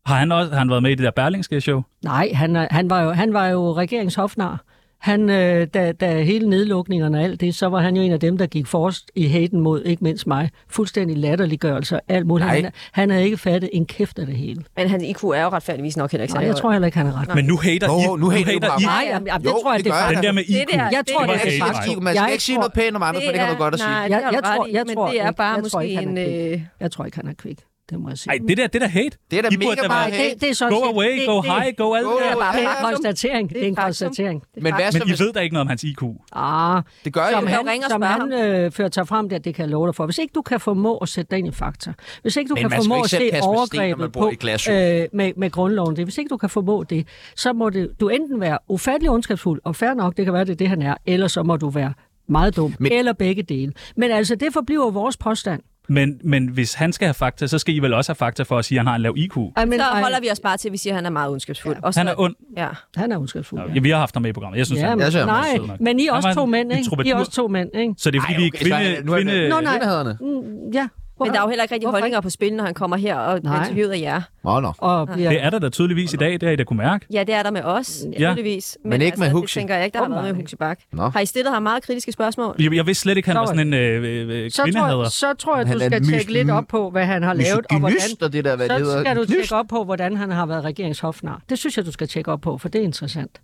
Speaker 2: Har han også har han været med i det der Berlingske show?
Speaker 7: Nej, han, er, han, var, jo, han var jo regeringshofnar. Han, øh, da, da hele nedlukningerne og alt det, så var han jo en af dem, der gik forrest i haten mod, ikke mindst mig, fuldstændig latterliggørelse og alt muligt.
Speaker 1: Nej.
Speaker 7: Han, han havde ikke fattet en kæft af det hele.
Speaker 4: Men hans IQ er jo retfærdigvis nok heller ikke
Speaker 7: Nej, jeg tror heller ikke, han er ret.
Speaker 2: Men nu hater
Speaker 1: Nå,
Speaker 2: I.
Speaker 1: nu hater du bare
Speaker 7: Nej,
Speaker 4: ja.
Speaker 7: jamen, jamen, det
Speaker 1: Jo,
Speaker 7: tror jeg,
Speaker 1: det
Speaker 7: det, det
Speaker 1: gør
Speaker 7: er
Speaker 1: jeg.
Speaker 2: Den der med
Speaker 4: Det
Speaker 2: IQ.
Speaker 4: der,
Speaker 7: Jeg
Speaker 4: det er
Speaker 7: tror, det er
Speaker 1: Man skal ikke,
Speaker 7: faktisk-
Speaker 1: sige- man skal
Speaker 7: Jeg
Speaker 1: ikke sige noget
Speaker 7: tror-
Speaker 1: pænt om andre, for det kan du godt at sige.
Speaker 4: Nej,
Speaker 7: Jeg-
Speaker 4: det har du
Speaker 7: jeg
Speaker 4: ret
Speaker 7: tror-
Speaker 4: i,
Speaker 7: jeg
Speaker 4: men
Speaker 7: tror
Speaker 4: det er
Speaker 7: ikke-
Speaker 4: bare
Speaker 7: jeg tror
Speaker 4: måske
Speaker 7: ikke, han
Speaker 4: en...
Speaker 7: er kvik.
Speaker 4: øh,
Speaker 7: Jeg tror ikke, han er kvik. Det må jeg sige.
Speaker 2: Ej, det der, det der hate.
Speaker 1: Det er da
Speaker 2: I burde
Speaker 1: mega
Speaker 2: da
Speaker 1: meget
Speaker 2: være-
Speaker 1: hate.
Speaker 7: det er sådan
Speaker 2: Go
Speaker 7: set-
Speaker 2: away,
Speaker 7: det-
Speaker 2: go
Speaker 7: det-
Speaker 2: high, go alt
Speaker 1: Go
Speaker 2: det
Speaker 4: Det
Speaker 2: der.
Speaker 4: er bare
Speaker 7: Det er en
Speaker 4: faktum.
Speaker 7: konstatering. Det er en
Speaker 4: faktum.
Speaker 7: konstatering.
Speaker 4: Det er
Speaker 1: Men hvad
Speaker 4: faktum.
Speaker 1: så,
Speaker 2: Men I
Speaker 1: hvis...
Speaker 2: ved da ikke noget om hans IQ.
Speaker 7: Ah,
Speaker 1: Det gør jeg
Speaker 7: som
Speaker 1: jo.
Speaker 4: kan jo
Speaker 7: han,
Speaker 4: ringe og
Speaker 7: som
Speaker 4: spørge
Speaker 7: han øh, fører sig frem der, det kan jeg love dig for. Hvis ikke du kan formå at sætte dig ind i fakta, hvis ikke du
Speaker 1: Men
Speaker 7: kan
Speaker 1: man skal
Speaker 7: formå
Speaker 1: ikke
Speaker 7: at
Speaker 1: selv
Speaker 7: se
Speaker 1: kaste med sten, når man
Speaker 7: overgrebet
Speaker 1: bor
Speaker 7: på,
Speaker 1: i et glashus.
Speaker 7: øh, med, med grundloven, det, hvis ikke du kan formå det, så må det, du enten være ufattelig ondskabsfuld, og fair nok, det kan være, det er det, han er, eller så må du være meget dum,
Speaker 1: Men-
Speaker 7: Men... eller begge dele. Men altså, det forbliver vores påstand.
Speaker 2: Men, men hvis han skal have fakta, så skal I vel også have fakta for at sige, at han har en lav IQ.
Speaker 7: Ej, men,
Speaker 4: Så
Speaker 7: ej,
Speaker 4: holder vi os bare til, at vi siger, at han er meget ondskabsfuld. Og så-
Speaker 2: Han er ond.
Speaker 4: Ja.
Speaker 7: Han er ondskabsfuld.
Speaker 2: Ja, vi har haft ham med i programmet. Jeg synes,
Speaker 7: Ja,
Speaker 2: han,
Speaker 7: men,
Speaker 1: Jeg ser ham
Speaker 7: nej,
Speaker 2: sød nok.
Speaker 7: men I er
Speaker 2: Han var
Speaker 7: også to
Speaker 2: en- en
Speaker 7: mænd, ikke? I er
Speaker 2: troubadour.
Speaker 7: også to mænd, ikke?
Speaker 2: så det er fordi,
Speaker 1: Ej,
Speaker 2: vi
Speaker 1: okay,
Speaker 2: er
Speaker 1: så er
Speaker 2: kvinde...
Speaker 1: han- nu er han-
Speaker 2: kvinde
Speaker 7: Nå, nej.
Speaker 1: Kvindehaderne.
Speaker 7: Mm, ja,
Speaker 4: Men der er jo heller ikke rigtig holdninger på spil, når han kommer her og
Speaker 2: Nej.
Speaker 4: bliver interviewet af jer.
Speaker 1: Nå, nå.
Speaker 7: Og
Speaker 4: bliver-
Speaker 2: Det er der da tydeligvis i dag, det har I da kunne mærke.
Speaker 4: Ja, det er der med os,
Speaker 2: Ja.
Speaker 4: ja. muligvis.
Speaker 2: Men ikke med
Speaker 4: Det
Speaker 2: Huxi.
Speaker 4: tænker jeg ikke, der har
Speaker 2: Åh,
Speaker 4: været med
Speaker 2: nej.
Speaker 4: Huxi Bak.
Speaker 2: Nå.
Speaker 4: Har I stillet ham meget kritiske spørgsmål?
Speaker 2: Jeg, jeg vidste slet ikke, han
Speaker 4: Nå,
Speaker 2: var sådan en øh, øh,
Speaker 7: Så tror,
Speaker 2: kvindehader.
Speaker 7: så tror jeg, du skal tjekke lidt op på, hvad han har lavet, og hvordan...
Speaker 2: misogynyst, og det der, hvad
Speaker 7: så
Speaker 2: det hedder.
Speaker 7: skal du
Speaker 2: Knyst.
Speaker 7: tjekke op på, hvordan han har været regeringshofnar. Det synes jeg, du skal tjekke op på, for det er interessant.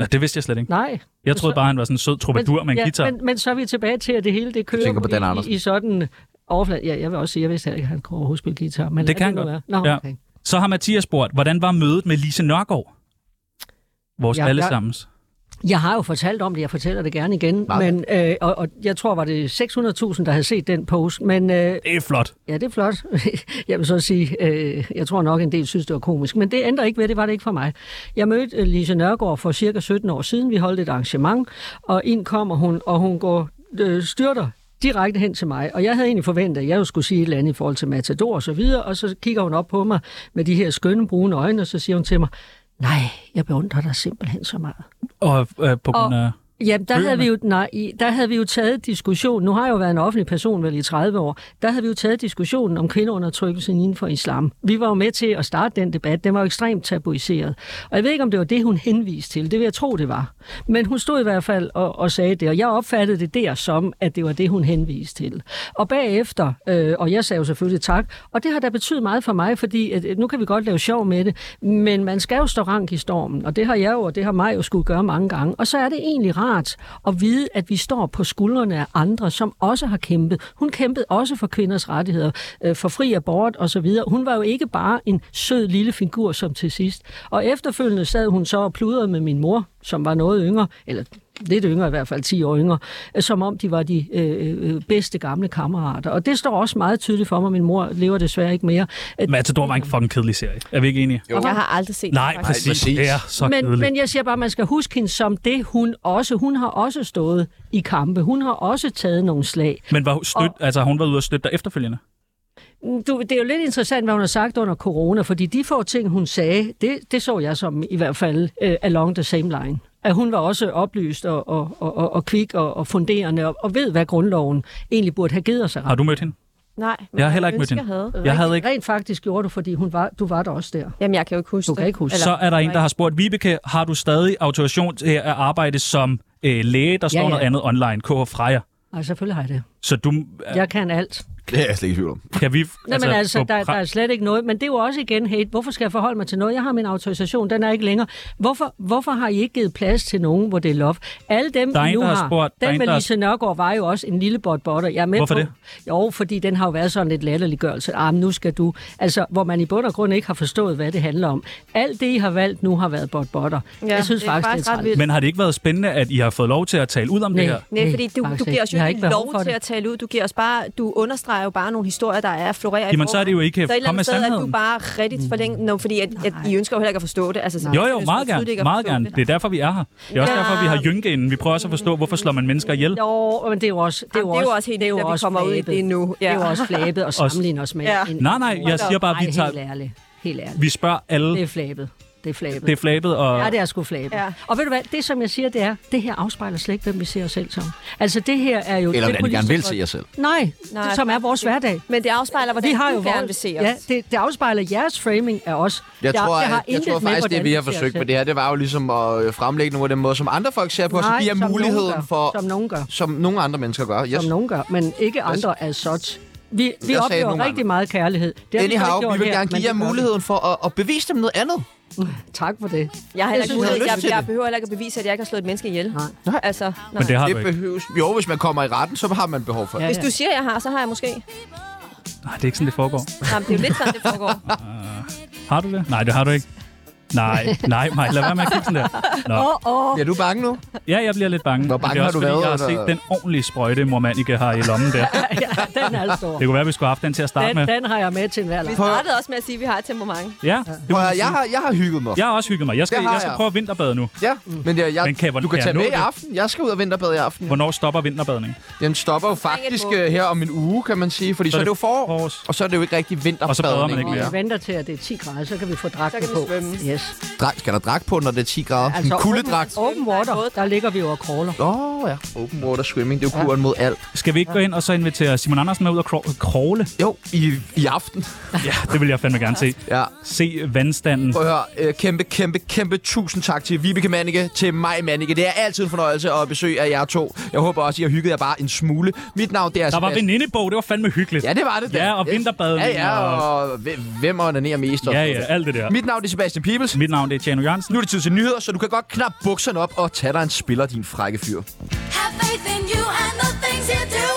Speaker 2: Ja, det vidste jeg slet ikke.
Speaker 7: Nej.
Speaker 2: Jeg troede bare, han var sådan en sød troubadour med en guitar.
Speaker 7: men, men så er vi tilbage til, at det hele det kører
Speaker 2: tænker på Dan
Speaker 7: i,
Speaker 2: Andersen.
Speaker 7: i sådan overflade. Ja, jeg vil også sige, jeg vidste heller ikke, at han kunne overhovedet spille guitar. Men
Speaker 2: det
Speaker 7: lad
Speaker 2: kan
Speaker 7: nu
Speaker 2: godt.
Speaker 7: være. Nå, okay.
Speaker 2: Så har Mathias spurgt, hvordan var mødet med Lise Nørgaard? Vores
Speaker 7: Ja,
Speaker 2: ja,
Speaker 7: jeg-
Speaker 2: allesammens.
Speaker 7: Jeg har jo fortalt om det, jeg fortæller det gerne igen,
Speaker 2: Meget
Speaker 7: men, øh, og, og jeg tror, var det 600.000, der havde set den post, men... Øh,
Speaker 2: Det er flot.
Speaker 7: Ja, det er flot. jeg vil så sige, øh, jeg tror nok, en del synes, det var komisk, men det ændrer ikke ved, det var det ikke for mig. Jeg mødte øh, Lise Nørgaard for cirka 17 år siden, vi holdt et arrangement, og ind kommer hun, og hun går øh, styrter direkte hen til mig, og jeg havde egentlig forventet, at jeg jo skulle sige et eller andet i forhold til Matador og så videre, og så kigger hun op på mig med de her skønne brune øjne, og så siger hun til mig, nej, jeg beundrer dig simpelthen så meget.
Speaker 2: Og øh, på grund af...
Speaker 7: Ja, der havde,
Speaker 2: Bøgerne?
Speaker 7: vi jo, nej, i- der havde vi jo taget diskussionen, nu har jeg jo været en offentlig person vel i 30 år, der havde vi jo taget diskussionen om kvindeundertrykkelsen inden for islam. Vi var jo med til at starte den debat, den var jo ekstremt tabuiseret. Og jeg ved ikke, om det var det, hun henviste til, det vil jeg tro, det var. Men hun stod i hvert fald og, og sagde det, og jeg opfattede det der som, at det var det, hun henviste til. Og bagefter, øh, og jeg sagde jo selvfølgelig tak, og det har da betydet meget for mig, fordi at, øh, nu kan vi godt lave sjov med det, men man skal jo stå rank i stormen, og det har jeg jo, og det har mig jo skulle gøre mange gange. Og så er det egentlig rart at vide, at vi står på skuldrene af andre, som også har kæmpet. Hun kæmpede også for kvinders rettigheder, øh, for fri abort osv. Hun var jo ikke bare en sød lille figur som til sidst. Og efterfølgende sad hun så og pludrede med min mor, som var noget yngre, eller lidt yngre i hvert fald, 10 år yngre, øh, som om de var de øh, øh, bedste gamle kammerater. Og det står også meget tydeligt for mig, min mor lever desværre ikke mere. at-
Speaker 2: Matador var en fucking kedelig serie. Er vi ikke enige?
Speaker 7: Jo. Jeg har aldrig set den,
Speaker 2: Nej,
Speaker 7: faktisk.
Speaker 2: præcis.
Speaker 7: Nej,
Speaker 2: Nej,
Speaker 7: præcis.
Speaker 2: præcis. Det er så
Speaker 7: men,
Speaker 2: kedeligt.
Speaker 7: men jeg siger bare, at man skal huske hende som det, hun også. Hun har også stået i kampe. Hun har også taget nogle slag.
Speaker 2: Men var hun støt, og... altså, har hun var ude og støtte dig efterfølgende?
Speaker 7: Du, det er jo lidt interessant, hvad hun har sagt under corona, fordi de få ting, hun sagde, det, det så jeg som i hvert fald uh, along the same line. At hun var også oplyst og, og, og, og, og kvik og, og funderende og, og ved, hvad grundloven egentlig burde have givet os. af ret.
Speaker 2: Har du mødt hende?
Speaker 4: Nej,
Speaker 2: Jeg har heller ikke mødt
Speaker 7: ønsker
Speaker 2: hende.
Speaker 7: havde.
Speaker 2: Jeg havde ikke...
Speaker 7: Rent faktisk gjorde du, fordi hun var, du var der også der.
Speaker 4: Jamen, jeg kan jo ikke huske
Speaker 7: Du kan ikke huske
Speaker 2: Så er der en, der har spurgt, Vibeke, har du stadig autorisation til at arbejde som øh, læge, der
Speaker 7: Ja,
Speaker 2: står
Speaker 7: ja.
Speaker 2: noget andet online, KH Freja?
Speaker 7: Nej, selvfølgelig har jeg det.
Speaker 2: Så du...
Speaker 7: Jeg kan alt.
Speaker 1: Det er jeg slet ikke i tvivl om.
Speaker 2: Kan vi...
Speaker 7: Nej, men altså,
Speaker 2: få
Speaker 7: der, der
Speaker 2: pra-
Speaker 7: er slet ikke noget. Men det er jo også igen hate. Hvorfor skal jeg forholde mig til noget? Jeg har min autorisation, den er ikke længere. Hvorfor, hvorfor har I ikke givet plads til nogen, hvor det er love? Alle dem,
Speaker 2: Der er
Speaker 7: I
Speaker 2: en,
Speaker 7: nu
Speaker 2: der har
Speaker 7: har,
Speaker 2: spurgt- der er
Speaker 7: den
Speaker 2: en,
Speaker 7: med
Speaker 2: der har-
Speaker 7: Lise Nørgaard var jo også en lille bot botter. Jeg er med
Speaker 2: Hvorfor
Speaker 7: på,
Speaker 2: det?
Speaker 7: Jo, fordi den har jo været sådan lidt latterliggørelse. Ah, men nu skal du... Altså, hvor man i bund og grund ikke har forstået, hvad det handler om. Alt det, I har valgt nu, har været bot botter.
Speaker 4: Ja,
Speaker 7: jeg synes
Speaker 4: det er
Speaker 7: faktisk,
Speaker 4: faktisk
Speaker 7: det er
Speaker 4: ret
Speaker 7: træls.
Speaker 4: vildt.
Speaker 2: Men har det ikke været spændende, at I har fået lov til at tale ud om det her?
Speaker 4: Nej, fordi du,
Speaker 7: faktisk
Speaker 4: du giver os
Speaker 7: ikke.
Speaker 4: jo
Speaker 7: Jeg har
Speaker 4: ikke
Speaker 7: ikke behov
Speaker 4: lov
Speaker 7: for
Speaker 4: til
Speaker 7: det.
Speaker 4: at tale ud. Du, giver os bare, du understreger jo bare nogle historier, der er florerer i
Speaker 2: Jamen, så er det jo ikke-
Speaker 4: Så et eller
Speaker 2: kom med
Speaker 4: andet sted er du
Speaker 2: sandheden.
Speaker 4: bare rigtig forlænget. Nå, fordi at, at I ønsker jo heller ikke at forstå det. Altså, så
Speaker 2: Jo,
Speaker 4: jeg
Speaker 2: jo,
Speaker 4: ønsker
Speaker 2: meget
Speaker 4: tydeligt ikke
Speaker 2: gerne. Meget
Speaker 4: at forstå
Speaker 2: gerne. Det er derfor, vi er her. Det er også
Speaker 4: Ja.
Speaker 2: derfor, vi har Jynke inden. Vi prøver også at forstå, hvorfor slår man mennesker ihjel.
Speaker 7: Jo, men det er jo også, det er jo
Speaker 4: Jamen, det er
Speaker 7: også,
Speaker 4: jo også helt
Speaker 7: det er
Speaker 4: vildt, at vi kommer ud i
Speaker 7: flabet.
Speaker 4: det nu.
Speaker 7: Ja.
Speaker 4: Ja.
Speaker 7: Det er jo også flabet at
Speaker 2: Også-
Speaker 7: sammenligne os med.
Speaker 4: Ja.
Speaker 7: en-
Speaker 2: Nej, nej, jeg siger bare,
Speaker 7: Ej,
Speaker 2: vi tager-
Speaker 7: Helt ærligt. Helt ærligt.
Speaker 2: Vi spørger alle.
Speaker 7: Det er flabet. Det er flabet.
Speaker 2: Det er flabet, og...
Speaker 7: Ja, det er sgu flabet.
Speaker 4: Ja.
Speaker 7: Ja. Og ved du hvad, det som jeg siger, det er, det her afspejler slet ikke, hvem vi ser os selv som. Altså det her er jo...
Speaker 1: Eller
Speaker 7: det
Speaker 1: hvordan vi gerne vil
Speaker 7: politiske-
Speaker 1: se os selv.
Speaker 7: Nej, Nej,
Speaker 4: Nej,
Speaker 7: det som er vores hverdag.
Speaker 4: Men det afspejler, hvordan
Speaker 7: Vi har
Speaker 4: du
Speaker 7: jo
Speaker 4: gerne
Speaker 7: vores-
Speaker 4: vil se os.
Speaker 7: Ja, det, det afspejler jeres framing af os.
Speaker 1: Jeg, jeg, tror,
Speaker 7: det
Speaker 1: jeg,
Speaker 7: har
Speaker 1: jeg, jeg
Speaker 7: intet
Speaker 1: tror
Speaker 7: med,
Speaker 1: faktisk, det
Speaker 7: hvordan
Speaker 1: vi har
Speaker 7: ser os
Speaker 1: forsøgt
Speaker 7: selv.
Speaker 1: med det her, det var jo ligesom at øh, fremlægge nogle af den måde, som andre folk ser på, os,
Speaker 7: Nej,
Speaker 1: så giver
Speaker 7: som nogen
Speaker 1: muligheden
Speaker 7: gør.
Speaker 1: for...
Speaker 7: Som nogen gør.
Speaker 1: Som nogle andre mennesker gør. Yes.
Speaker 7: Som nogen gør, men ikke andre as such. Vi, vi
Speaker 1: Jeg Altså- sagde
Speaker 7: oplever
Speaker 1: nogle
Speaker 7: rigtig
Speaker 1: andre.
Speaker 7: meget kærlighed. Det har vi, så ikke
Speaker 1: Anyhow,
Speaker 7: gjort
Speaker 1: vi vil
Speaker 7: her,
Speaker 1: gerne
Speaker 7: men
Speaker 1: give jer
Speaker 7: det gør vi.
Speaker 1: muligheden for at, at bevise dem noget andet.
Speaker 7: Tak for det.
Speaker 4: Jeg, har heller
Speaker 7: Jeg
Speaker 4: ikke
Speaker 7: synes,
Speaker 4: mulighed-
Speaker 1: jeg har lyst
Speaker 4: jeg,
Speaker 1: til
Speaker 4: jeg
Speaker 1: det.
Speaker 4: behøver heller ikke at bevise, at jeg ikke har slået et menneske ihjel.
Speaker 1: Nej.
Speaker 4: Altså, nej.
Speaker 1: det behøves. Jo, hvis man kommer i retten, så har man behov for det.
Speaker 4: Hvis du siger, at jeg har, så har jeg måske.
Speaker 2: Nej, det er ikke sådan, det foregår.
Speaker 4: Jamen, det er jo lidt sådan, det foregår.
Speaker 2: Har du det? Nej, det har du ikke. Nej, nej, nej, lad være med at kigge sådan der.
Speaker 4: Åh,
Speaker 1: åh. Er du bange nu?
Speaker 2: Ja, jeg bliver lidt bange. Hvor
Speaker 1: bange
Speaker 2: det er
Speaker 1: har
Speaker 2: også,
Speaker 1: du
Speaker 2: fordi,
Speaker 1: været,
Speaker 2: Jeg har
Speaker 1: eller?
Speaker 2: set den ordentlige sprøjte, mor Manike har i lommen der.
Speaker 7: ja, den er altså stor.
Speaker 2: Det kunne være, vi skulle have haft den til at starte
Speaker 7: Den,
Speaker 2: med.
Speaker 7: den har jeg med til enhver
Speaker 4: Vi
Speaker 7: lejlighed.
Speaker 4: startede også med at sige, at vi har et temperament.
Speaker 2: Ja, det må
Speaker 1: Prøv at
Speaker 2: man
Speaker 1: høre,
Speaker 2: sige.
Speaker 1: jeg har, jeg har hygget mig.
Speaker 2: Jeg har også hygget mig. Jeg skal,
Speaker 1: Det har
Speaker 2: jeg skal
Speaker 1: jeg.
Speaker 2: prøve at vinterbade nu.
Speaker 1: Ja, men jeg, jeg,
Speaker 2: Men kan-
Speaker 1: du kan
Speaker 2: kan
Speaker 1: tage
Speaker 2: jeg
Speaker 1: med
Speaker 2: nå
Speaker 1: i
Speaker 2: det?
Speaker 1: aften. Jeg skal ud og vinterbade i aften.
Speaker 2: Hvornår stopper vinterbadning?
Speaker 1: Den stopper jo faktisk
Speaker 4: bål.
Speaker 1: øh, her om en uge, kan man sige, fordi så, så
Speaker 2: Så
Speaker 1: er
Speaker 2: er
Speaker 1: det jo forår, og så er det jo ikke rigtig vinterbadning.
Speaker 2: Og så bader man ikke
Speaker 7: Vi
Speaker 2: mere.
Speaker 7: venter til, at det er 10 grader, så kan vi få
Speaker 4: Så
Speaker 7: dragten
Speaker 4: kan
Speaker 7: på.
Speaker 4: vi svømme.
Speaker 7: Yes. Yes.
Speaker 1: Drak, skal der drak på, når det er 10 grader? Altså, en kuldedragt?
Speaker 7: Open, open water, der ligger vi jo og crawler.
Speaker 1: Åh oh, ja, open water swimming, det er jo kuren mod alt.
Speaker 2: Skal vi ikke gå ind og så invitere Simon Andersen med ud og craw- crawle?
Speaker 1: Jo, i, i aften.
Speaker 2: ja, det vil jeg fandme gerne se.
Speaker 1: Ja.
Speaker 2: Se vandstanden.
Speaker 1: Prøv at høre, øh, kæmpe, kæmpe, kæmpe tusind tak til Vibeke Mannike, til mig Mannike. Det er altid en fornøjelse at besøge af jer to. Jeg håber også, I har hygget jer bare en smule. Mit navn det er
Speaker 2: Der var
Speaker 1: Sebastian-
Speaker 2: venindebog, det var fandme hyggeligt.
Speaker 1: Ja, det var det. da.
Speaker 2: Ja, og
Speaker 1: Yes.
Speaker 2: vinterbadning
Speaker 1: Ja, ja,
Speaker 2: og-
Speaker 1: og hve- hvem onanerer mest. og
Speaker 2: Ja,
Speaker 1: sådan
Speaker 2: ja,
Speaker 1: noget.
Speaker 2: alt det der.
Speaker 1: Mit navn er Sebastian Pibels.
Speaker 2: Mit navn det er Tjano Jørgensen.
Speaker 1: Nu er det tid til nyheder, så du kan godt knap bukserne op og tage dig en spiller, din frække fyr.
Speaker 12: Have faith in you and the things you do.